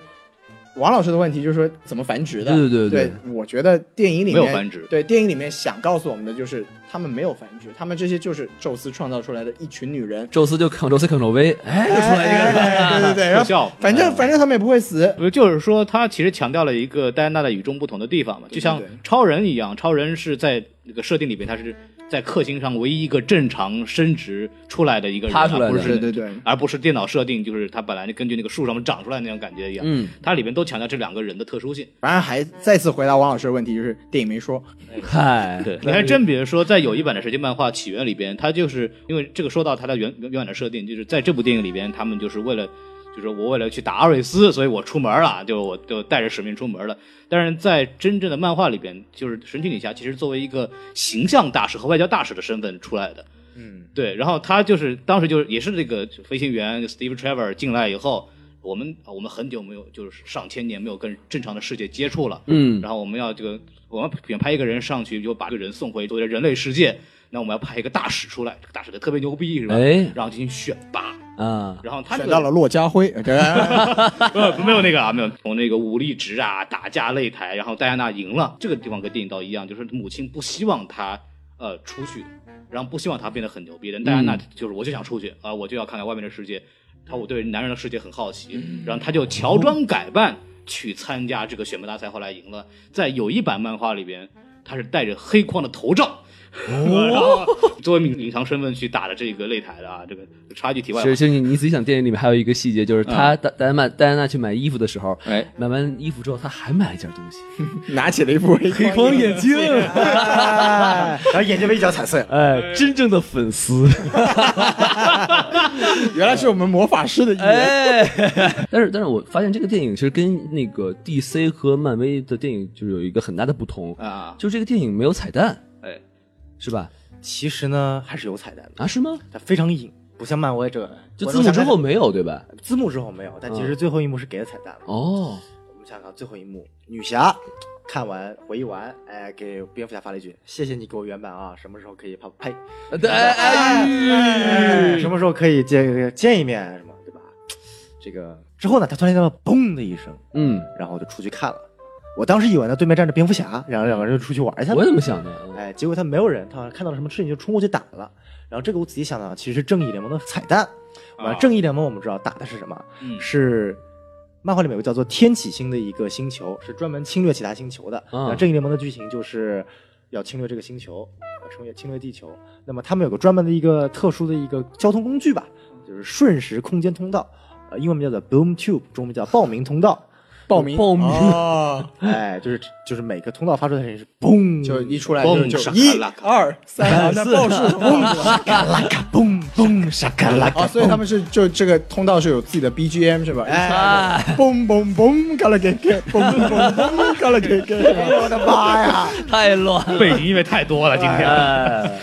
Speaker 1: 王老师的问题就是说怎么繁殖的？
Speaker 3: 对对对
Speaker 1: 对我觉得电影里面
Speaker 2: 没有繁殖
Speaker 1: 对电影里面想告诉我们的就是他们没有繁殖，他们这些就是宙斯创造出来的一群女人，
Speaker 3: 宙斯就 c 宙斯 c 宙威，哎，又出来一个人了。
Speaker 1: 哎哎哎对对哎对，
Speaker 2: 特
Speaker 1: 然后
Speaker 2: 效。
Speaker 1: 反正反正他们也不会死，
Speaker 2: 不就是说，他其实强调了一个戴安娜的与众不同的地方嘛，就像
Speaker 1: 对对
Speaker 2: 超人一样，超人是在那个设定里边，他是在克星上唯一一个正常生殖出来的一个人，
Speaker 3: 趴出来的
Speaker 2: 而不
Speaker 1: 对
Speaker 2: 是
Speaker 1: 对对，
Speaker 2: 而不是电脑设定，就是他本来就根据那个树上面长出来那种感觉一样。
Speaker 3: 嗯，
Speaker 2: 它里边都强调这两个人的特殊性。
Speaker 1: 反正还再次回答王老师的问题，就是电影没说，
Speaker 3: 嗨，
Speaker 2: 对， 你还真别说，在有一版的《神奇漫画起源》里边，它就是因为这个说到它的原原版的设定，就是在这部电影里边，他们就是为了。就是我为了去打阿瑞斯，所以我出门了，就我就带着使命出门了。但是在真正的漫画里边，就是神奇女侠其实作为一个形象大使和外交大使的身份出来的，
Speaker 1: 嗯，
Speaker 2: 对，然后他就是当时就是也是这个飞行员 Steve Trevor 进来以后，我们我们很久没有就是上千年没有跟正常的世界接触了，
Speaker 3: 嗯，
Speaker 2: 然后我们要这个，我们选派一个人上去，就把这个人送回作为人类世界。那我们要派一个大使出来，这个大使得特别牛逼，是吧？
Speaker 3: 哎
Speaker 2: 然后进行选拔，
Speaker 3: 啊，
Speaker 2: 然后他这
Speaker 1: 选
Speaker 2: 个
Speaker 1: 到了骆家辉，对 吧
Speaker 2: 不没有那个啊，没有从那个武力值啊、打架擂台，然后戴安娜赢了，这个地方跟电影到一样，就是母亲不希望她呃出去，然后不希望她变得很牛逼，但戴安娜就是我就想出去啊、我就要看看外面的世界，她我对男人的世界很好奇，然后她就乔装改扮去参加这个选拔大赛，后来赢了，在有一版漫画里边，她是戴着黑框的头罩。 然后作为隐藏身份去打的这个擂台的啊，这个插一句题外
Speaker 3: 其
Speaker 2: 话
Speaker 3: 实，其实你你仔细想，电影里面还有一个细节，就是他
Speaker 1: 嗯
Speaker 3: 戴戴安娜戴安娜去买衣服的时候，
Speaker 2: 哎，
Speaker 3: 买完衣服之后，他还买了一件东 西，
Speaker 1: 拿起了一副黑框眼镜，哎然后眼睛被一脚踩碎了，
Speaker 3: 哎，真正的粉丝，
Speaker 1: 原来是我们魔法师的一员，
Speaker 3: 哎，但是但是我发现这个电影其实跟那个 DC 和漫威的电影就是有一个很大的不同，
Speaker 2: 啊，
Speaker 3: 就这个电影没有彩蛋，
Speaker 2: 哎，
Speaker 3: 是吧？
Speaker 5: 其实呢，还是有彩蛋的，
Speaker 3: 啊，是吗？
Speaker 5: 它非常隐，不像漫威这个。
Speaker 3: 就
Speaker 5: 我
Speaker 3: 字幕
Speaker 5: 想
Speaker 3: 之
Speaker 5: 看
Speaker 3: 后没有对吧？
Speaker 5: 字幕之后没有，但其实最后一幕是给了彩蛋了。
Speaker 3: 哦，
Speaker 5: 我们想想最后一幕，女侠看完回忆完，哎，给蝙蝠侠发了一句：“谢谢你给我原版啊，什么时候可以拍拍？
Speaker 3: 对，哎，
Speaker 5: 什么时候可以见见一面什么，对吧？”这个之后呢，他突然听到嘣的一声，
Speaker 3: 嗯，
Speaker 5: 然后我就出去看了。我当时以为呢，对面站着蝙蝠侠，然后两个人就出去玩去
Speaker 3: 我也
Speaker 5: 了。
Speaker 3: 这么想的，
Speaker 5: 哎，结果他没有人，他好像看到了什么事情就冲过去打了。然后这个我仔细想想，啊其实是正义联盟的彩蛋。完、
Speaker 2: 啊
Speaker 5: 正义联盟我们知道打的是什么？
Speaker 2: 嗯
Speaker 5: 是漫画里面有个叫做天启星的一个星球，是专门侵略其他星球的。
Speaker 3: 啊
Speaker 5: 那正义联盟的剧情就是要侵略这个星球，要侵略侵略地球。那么他们有个专门的一个特殊的一个交通工具吧，就是瞬时空间通道，呃，英文名叫做 Boom Tube，中文叫报名通道。
Speaker 1: 报名
Speaker 3: 报名
Speaker 1: 哦
Speaker 5: 哎，就是就是每个通道发出的声音是嘣，
Speaker 1: 就一出来
Speaker 2: 嘣
Speaker 1: 就就
Speaker 2: 沙
Speaker 1: 一
Speaker 2: 拉卡
Speaker 1: 二三，然后那报数蹦出来。
Speaker 5: 嘎啦嘎嘣嘣沙嘎啦嘎
Speaker 1: 哦，所以他们是就这个通道是有自己的 BGM 是吧？哎，嘣嘣嘣，嘎啦给给，嘣嘣嘣，嘎啦给给，我的妈呀！
Speaker 3: 太乱了，
Speaker 2: 背景音乐太多了，今天。
Speaker 5: 哎，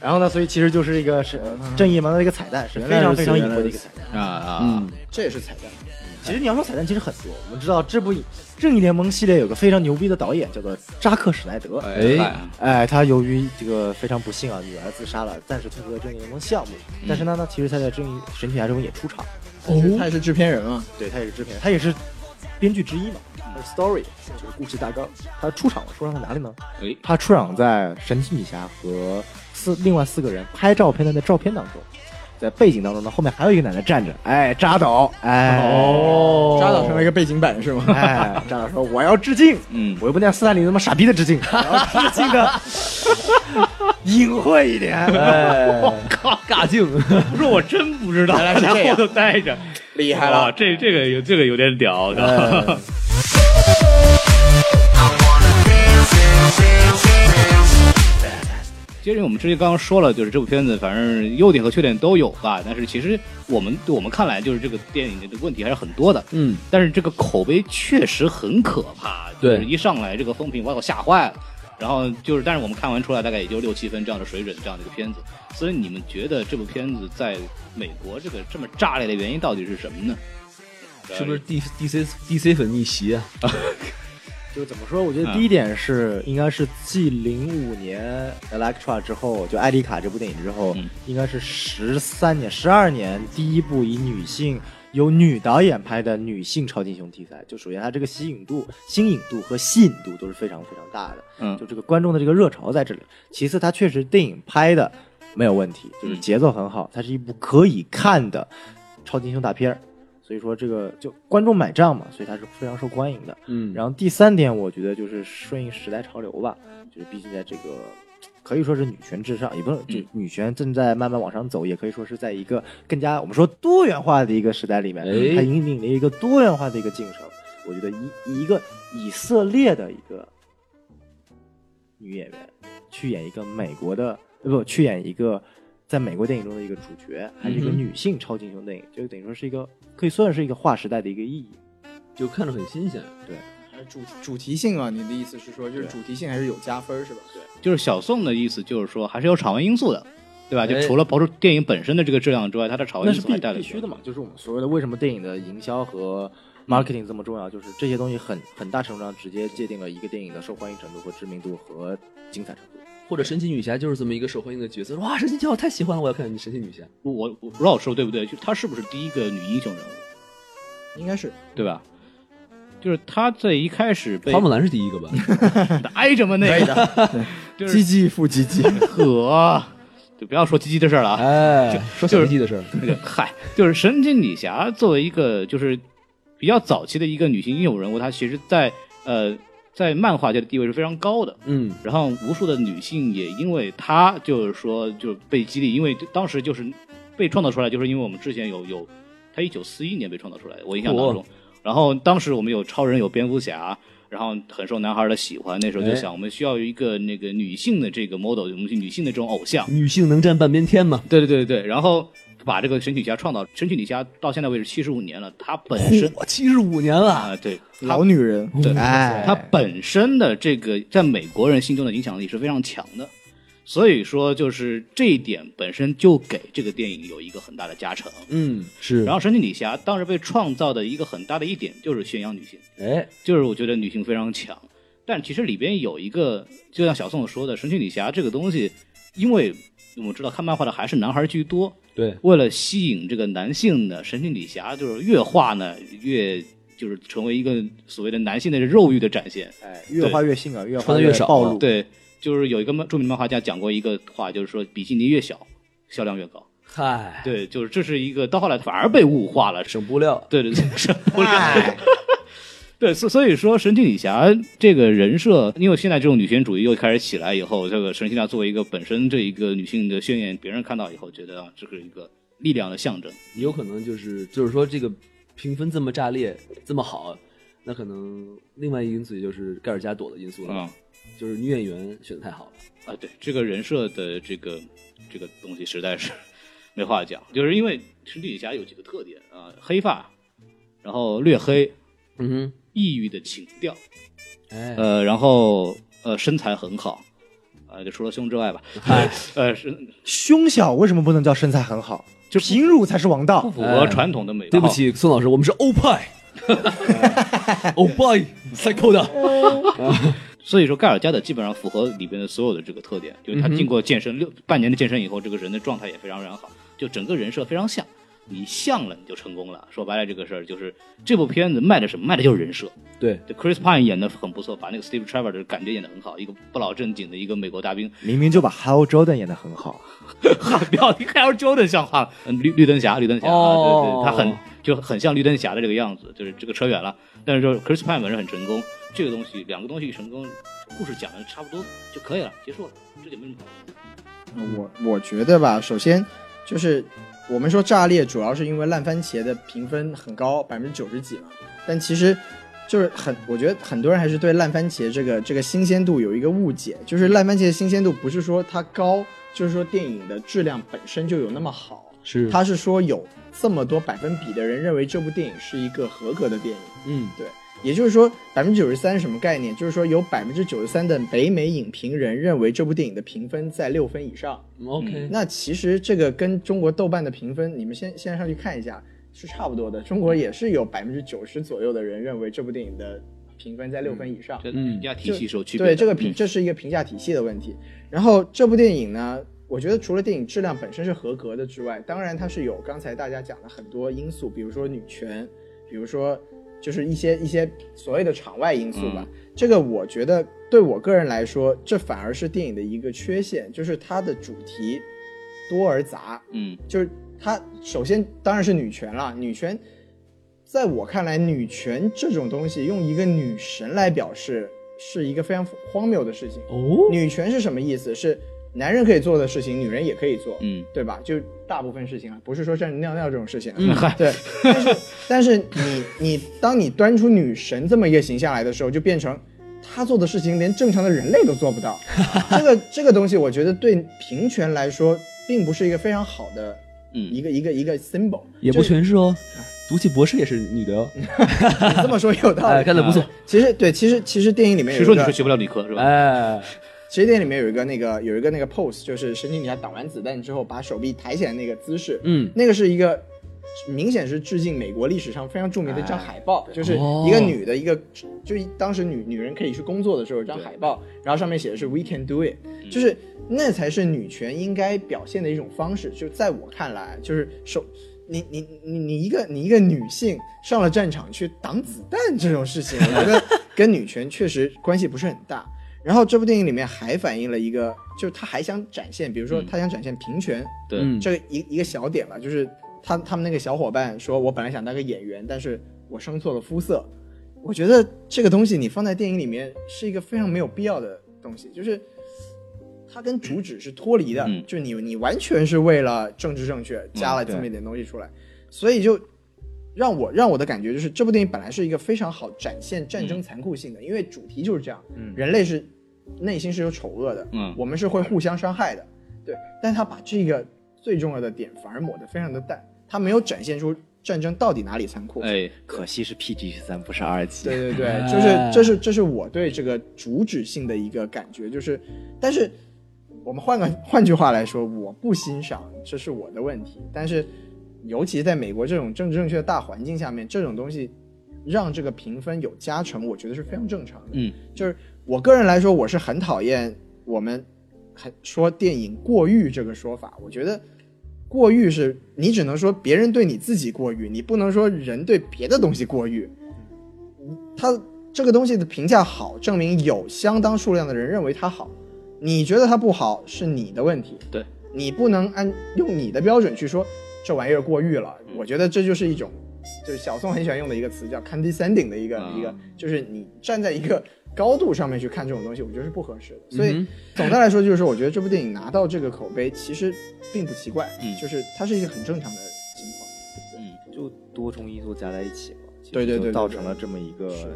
Speaker 5: 然后呢，所以其实就是一个是呃正义联盟的一个彩蛋，是非常非常隐晦的一个彩蛋。
Speaker 2: 啊啊！
Speaker 1: 这也是彩蛋，
Speaker 5: 其实你要说彩蛋，其实很多。我们知道这部正义联盟系列有个非常牛逼的导演叫做扎克史奈德，
Speaker 3: 哎，
Speaker 5: 哎，他由于这个非常不幸啊，女儿自杀了，暂时退出了正义联盟项目。但是呢，呢，其实他在正义神奇侠中也出场，
Speaker 1: 他也是制片人啊嘛，
Speaker 5: 对他也是制片，他也是编剧之一嘛。他是 story 就是故事大纲，他出场了，出场在哪里呢？
Speaker 2: 哎
Speaker 5: 他出场在神奇女侠和四另外四个人拍照片的那照片当中，在背景当中呢，后面还有一个奶奶站着，哎，扎导，哎，哦
Speaker 1: 扎导成了一个背景板是吗？
Speaker 5: 哎，扎导说我要 致敬，
Speaker 2: 嗯
Speaker 5: 我又不像斯坦李那么傻逼的致敬，我要致敬的隐晦一点， 哎。
Speaker 2: 靠，尬镜！不是我真不知道，
Speaker 1: 来是这样
Speaker 2: 然后就待着，
Speaker 1: 厉害
Speaker 2: 哇，
Speaker 1: 了！
Speaker 2: 这这个有这个有点屌，的。其实我们之前刚刚说了，就是这部片子反正优点和缺点都有吧，但是其实我们对我们看来，就是这个电影的问题还是很多的。
Speaker 3: 嗯，
Speaker 2: 但是这个口碑确实很可怕，
Speaker 3: 对
Speaker 2: 就是一上来这个风评把我吓坏了。然后就是，但是我们看完出来大概也就六七分这样的水准，这样的一个片子。所以你们觉得这部片子在美国这个这么炸裂的原因到底是什么呢？
Speaker 3: 是不是 D D C D C 粉逆袭啊？
Speaker 5: 就怎么说？我觉
Speaker 2: 嗯
Speaker 5: 得第一点是，应该是继零五年《Electra》之后，就《艾丽卡》这部电影之后，
Speaker 2: 嗯
Speaker 5: 应该是十三年、十二年第一部以女性由女导演拍的女性超级英雄题材。就首先它这个吸引度、新颖度和吸引度都是非常非常大的。
Speaker 2: 嗯
Speaker 5: 就这个观众的这个热潮在这里。其次，它确实电影拍的没有问题，
Speaker 2: 嗯
Speaker 5: 就是节奏很好，它是一部可以看的超级英雄大片儿。所以说这个就观众买账嘛，所以它是非常受欢迎的。
Speaker 3: 嗯
Speaker 5: 然后第三点，我觉得就是顺应时代潮流吧，就是毕竟在这个可以说是女权至上，也不
Speaker 3: 嗯
Speaker 5: 能就女权正在慢慢往上走，也可以说是在一个更加我们说多元化的一个时代里面，
Speaker 3: 哎
Speaker 5: 它引领了一个多元化的一个进程。我觉得以以一个以色列的一个女演员去演一个美国的，呃不，去演一个在美国电影中的一个主角，还是一个
Speaker 3: 嗯哼
Speaker 5: 女性超级英雄电影，就等于说是一个可以算是一个划时代的一个意义。
Speaker 3: 就看着很新鲜。
Speaker 1: 还是主主题性啊？你的意思是说，就是
Speaker 5: 对
Speaker 1: 主题性还是有加分儿是吧？对。
Speaker 2: 就是小宋的意思，就是说还是有场外因素的，对吧？
Speaker 3: 哎
Speaker 2: 就除了刨出电影本身的这个质量之外，它的场外
Speaker 5: 那
Speaker 2: 因
Speaker 5: 是
Speaker 2: 素
Speaker 5: 必
Speaker 2: 还带了
Speaker 5: 必
Speaker 2: 一
Speaker 5: 须
Speaker 2: 些
Speaker 5: 的嘛，嗯就是我们所谓的为什么电影的营销和 marketing 这么重要，就是这些东西很很大程度上直接界定了一个电影的受欢迎程度和知名度和精彩程度。
Speaker 3: 或者神奇女侠就是这么一个受欢迎的角色，哇，神奇女侠我太喜欢了，我要看神奇女侠。
Speaker 2: 我我我不知道我说的对不对，就她是不是第一个女英雄人物，
Speaker 1: 应该是
Speaker 2: 对吧？就是她在一开始被
Speaker 3: 花木兰是第一个吧？
Speaker 2: 挨着嘛那个，就是
Speaker 4: 唧唧复唧唧，
Speaker 2: 可，就不要说鸡鸡的事儿了啊。
Speaker 3: 哎，说小鸡鸡的事儿，
Speaker 2: 那个嗨，就是神奇女侠作为一个就是比较早期的一个女性英雄人物，她其实在呃在漫画界的地位是非常高的。
Speaker 3: 嗯，
Speaker 2: 然后无数的女性也因为她就是说就被激励，因为当时就是被创造出来，就是因为我们之前有有她一九四一年被创造出来，我印象当中。然后当时我们有超人，有蝙蝠侠，然后很受男孩的喜欢。那时候就想，我们需要一个那个女性的这个 model，我们女性的这种偶像。
Speaker 3: 女性能占半边天嘛？
Speaker 2: 对对对对对，然后把这个神奇女侠创造，神奇女侠到现在为止七十五年了，她本身
Speaker 3: 我七十五年了，
Speaker 2: 啊、对
Speaker 4: 老女人，
Speaker 3: 嗯
Speaker 4: 哎，
Speaker 2: 她本身的这个在美国人心中的影响力是非常强的，所以说就是这一点本身就给这个电影有一个很大的加成。
Speaker 3: 嗯，是。
Speaker 2: 然后神奇女侠当时被创造的一个很大的一点就是宣扬女性，
Speaker 3: 哎，
Speaker 2: 就是我觉得女性非常强，但其实里边有一个，就像小宋说的，神奇女侠这个东西，因为我们知道看漫画的还是男孩居多，
Speaker 3: 对，
Speaker 2: 为了吸引这个男性呢，神奇女侠就是越画呢越就是成为一个所谓的男性的肉欲的展现。
Speaker 5: 哎，越
Speaker 2: 对
Speaker 5: 画越性感，越
Speaker 3: 穿
Speaker 5: 画
Speaker 3: 得越少
Speaker 5: 暴露。，
Speaker 2: 对，就是有一个漫著名漫画家讲过一个话，就是说比基尼越小，销量越高。
Speaker 3: 嗨，
Speaker 2: 对，就是这是一个到后来反而被物化了。
Speaker 3: 省布料，
Speaker 2: 对对对，是不是？对，所所以说神奇女侠这个人设，因为现在这种女权主义又开始起来以后，这个神奇女侠作为一个本身这一个女性的宣言，别人看到以后觉得啊，这是一个力量的象征。
Speaker 3: 有可能就是就是说这个评分这么炸裂，这么好，那可能另外一个因素也就是盖尔加朵的因素了，
Speaker 2: 嗯，
Speaker 3: 就是女演员选的太好了。
Speaker 2: 啊，对这个人设的这个这个东西实在是没话讲，就是因为神奇女侠有几个特点啊，黑发，然后略黑，
Speaker 3: 嗯
Speaker 2: 抑郁的情调，
Speaker 3: 哼，哎，
Speaker 2: 呃，然后呃身材很好，呃，就除了胸之 外吧，呃是
Speaker 5: 胸小为什么不能叫身材很好？就平乳才是王道。
Speaker 2: 符合传统的美。
Speaker 3: 呃对不，起，宋老师，我们是欧派，欧派 psycho 的，
Speaker 2: 所以说盖尔加德基本上符合里边的所有的这个特点，就是他
Speaker 3: 嗯哼
Speaker 2: 经过健身六半年的健身以后，这个人的状态也非常非常好，就整个人设非常像。你像了你就成功了。说白了，这个事儿就是这部片子卖的什么？卖的就是人设。
Speaker 3: 对，
Speaker 2: 对，Chris Pine 演的很不错，把那个 Steve Trevor 的感觉演的很好，一个不老正经的一个美国大兵，
Speaker 5: 明明就把 Hal Jordan 演得很好，
Speaker 2: 不要听 Hal Jordan 像话，嗯，绿绿灯侠，绿灯侠，啊，对
Speaker 3: 哦
Speaker 2: 对，他很就很像绿灯侠的这个样子，就是这个扯远了，但是就是 Chris Pine 本身很成功，这个东西两个东西一成功，故事讲的差不多就可以了，结束了，这就没什么。
Speaker 1: 我我觉得吧，首先就是我们说炸裂，主要是因为烂番茄的评分很高，百分之九十几嘛。但其实就是很，我觉得很多人还是对烂番茄这个这个新鲜度有一个误解，就是烂番茄的新鲜度不是说它高，就是说电影的质量本身就有那么好，
Speaker 3: 是
Speaker 1: 它是说有这么多百分比的人认为这部电影是一个合格的电影。
Speaker 3: 嗯，
Speaker 1: 也就是说，百分之九十三什么概念？就是说有百分之九十三的北美影评人认为这部电影的评分在六分以上。
Speaker 3: OK，
Speaker 1: 那其实这个跟中国豆瓣的评分，你们先现在上去看一下，是差不多的。中国也是有百分之九十左右的人认为这部电影的评分在六分以上。
Speaker 2: 这
Speaker 3: 嗯
Speaker 2: 评价体系是有区别的。嗯
Speaker 1: 对，这个评这是一个评价体系的问题。然后这部电影呢，我觉得除了电影质量本身是合格的之外，当然它是有刚才大家讲的很多因素，比如说女权，比如说就是一些一些所谓的场外因素
Speaker 2: 嗯
Speaker 1: 吧。这个我觉得对我个人来说，这反而是电影的一个缺陷，就是它的主题多而杂。
Speaker 2: 嗯
Speaker 1: 就是它首先当然是女权了，女权，在我看来，女权这种东西用一个女神来表示是一个非常荒谬的事情。
Speaker 3: 哦，
Speaker 1: 女权是什么意思？是男人可以做的事情，女人也可以做，
Speaker 2: 嗯
Speaker 1: 对吧？就大部分事情啊，不是说像尿尿这种事情啊，
Speaker 2: 嗯，嗨，
Speaker 1: 对，但是但是你你当你端出女神这么一个形象来的时候，就变成她做的事情连正常的人类都做不 到。这个这个东西，我觉得对平权来说，并不是一个非常好的一
Speaker 2: 嗯，
Speaker 1: 个一个一个 symbol。
Speaker 3: 也不
Speaker 1: 就是
Speaker 3: 全是哦，毒气博士也是女的哦，
Speaker 1: 你这么说有道
Speaker 3: 哎，
Speaker 2: 呃
Speaker 1: 理。
Speaker 3: 干得不错，
Speaker 1: 其实对，其实其实电影里面有
Speaker 2: 谁
Speaker 1: 一
Speaker 2: 说你是
Speaker 1: 个，
Speaker 2: 学不了理科是吧？
Speaker 3: 哎，
Speaker 1: 其实电影里面有一个那个有一个那个 pose，就是神奇女侠挡完子弹之后把手臂抬起来那个姿势。
Speaker 3: 嗯，
Speaker 1: 那个是一个明显是致敬美国历史上非常著名的一张海报，就是
Speaker 3: 哦
Speaker 1: 一个女的一个，就当时女女人可以去工作的时候有一张海报，然后上面写的是 “We can do it”，就是那才是女权应该表现的一种方式。就在我看来，就是手。你你你你一个你一个女性上了战场去挡子弹这种事情，我觉得跟女权确实关系不是很大。然后这部电影里面还反映了一个，就是他还想展现，比如说他想展现平权，
Speaker 2: 对，
Speaker 3: 嗯
Speaker 1: 这个一一个小点吧，就是他他们那个小伙伴说，我本来想当个演员，但是我生错了肤色。我觉得这个东西你放在电影里面是一个非常没有必要的东西，就是它跟主旨是脱离的，
Speaker 2: 嗯
Speaker 1: 就你你完全是为了政治正确加了这么一点东西出来，所以就让我让我的感觉就是这部电影本来是一个非常好展现战
Speaker 2: 嗯
Speaker 1: 争残酷性的，因为主题就是这样，人类是内心是有丑恶的，
Speaker 2: 嗯
Speaker 1: 我们是会互相伤害的，对，但他把这个最重要的点反而抹得非常的淡，他没有展现出战争到底哪里残酷。
Speaker 2: 哎，
Speaker 5: 可惜是 PG 十三，不是 R 级。
Speaker 1: 对对对，就是这是这是我对这个主旨性的一个感觉，就是，但是我们换个 换句话来说，我不欣赏，这是我的问题。但是，尤其在美国这种政治正确的大环境下面，这种东西让这个评分有加成，我觉得是非常正常的。
Speaker 2: 嗯，
Speaker 1: 就是我个人来说，我是很讨厌我们很说电影过誉这个说法，我觉得。过誉是你只能说别人对你自己过誉，你不能说人对别的东西过誉。它这个东西的评价好，证明有相当数量的人认为它好。你觉得它不好是你的问题，
Speaker 2: 对
Speaker 1: 你不能按用你的标准去说这玩意儿过誉了。我觉得这就是一种，就是小宋很喜欢用的一个词叫 condescending 的一个、
Speaker 2: 啊
Speaker 1: 一个，就是你站在一个高度上面去看这种东西，我觉得是不合适的。所以、
Speaker 3: 嗯
Speaker 1: 总的来说，就是说，我觉得这部电影拿到这个口碑其实并不奇怪，
Speaker 2: 嗯
Speaker 1: 就是它是一个很正常的情况。
Speaker 2: 嗯，
Speaker 5: 就多重因素加在一起嘛，其实
Speaker 1: 对对对对
Speaker 5: 就造成了这么一个
Speaker 1: 是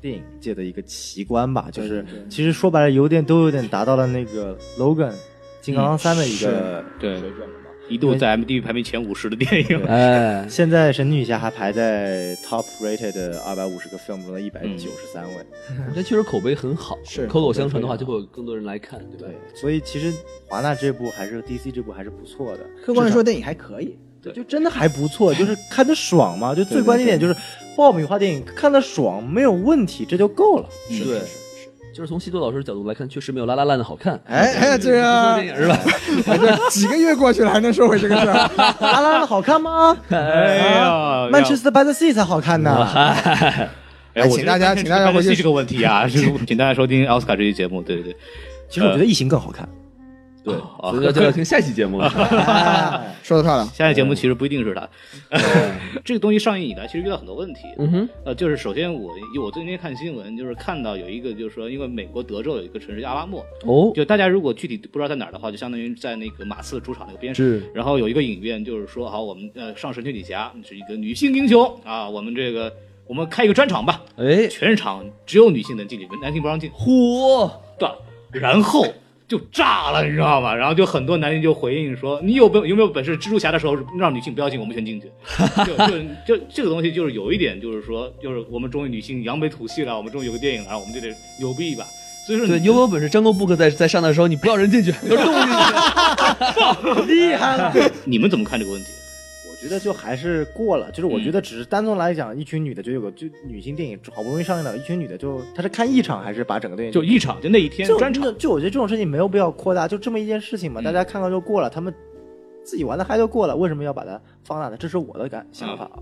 Speaker 5: 电影界的一个奇观吧。就
Speaker 1: 对
Speaker 5: 是
Speaker 1: 对对
Speaker 5: 其实说白了，有点都有点达到了那个 Logan 金刚三的一
Speaker 1: 嗯
Speaker 5: 个
Speaker 2: 对
Speaker 5: 水准了嘛。
Speaker 2: 一度在 MDB 排名前五十的电影，
Speaker 3: 哎，
Speaker 5: 现在神奇女侠还排在 top rated 二百五十个 film 中的一百
Speaker 1: 嗯
Speaker 5: 九十三位，
Speaker 3: 但确实口碑很好，
Speaker 1: 是
Speaker 3: 口口相传的话，就会有更多人来看，对吧？
Speaker 5: 对，所以其实华纳这部还是 DC 这部还是不错的，
Speaker 1: 客观来说，电影还可以，
Speaker 5: 对，就真的还不错，就是看得爽嘛。就最
Speaker 1: 对
Speaker 5: 关键点就是爆米花电影看得爽没有问题，这就 够了。
Speaker 3: 是对，是就是从西多老师的角度来看，确实没有拉拉烂的好看。
Speaker 1: 哎哎，这
Speaker 3: 说
Speaker 1: 个
Speaker 3: 电影是吧？
Speaker 1: 几个月过去了还能说回这个事儿，
Speaker 5: 拉拉的好看吗？
Speaker 2: 哎呀，
Speaker 5: 啊曼彻斯特 by the sea 才好看呢。
Speaker 2: 哎，我
Speaker 1: 请大家请大家回去
Speaker 2: 这个问 题啊，就是请大家收听奥斯卡这期节目，对对对，
Speaker 5: 其实我觉得异形更好
Speaker 2: 呃
Speaker 5: 看。
Speaker 3: 对，
Speaker 2: 啊
Speaker 3: 所以要就要听下期节目了。
Speaker 5: 哎
Speaker 1: 说的漂亮。
Speaker 2: 下一节目其实不一定是他，
Speaker 1: 嗯
Speaker 2: 呃这个东西上映以来，其实遇到很多问题，
Speaker 3: 嗯哼，
Speaker 2: 呃，就是首先我我最近看新闻，就是看到有一个，就是说，因为美国德州有一个城市叫阿拉莫，
Speaker 3: 哦，
Speaker 2: 就大家如果具体不知道在哪儿的话，就相当于在那个马刺主场那个边上。
Speaker 3: 是
Speaker 2: 然后有一个影院，就是说，好，我们呃上神奇女侠是一个女性英雄啊，我们这个我们开一个专场吧，
Speaker 3: 哎，
Speaker 2: 全场只有女性能进去，男性不让进。
Speaker 3: 嚯，
Speaker 2: 对，然后就炸了，你知道吗？然后就很多男性就回应说：“你有本有没有本事？蜘蛛侠的时候让女性不要进，我们全进去。就”就就这个东西就是有一点，就是说，就是我们终于女性扬眉吐气了，我们终于有个电影了，我们就得牛逼一把。所以说
Speaker 3: 对，
Speaker 2: 你
Speaker 3: 有没有本事张哥 book 在在上的时候，你不让人进去，要动进去。
Speaker 2: 你们怎么看这个问题？
Speaker 5: 我觉得就还是过了，就是我觉得只是单从来讲，一群女的就有个就女性电影好不容易上映了，一群女的就她是看一场还是把整个电影
Speaker 2: 就一场就那一天
Speaker 5: 就
Speaker 2: 专场，
Speaker 5: 就我觉得这种事情没有必要扩大，就这么一件事情嘛，
Speaker 2: 嗯
Speaker 5: 大家看看就过了，他们自己玩的嗨就过了，为什么要把它放大呢？这是我的感想法啊。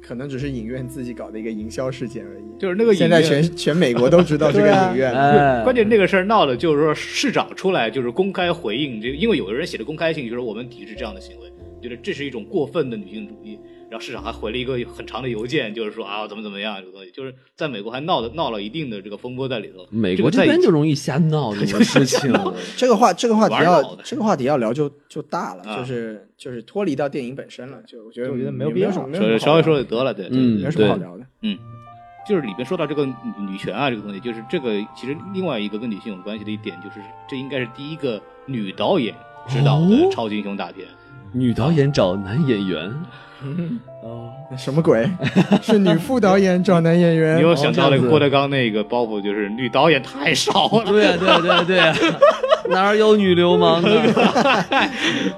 Speaker 1: 可能只是影院自己搞的一个营销事件而已。
Speaker 2: 就是那个
Speaker 1: 现在
Speaker 2: 影院
Speaker 1: 全全美国都知道这个
Speaker 5: 对啊
Speaker 1: 影院了，
Speaker 3: 哎，
Speaker 2: 关键那个事儿闹的，就是说市长出来就是公开回应这个，因为有的人写的公开信就是我们抵制这样的行为，觉得这是一种过分的女性主义。然后市长还回了一个很长的邮件，就是说啊怎么怎么样这个东西，就是在美国还闹的闹了一定的这个风波在里头。
Speaker 3: 美国
Speaker 2: 这个
Speaker 3: 这
Speaker 2: 在
Speaker 3: 边 就容易瞎闹这种事情，
Speaker 1: 这个话这个话题
Speaker 2: 玩
Speaker 1: 要
Speaker 2: 脑的
Speaker 1: 这个话题要聊就就大了，
Speaker 2: 啊
Speaker 1: 就是就是脱离到电影本身了，就我觉得
Speaker 5: 就我觉得
Speaker 1: 没
Speaker 5: 没有必要
Speaker 1: 什么没有什么
Speaker 2: 稍稍
Speaker 1: 好
Speaker 2: 微
Speaker 1: 聊
Speaker 2: 说
Speaker 1: 的
Speaker 2: 就得了，对，
Speaker 3: 嗯
Speaker 1: 没有什么好
Speaker 3: 对
Speaker 1: 聊的。
Speaker 2: 就是里边说到这个女女权啊这个东西，就是这个其实另外一个跟女性有关系的一点，就是这应该是第一个女导演执导的
Speaker 3: 哦
Speaker 2: 超级英雄大片。
Speaker 3: 女导演找男演 员，哦
Speaker 1: 什么鬼？是女副导演找男演
Speaker 2: 你
Speaker 1: 员？
Speaker 2: 又想到
Speaker 3: 这
Speaker 2: 了
Speaker 3: 样子
Speaker 2: 郭德纲那个包袱，就是女导演太少了。
Speaker 3: 对啊，对啊，对啊，对啊，哪儿有女流氓 啊？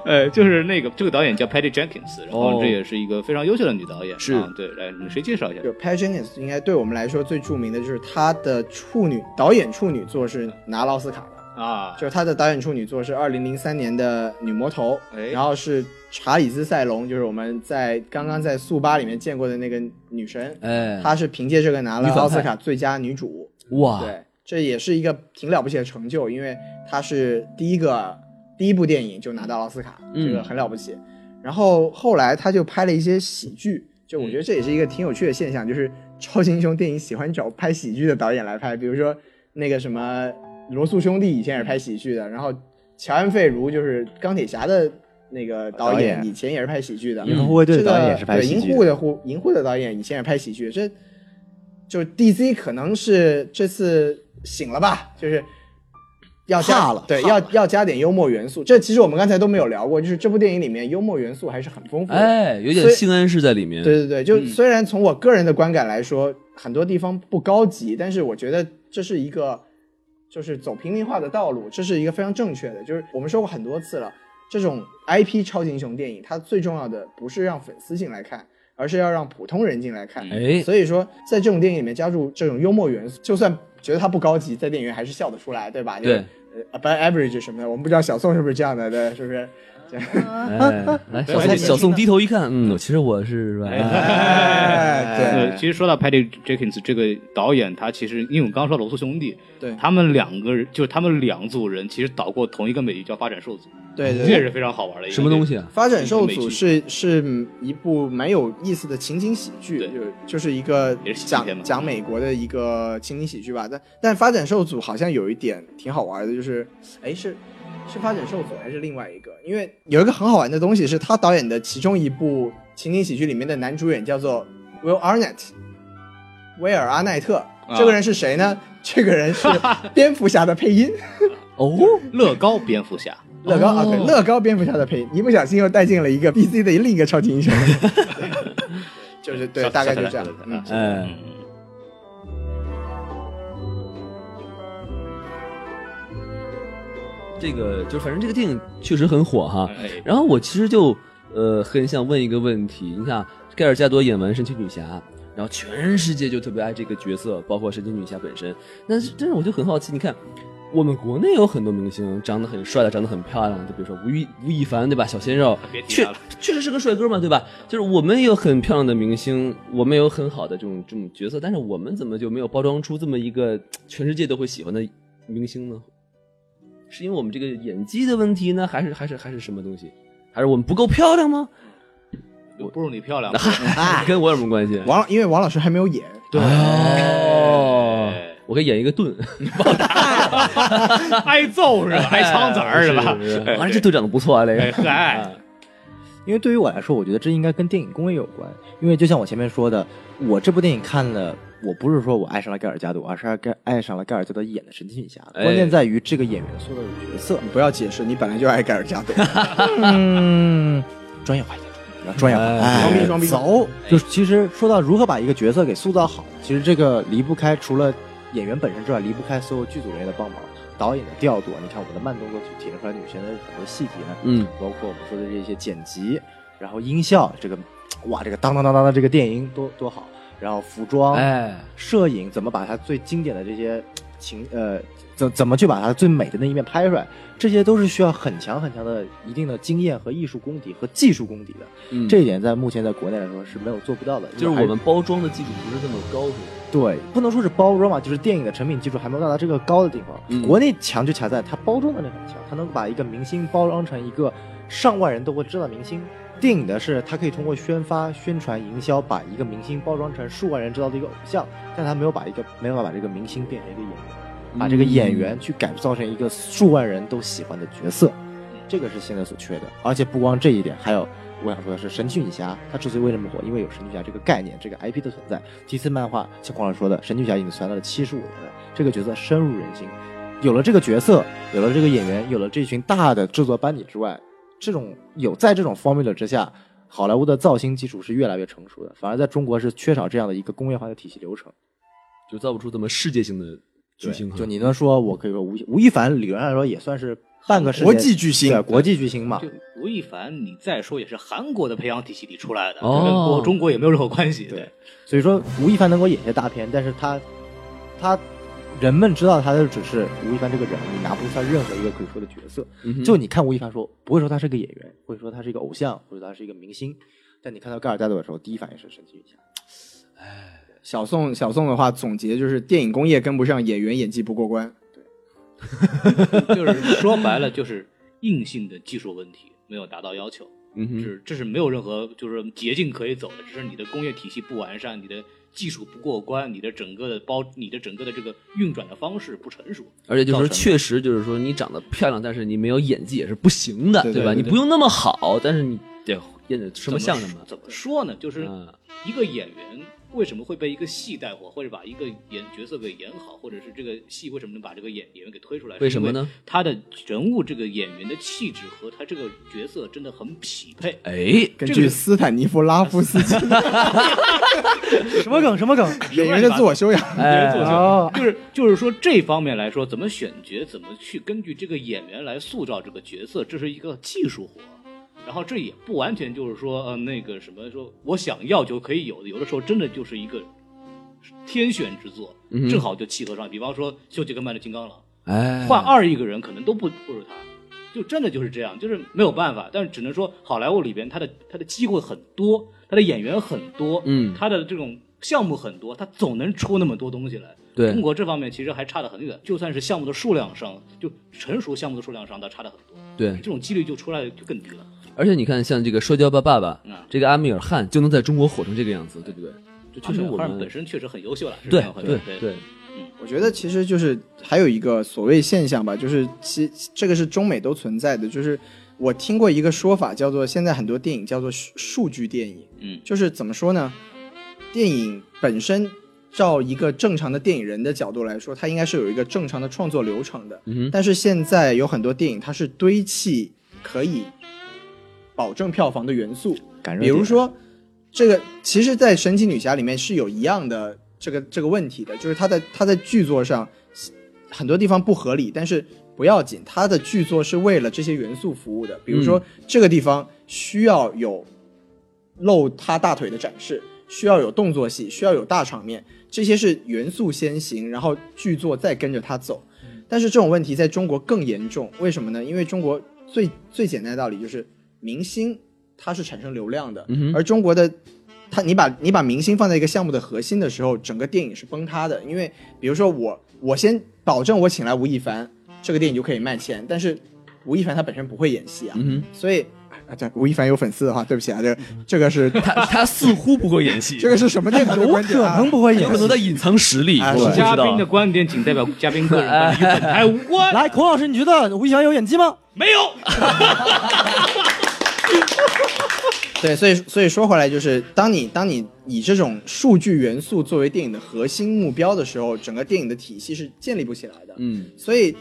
Speaker 2: 呃，就是那个这个导演叫 Patty Jenkins，然后
Speaker 3: 哦
Speaker 2: 这也是一个非常优秀的女导演。
Speaker 3: 是
Speaker 2: 啊，对，来，你谁介绍一下？
Speaker 1: 就 Pat Jenkins 应该对我们来说最著名的就是他的处女导演处女作是拿了奥斯卡的，
Speaker 2: 啊，
Speaker 1: 就是他的导演处女作是二零零三年的《女魔头》
Speaker 2: 哎
Speaker 1: 然后是查理兹·塞隆，就是我们在刚刚在《速八》里面见过的那个女神，
Speaker 3: 哎，
Speaker 1: 她是凭借这个拿了
Speaker 3: 女反派
Speaker 1: 奥斯卡最佳女主。
Speaker 3: 哇，
Speaker 1: 对，这也是一个挺了不起的成就，因为她是第一个第一部电影就拿到奥斯卡，
Speaker 3: 嗯
Speaker 1: 这个很了不起。然后后来她就拍了一些喜剧，就我觉得这也是一个挺有趣的现象，就是超级英雄电影喜欢找拍喜剧的导演来拍，比如说那个什么罗素兄弟以前也是拍喜剧的，然后乔安·费如就是钢铁侠的。那个导
Speaker 5: 导
Speaker 1: 演
Speaker 5: 演
Speaker 1: 以前也是拍喜剧的，
Speaker 5: 银河护卫队的导哦演也是拍喜
Speaker 1: 这个对银
Speaker 5: 剧
Speaker 1: 护
Speaker 5: 的，
Speaker 1: 的护银护的导演以前也拍喜剧，这就 DC 可能是这次醒了吧，就是要加
Speaker 5: 怕了
Speaker 1: 对，要要加点幽默元素。这其实我们刚才都没有聊过，就是这部电影里面幽默元素还是很丰富的。
Speaker 3: 哎，有点
Speaker 1: 所以
Speaker 3: 性暗示在里面。
Speaker 1: 对，对对，就
Speaker 3: 嗯
Speaker 1: 虽然从我个人的观感来说，很多地方不高级，但是我觉得这是一个就是走平民化的道路，这是一个非常正确的。就是我们说过很多次了，这种 IP 超级英雄电影，它最重要的不是让粉丝进来看，而是要让普通人进来看。
Speaker 3: 哎，
Speaker 1: 所以说，在这种电影里面加入这种幽默元素，就算觉得它不高级，在电影院还是笑得出来，对吧？
Speaker 3: 对，
Speaker 1: 呃，above average 什么的，我们不知道小宋是不是这样的，对，是不是？
Speaker 3: 哎，来，小
Speaker 2: 哎
Speaker 3: 宋，小宋低头一看，嗯，其实我是
Speaker 1: 哎，
Speaker 2: 呃，其实说到 Patty Jenkins 这个导演，他其实因为我刚刚说罗素兄弟，
Speaker 1: 对
Speaker 2: 他们两个人，就是他们两组人，其实导过同一个美剧叫《发展受阻》，
Speaker 1: 对对
Speaker 2: 这
Speaker 1: 对
Speaker 2: 也。是非常好玩的一个
Speaker 3: 什么东？西啊？
Speaker 1: 发展受阻是是一部蛮有意思的情景喜剧，
Speaker 2: 对
Speaker 1: 就就是一个
Speaker 2: 也是喜剧
Speaker 1: 讲
Speaker 2: 片嘛
Speaker 1: 讲美国的一个情景喜剧吧。但但发展受阻好像有一点挺好玩的，就是哎是是发展受阻还是另外一个？因为有一个很好玩的东西是他导演的其中一部情景喜剧里面的男主演叫做 Will Arnett，威尔阿奈特。
Speaker 2: 啊
Speaker 1: 这个人是谁呢？这个人是蝙蝠侠的配音，
Speaker 3: 哦，
Speaker 2: 乐高蝙蝠侠，
Speaker 1: 乐高啊，对，
Speaker 3: 哦
Speaker 1: 乐高蝙蝠侠的配音，一不小心又带进了一 个 DC 的另一个超级英雄，就是对，
Speaker 2: 小
Speaker 1: 大概就
Speaker 2: 小
Speaker 1: 这样
Speaker 2: 小。
Speaker 1: 嗯，
Speaker 3: 哎，这个就反正这个电影确实很火哈。
Speaker 2: 哎
Speaker 3: 然后我其实就呃很想问一个问题，你看啊盖尔加朵演完神奇女侠，然后全世界就特别爱这个角色，包括神奇女侠本身。但是但是我就很好奇，你看我们国内有很多明星长得很帅的，长得很漂亮的，就比如说吴亦吴亦凡对吧，小鲜肉
Speaker 2: 别，提
Speaker 3: 确
Speaker 2: 他了
Speaker 3: 确实是个帅哥嘛对吧？就是我们也有很漂亮的明星，我们也有很好的这种这种角色，但是我们怎么就没有包装出这么一个全世界都会喜欢的明星呢？是因为我们这个演技的问题呢，还是还是还是什么东西？还是我们不够漂亮吗？
Speaker 2: 我不如你漂亮。
Speaker 3: 跟我有什么关系？
Speaker 1: 嗯王老，因为王老师还没有演，
Speaker 3: 对哦，我可以演一个盾，
Speaker 2: 挨揍哎是吧？挨枪子儿
Speaker 3: 是
Speaker 2: 吧？
Speaker 3: 吧？完了，这盾长得不错啊，这
Speaker 2: 哎
Speaker 3: 个。
Speaker 2: 嗨，
Speaker 5: 因为对于我来说，我觉得这应该跟电影工业有关。因为就像我前面说的，我这部电影看了，我不是说我爱上了盖尔加朵，而是爱盖爱上了盖尔加朵演的神奇女侠。
Speaker 3: 哎
Speaker 5: 关键在于这个演员塑造的角色。
Speaker 1: 你不要解释，你本来就爱盖尔加朵。
Speaker 5: 嗯， 专业化一点，专业化，哎
Speaker 1: 装逼哎装逼
Speaker 5: 走。就是其实说到如何把一个角色给塑造好，其实这个离不开除了演员本身之外，离不开所有剧组人员的帮忙，导演的调啊度。你看我们的慢动作组体现出来女神的很多细节， 啊
Speaker 3: 嗯，
Speaker 5: 包括我们说的这些剪辑，然后音效这个，哇，这个当当当当的这个电音多多好，然后服装、
Speaker 3: 哎，
Speaker 5: 摄影怎么把它最经典的这些情呃怎怎么去把它最美的那一面拍出来，这些都是需要很强很强的一定的经验和艺术功底和技术功底的。
Speaker 3: 嗯
Speaker 5: 这一点在目前在国内来说是没有做不到的，
Speaker 3: 就是
Speaker 5: 因为还
Speaker 3: 我们包装的技术不是那么高，是吧
Speaker 5: 对不能说是包装嘛，就是电影的成品技术还没有到达这个高的地方。
Speaker 3: 嗯
Speaker 5: 国内强就强在它包装能力很强，它能把一个明星包装成一个上万人都会知道的明星。电影的是，它可以通过宣发、宣传、营销，把一个明星包装成数万人知道的一个偶像，但它没有把一个没办法把这个明星变成一个演员，把这个演员去改造成一个数万人都喜欢的角色，这个是现在所缺的。而且不光这一点，还有我想说的是，神奇女侠它之所以为什么火，因为有神奇女侠这个概念、这个 IP 的存在。DC 漫画像黄老师说的，神奇女侠已经存在了七十五年了，这个角色深入人心。有了这个角色，有了这个演员，有了这群大的制作班底之外，这种有在这种 formula 之下，好莱坞的造星基础是越来越成熟的，反而在中国是缺少这样的一个工业化的体系流程。
Speaker 3: 就造不出这么世界性的巨星啊哈。
Speaker 5: 就你能说，我可以说吴亦吴亦凡理论上来说也算是半个世界
Speaker 1: 国际巨星
Speaker 5: 对国际巨星嘛
Speaker 2: 就。吴亦凡，你再说也是韩国的培养体系里出来的，
Speaker 3: 哦
Speaker 2: 跟国中国也没有任何关系。对
Speaker 5: 对，所以说吴亦凡能够演些大片，但是他他人们知道他的只是吴亦凡这个人，你拿不出他任何一个可以说的角色。
Speaker 3: 嗯哼
Speaker 5: 就你看吴亦凡说，不会说他是个演员，或者说他是一个偶像，或者他是一个明星，但你看到盖尔戴德的时候，第一反应是神奇女侠。
Speaker 1: 小宋小宋的话总结就是电影工业跟不上，演员演技不过关。
Speaker 2: 就是说白了，就是硬性的技术问题没有达到要求，
Speaker 3: 嗯哼
Speaker 2: 是这是没有任何就是捷径可以走的，只是你的工业体系不完善，你的技术不过关，你的整个的包，你的整个的这个运转的方式不成熟。
Speaker 3: 而且就是
Speaker 2: 造
Speaker 3: 说
Speaker 2: 成
Speaker 3: 确实就是说你长得漂亮，但是你没有演技也是不行的，
Speaker 1: 对
Speaker 3: 吧？
Speaker 1: 对对
Speaker 3: 你不用那么好，但是你得演得什么像什么。
Speaker 2: 怎么说呢？就是
Speaker 3: 嗯
Speaker 2: 一个演员为什么会被一个戏带火，或者把一个演角色给演好，或者是这个戏为什么能把这个演演员给推出来？
Speaker 3: 为什么呢？
Speaker 2: 他的人物这个演员的气质和他这个角色真的很匹配。
Speaker 3: 哎，
Speaker 1: 根
Speaker 2: 这
Speaker 1: 据
Speaker 2: 个
Speaker 1: 斯坦尼夫拉夫斯基
Speaker 5: 什么梗？什么梗？
Speaker 1: 演员的自我修养，
Speaker 2: 哎，
Speaker 5: 哦
Speaker 2: 就是就是说这方面来说，怎么选角，怎么去根据这个演员来塑造这个角色，这是一个技术活。然后这也不完全就是说，呃，那个什么，说我想要就可以有的，有的时候真的就是一个天选之作，
Speaker 3: 哼
Speaker 2: 正好就契合上。比方说休杰克曼的《金刚狼》，
Speaker 3: 哎，
Speaker 2: 换二亿个人可能都不不如他，就真的就是这样，就是没有办法。但是只能说好莱坞里边他的他的机会很多，他的演员很多，
Speaker 3: 嗯
Speaker 2: 他的这种项目很多，他总能出那么多东西来。
Speaker 3: 对
Speaker 2: 中国这方面其实还差得很远，就算是项目的数量上，就成熟项目的数量上，它差得很多，
Speaker 3: 对
Speaker 2: 这，种几率就出来就更低了。
Speaker 3: 而且你看像这个《摔跤吧爸爸》
Speaker 2: 嗯
Speaker 3: 这个阿米尔汗就能在中国火成这个样子，对不对？这确实
Speaker 2: 阿米
Speaker 3: 我
Speaker 2: 尔汗
Speaker 3: 们
Speaker 2: 本身确实很优秀了，是这
Speaker 3: 对
Speaker 2: 样回事对
Speaker 3: 对对，
Speaker 1: 我觉得其实就是还有一个所谓现象吧，就是其这个是中美都存在的，就是我听过一个说法叫做现在很多电影叫做数数据电影，
Speaker 2: 嗯
Speaker 1: 就是怎么说呢？电影本身照一个正常的电影人的角度来说，它应该是有一个正常的创作流程的，
Speaker 3: 嗯哼，
Speaker 1: 但是现在有很多电影它是堆砌可以保证票房的元素，
Speaker 5: 感热
Speaker 1: 比
Speaker 5: 点
Speaker 1: 如说，这个其实，在神奇女侠里面是有一样的这个这个问题的，就是它在它在剧作上很多地方不合理，但是不要紧，它的剧作是为了这些元素服务的。比如
Speaker 5: 嗯
Speaker 1: 说，这个地方需要有露她大腿的展示，需要有动作戏，需要有大场面，这些是元素先行，然后剧作再跟着它走。
Speaker 5: 嗯
Speaker 1: 但是这种问题在中国更严重，为什么呢？因为中国最最简单的道理就是明星它是产生流量的，
Speaker 3: 嗯哼
Speaker 1: 而中国的它你把你把明星放在一个项目的核心的时候，整个电影是崩塌的。因为比如说我我先保证我请来吴亦凡，这个电影就可以卖钱，但是吴亦凡他本身不会演戏啊，
Speaker 3: 嗯
Speaker 1: 所以啊，这吴亦凡有粉丝的话，对不起啊，这个这个是
Speaker 3: 哼， 他 他似乎不会演 戏，
Speaker 1: 这个是什么电台的
Speaker 5: 有
Speaker 1: 观点、
Speaker 5: 可
Speaker 1: 啊？
Speaker 5: 能不会
Speaker 3: 有
Speaker 5: 演
Speaker 3: 可能
Speaker 5: 戏。
Speaker 3: 在隐藏实力，
Speaker 1: 哎
Speaker 3: 我们不知
Speaker 2: 嘉
Speaker 3: 道
Speaker 2: 宾的。观点仅代表嘉宾个人观点，与本台无关。
Speaker 5: 来，孔老师，你觉得吴亦凡有演技吗？
Speaker 2: 没有，
Speaker 1: 对，所以所以说回来就是，当你当你以这种数据元素作为电影的核心目标的时候，整个电影的体系是建立不起来的。
Speaker 3: 嗯，
Speaker 1: 所以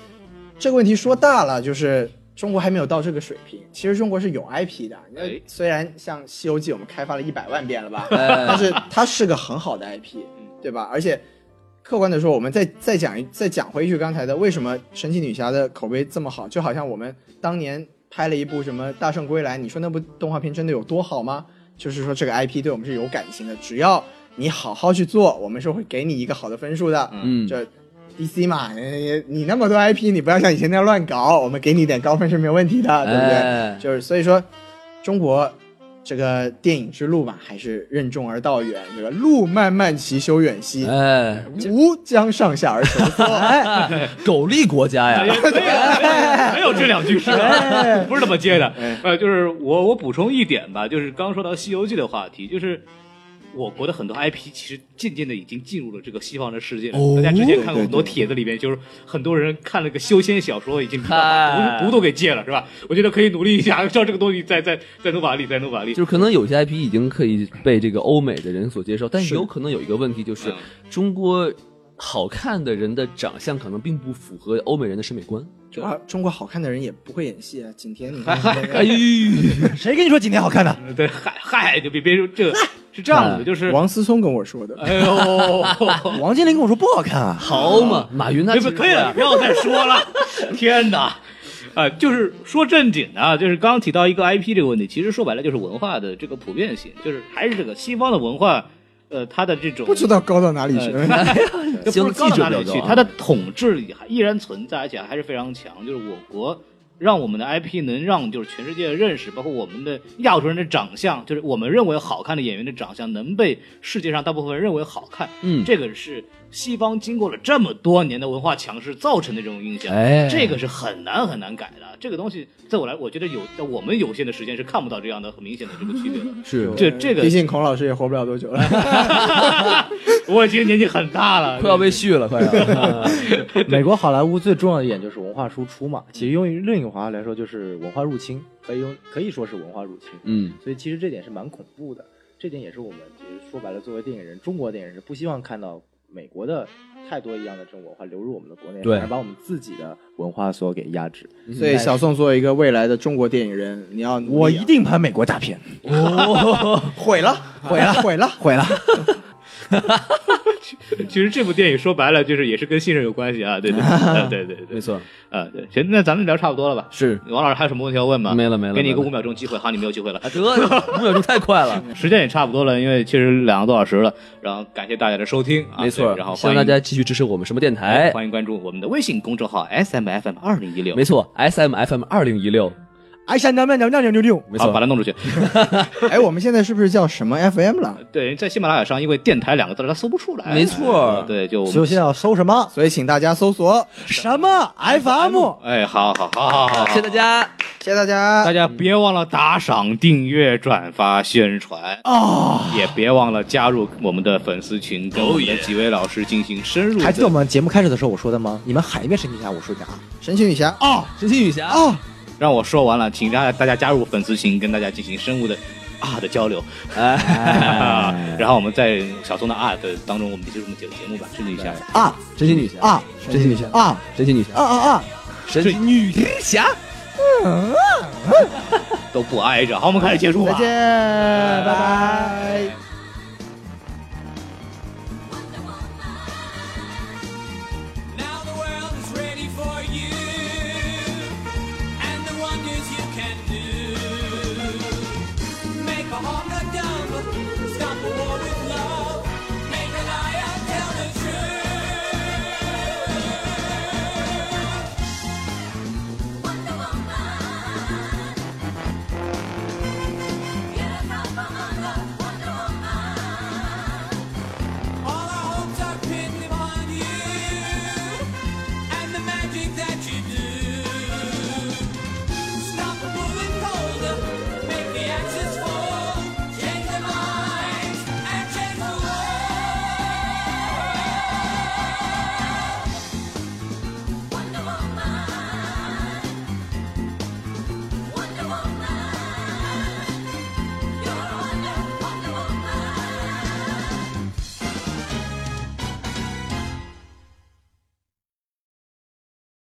Speaker 1: 这个问题说大了，就是中国还没有到这个水平。其实中国是有 IP 的，那
Speaker 2: 哎
Speaker 1: 虽然像《西游记》我们开发了一百万遍了吧，
Speaker 3: 哎
Speaker 1: 但是它是个很好的 IP，对吧？而且客观的说，我们再再讲一再讲回一句刚才的，为什么神奇女侠的口碑这么好？就好像我们当年。拍了一部什么《大圣归来》，你说那部动画片真的有多好吗？就是说这个 IP 对我们是有感情的，只要你好好去做，我们是会给你一个好的分数的。
Speaker 3: 嗯，
Speaker 1: 这 DC 嘛，你你那么多 IP，你不要像以前那样乱搞，我们给你一点高分是没有问题的，对不对？
Speaker 3: 哎
Speaker 1: 就是所以说，中国这个电影之路嘛，还是任重而道远，这个路漫漫其修远兮，
Speaker 3: 哎，
Speaker 1: 吾将上下而 求索。哎，
Speaker 3: 苟利国家
Speaker 2: 哎
Speaker 3: 呀，
Speaker 2: 没有这两句是吧， 不是这么接的。呃，就是我我补充一点吧，就是刚说到《西游记》的话题，就是我国的很多 IP 其实渐渐的已经进入了这个西方的世界了。大家之前看过很多帖子，里面就是很多人看了个修仙小说，已经把
Speaker 3: 哎
Speaker 2: 毒毒都给戒了，是吧？我觉得可以努力一下，照这个东西再再再努把力，再努把力。
Speaker 3: 就是可能有些 IP 已经可以被这个欧美的人所接受，但
Speaker 2: 是
Speaker 3: 有可能有一个问题就是
Speaker 2: 嗯，
Speaker 3: 中国好看的人的长相可能并不符合欧美人的审美观。
Speaker 1: 中国中国好看的人也不会演戏啊，景甜，你 看
Speaker 3: 哎呦，
Speaker 5: 谁跟你说今天好看的？
Speaker 2: 对，嗨嗨，就别别说这个是这样子的，就是
Speaker 1: 王思聪跟我说的。
Speaker 2: 哎呦，
Speaker 5: 王健林跟我说不好看啊，
Speaker 3: 好嘛，马云他
Speaker 2: 哎对不可以了，不要再说了。天哪！啊，就是说正经的，啊，就是刚刚提到一个 IP 这个问题，其实说白了就是文化的这个普遍性，就是还是这个西方的文化，呃，它的这种
Speaker 1: 不知道高到哪里去，
Speaker 2: 这不是高到哪里
Speaker 3: 呃行记者
Speaker 2: 去
Speaker 3: 表，达
Speaker 2: 它的统治也还依然存在，而且还是非常强。就是我国让我们的 IP 能让就是全世界认识，包括我们的亚洲人的长相，就是我们认为好看的演员的长相，能被世界上大部分人认为好看。
Speaker 3: 嗯
Speaker 2: 这个是西方经过了这么多年的文化强势造成的这种印象，
Speaker 3: 哎
Speaker 2: 这个是很难很难改的。这个东西在我来，我觉得有在我们有限的时间是看不到这样的很明显的这个区别 的。
Speaker 3: 是
Speaker 2: 这这个
Speaker 1: 毕竟孔老师也活不了多久了。
Speaker 2: 我已经年纪很大了，
Speaker 3: 快要被续了，快 要。
Speaker 5: 美国好莱坞最重要的一点就是文化输出嘛，其实用于另一个话来说就是文化入侵，可以用可以说是文化入侵。
Speaker 3: 嗯，
Speaker 5: 所以其实这点是蛮恐怖的，这点也是我们其实说白了，作为电影人，中国电影人是不希望看到美国的太多一样的这种文化流入我们的国内，
Speaker 3: 对
Speaker 5: 反而把我们自己的文化所给压制。
Speaker 1: 所以小宋作为一个未来的中国电影人，你要努力啊
Speaker 5: 我一定拍美国大片，
Speaker 1: 毁了，毁了，毁了。
Speaker 5: 毁了。
Speaker 2: 其实这部电影说白了就是也是跟信任有关系啊，对对 呃对对
Speaker 3: 没
Speaker 2: 对，
Speaker 3: 错，
Speaker 2: 啊对，行，那咱们聊差不多了吧？
Speaker 3: 是
Speaker 2: 王老师还有什么问题要问吗？
Speaker 3: 没了没了
Speaker 2: 给你一个
Speaker 3: 没了
Speaker 2: 五秒钟机会，好，你没有机会了。
Speaker 3: 啊，得 五秒钟太快了，
Speaker 2: 时间也差不多了，因为其实两个多小时了，然后感谢大家的收听啊，
Speaker 3: 没错。
Speaker 2: 对然后
Speaker 3: 希
Speaker 2: 欢
Speaker 3: 望
Speaker 2: 迎
Speaker 3: 大家继续支持我们什么电台？
Speaker 2: 欢迎关注我们的微信公众号 S M F M 二零一六
Speaker 3: 没，错，S M F M 二零一六，
Speaker 5: 哎，山南面聊聊聊聊，
Speaker 3: 没
Speaker 2: 啊好，把
Speaker 3: 错，
Speaker 2: 它弄出去。
Speaker 1: 哎，我们现在是不是叫什么 FM 了？
Speaker 2: 对，在喜马拉雅上，因为电台两个字它搜不出来，
Speaker 3: 哎没错
Speaker 2: 对，就我
Speaker 5: 所以
Speaker 2: 们。
Speaker 5: 现在要搜什么
Speaker 1: 所以请大家搜索，
Speaker 5: 什么 FM。
Speaker 2: 哎，好好好好好，
Speaker 3: 谢谢大家。
Speaker 1: 谢谢大家
Speaker 2: 大。家别忘了打赏、订阅、转发、宣传哦，也别忘了加入我们的粉丝群，跟我们的几位老师进行深入的。
Speaker 5: 还记得我们节目开始的时候我说的吗？你们喊一遍神奇侠，我说一遍啊。
Speaker 1: 神奇女侠哦，
Speaker 3: 神奇女侠，
Speaker 2: 让我说完了，请大家大家加入粉丝群，跟大家进行深入的啊的交流。 然后我们在小松的啊的当中，我们结束我们节节目吧，顺利一下。
Speaker 5: 啊
Speaker 3: 神奇女侠，
Speaker 5: 啊
Speaker 3: 神奇女侠，
Speaker 5: 啊
Speaker 3: 神奇女侠，
Speaker 5: 啊啊啊！
Speaker 3: 神奇女侠。
Speaker 2: 都不挨着，好，我们开始结束吧。
Speaker 5: 哦
Speaker 1: 再见，拜拜。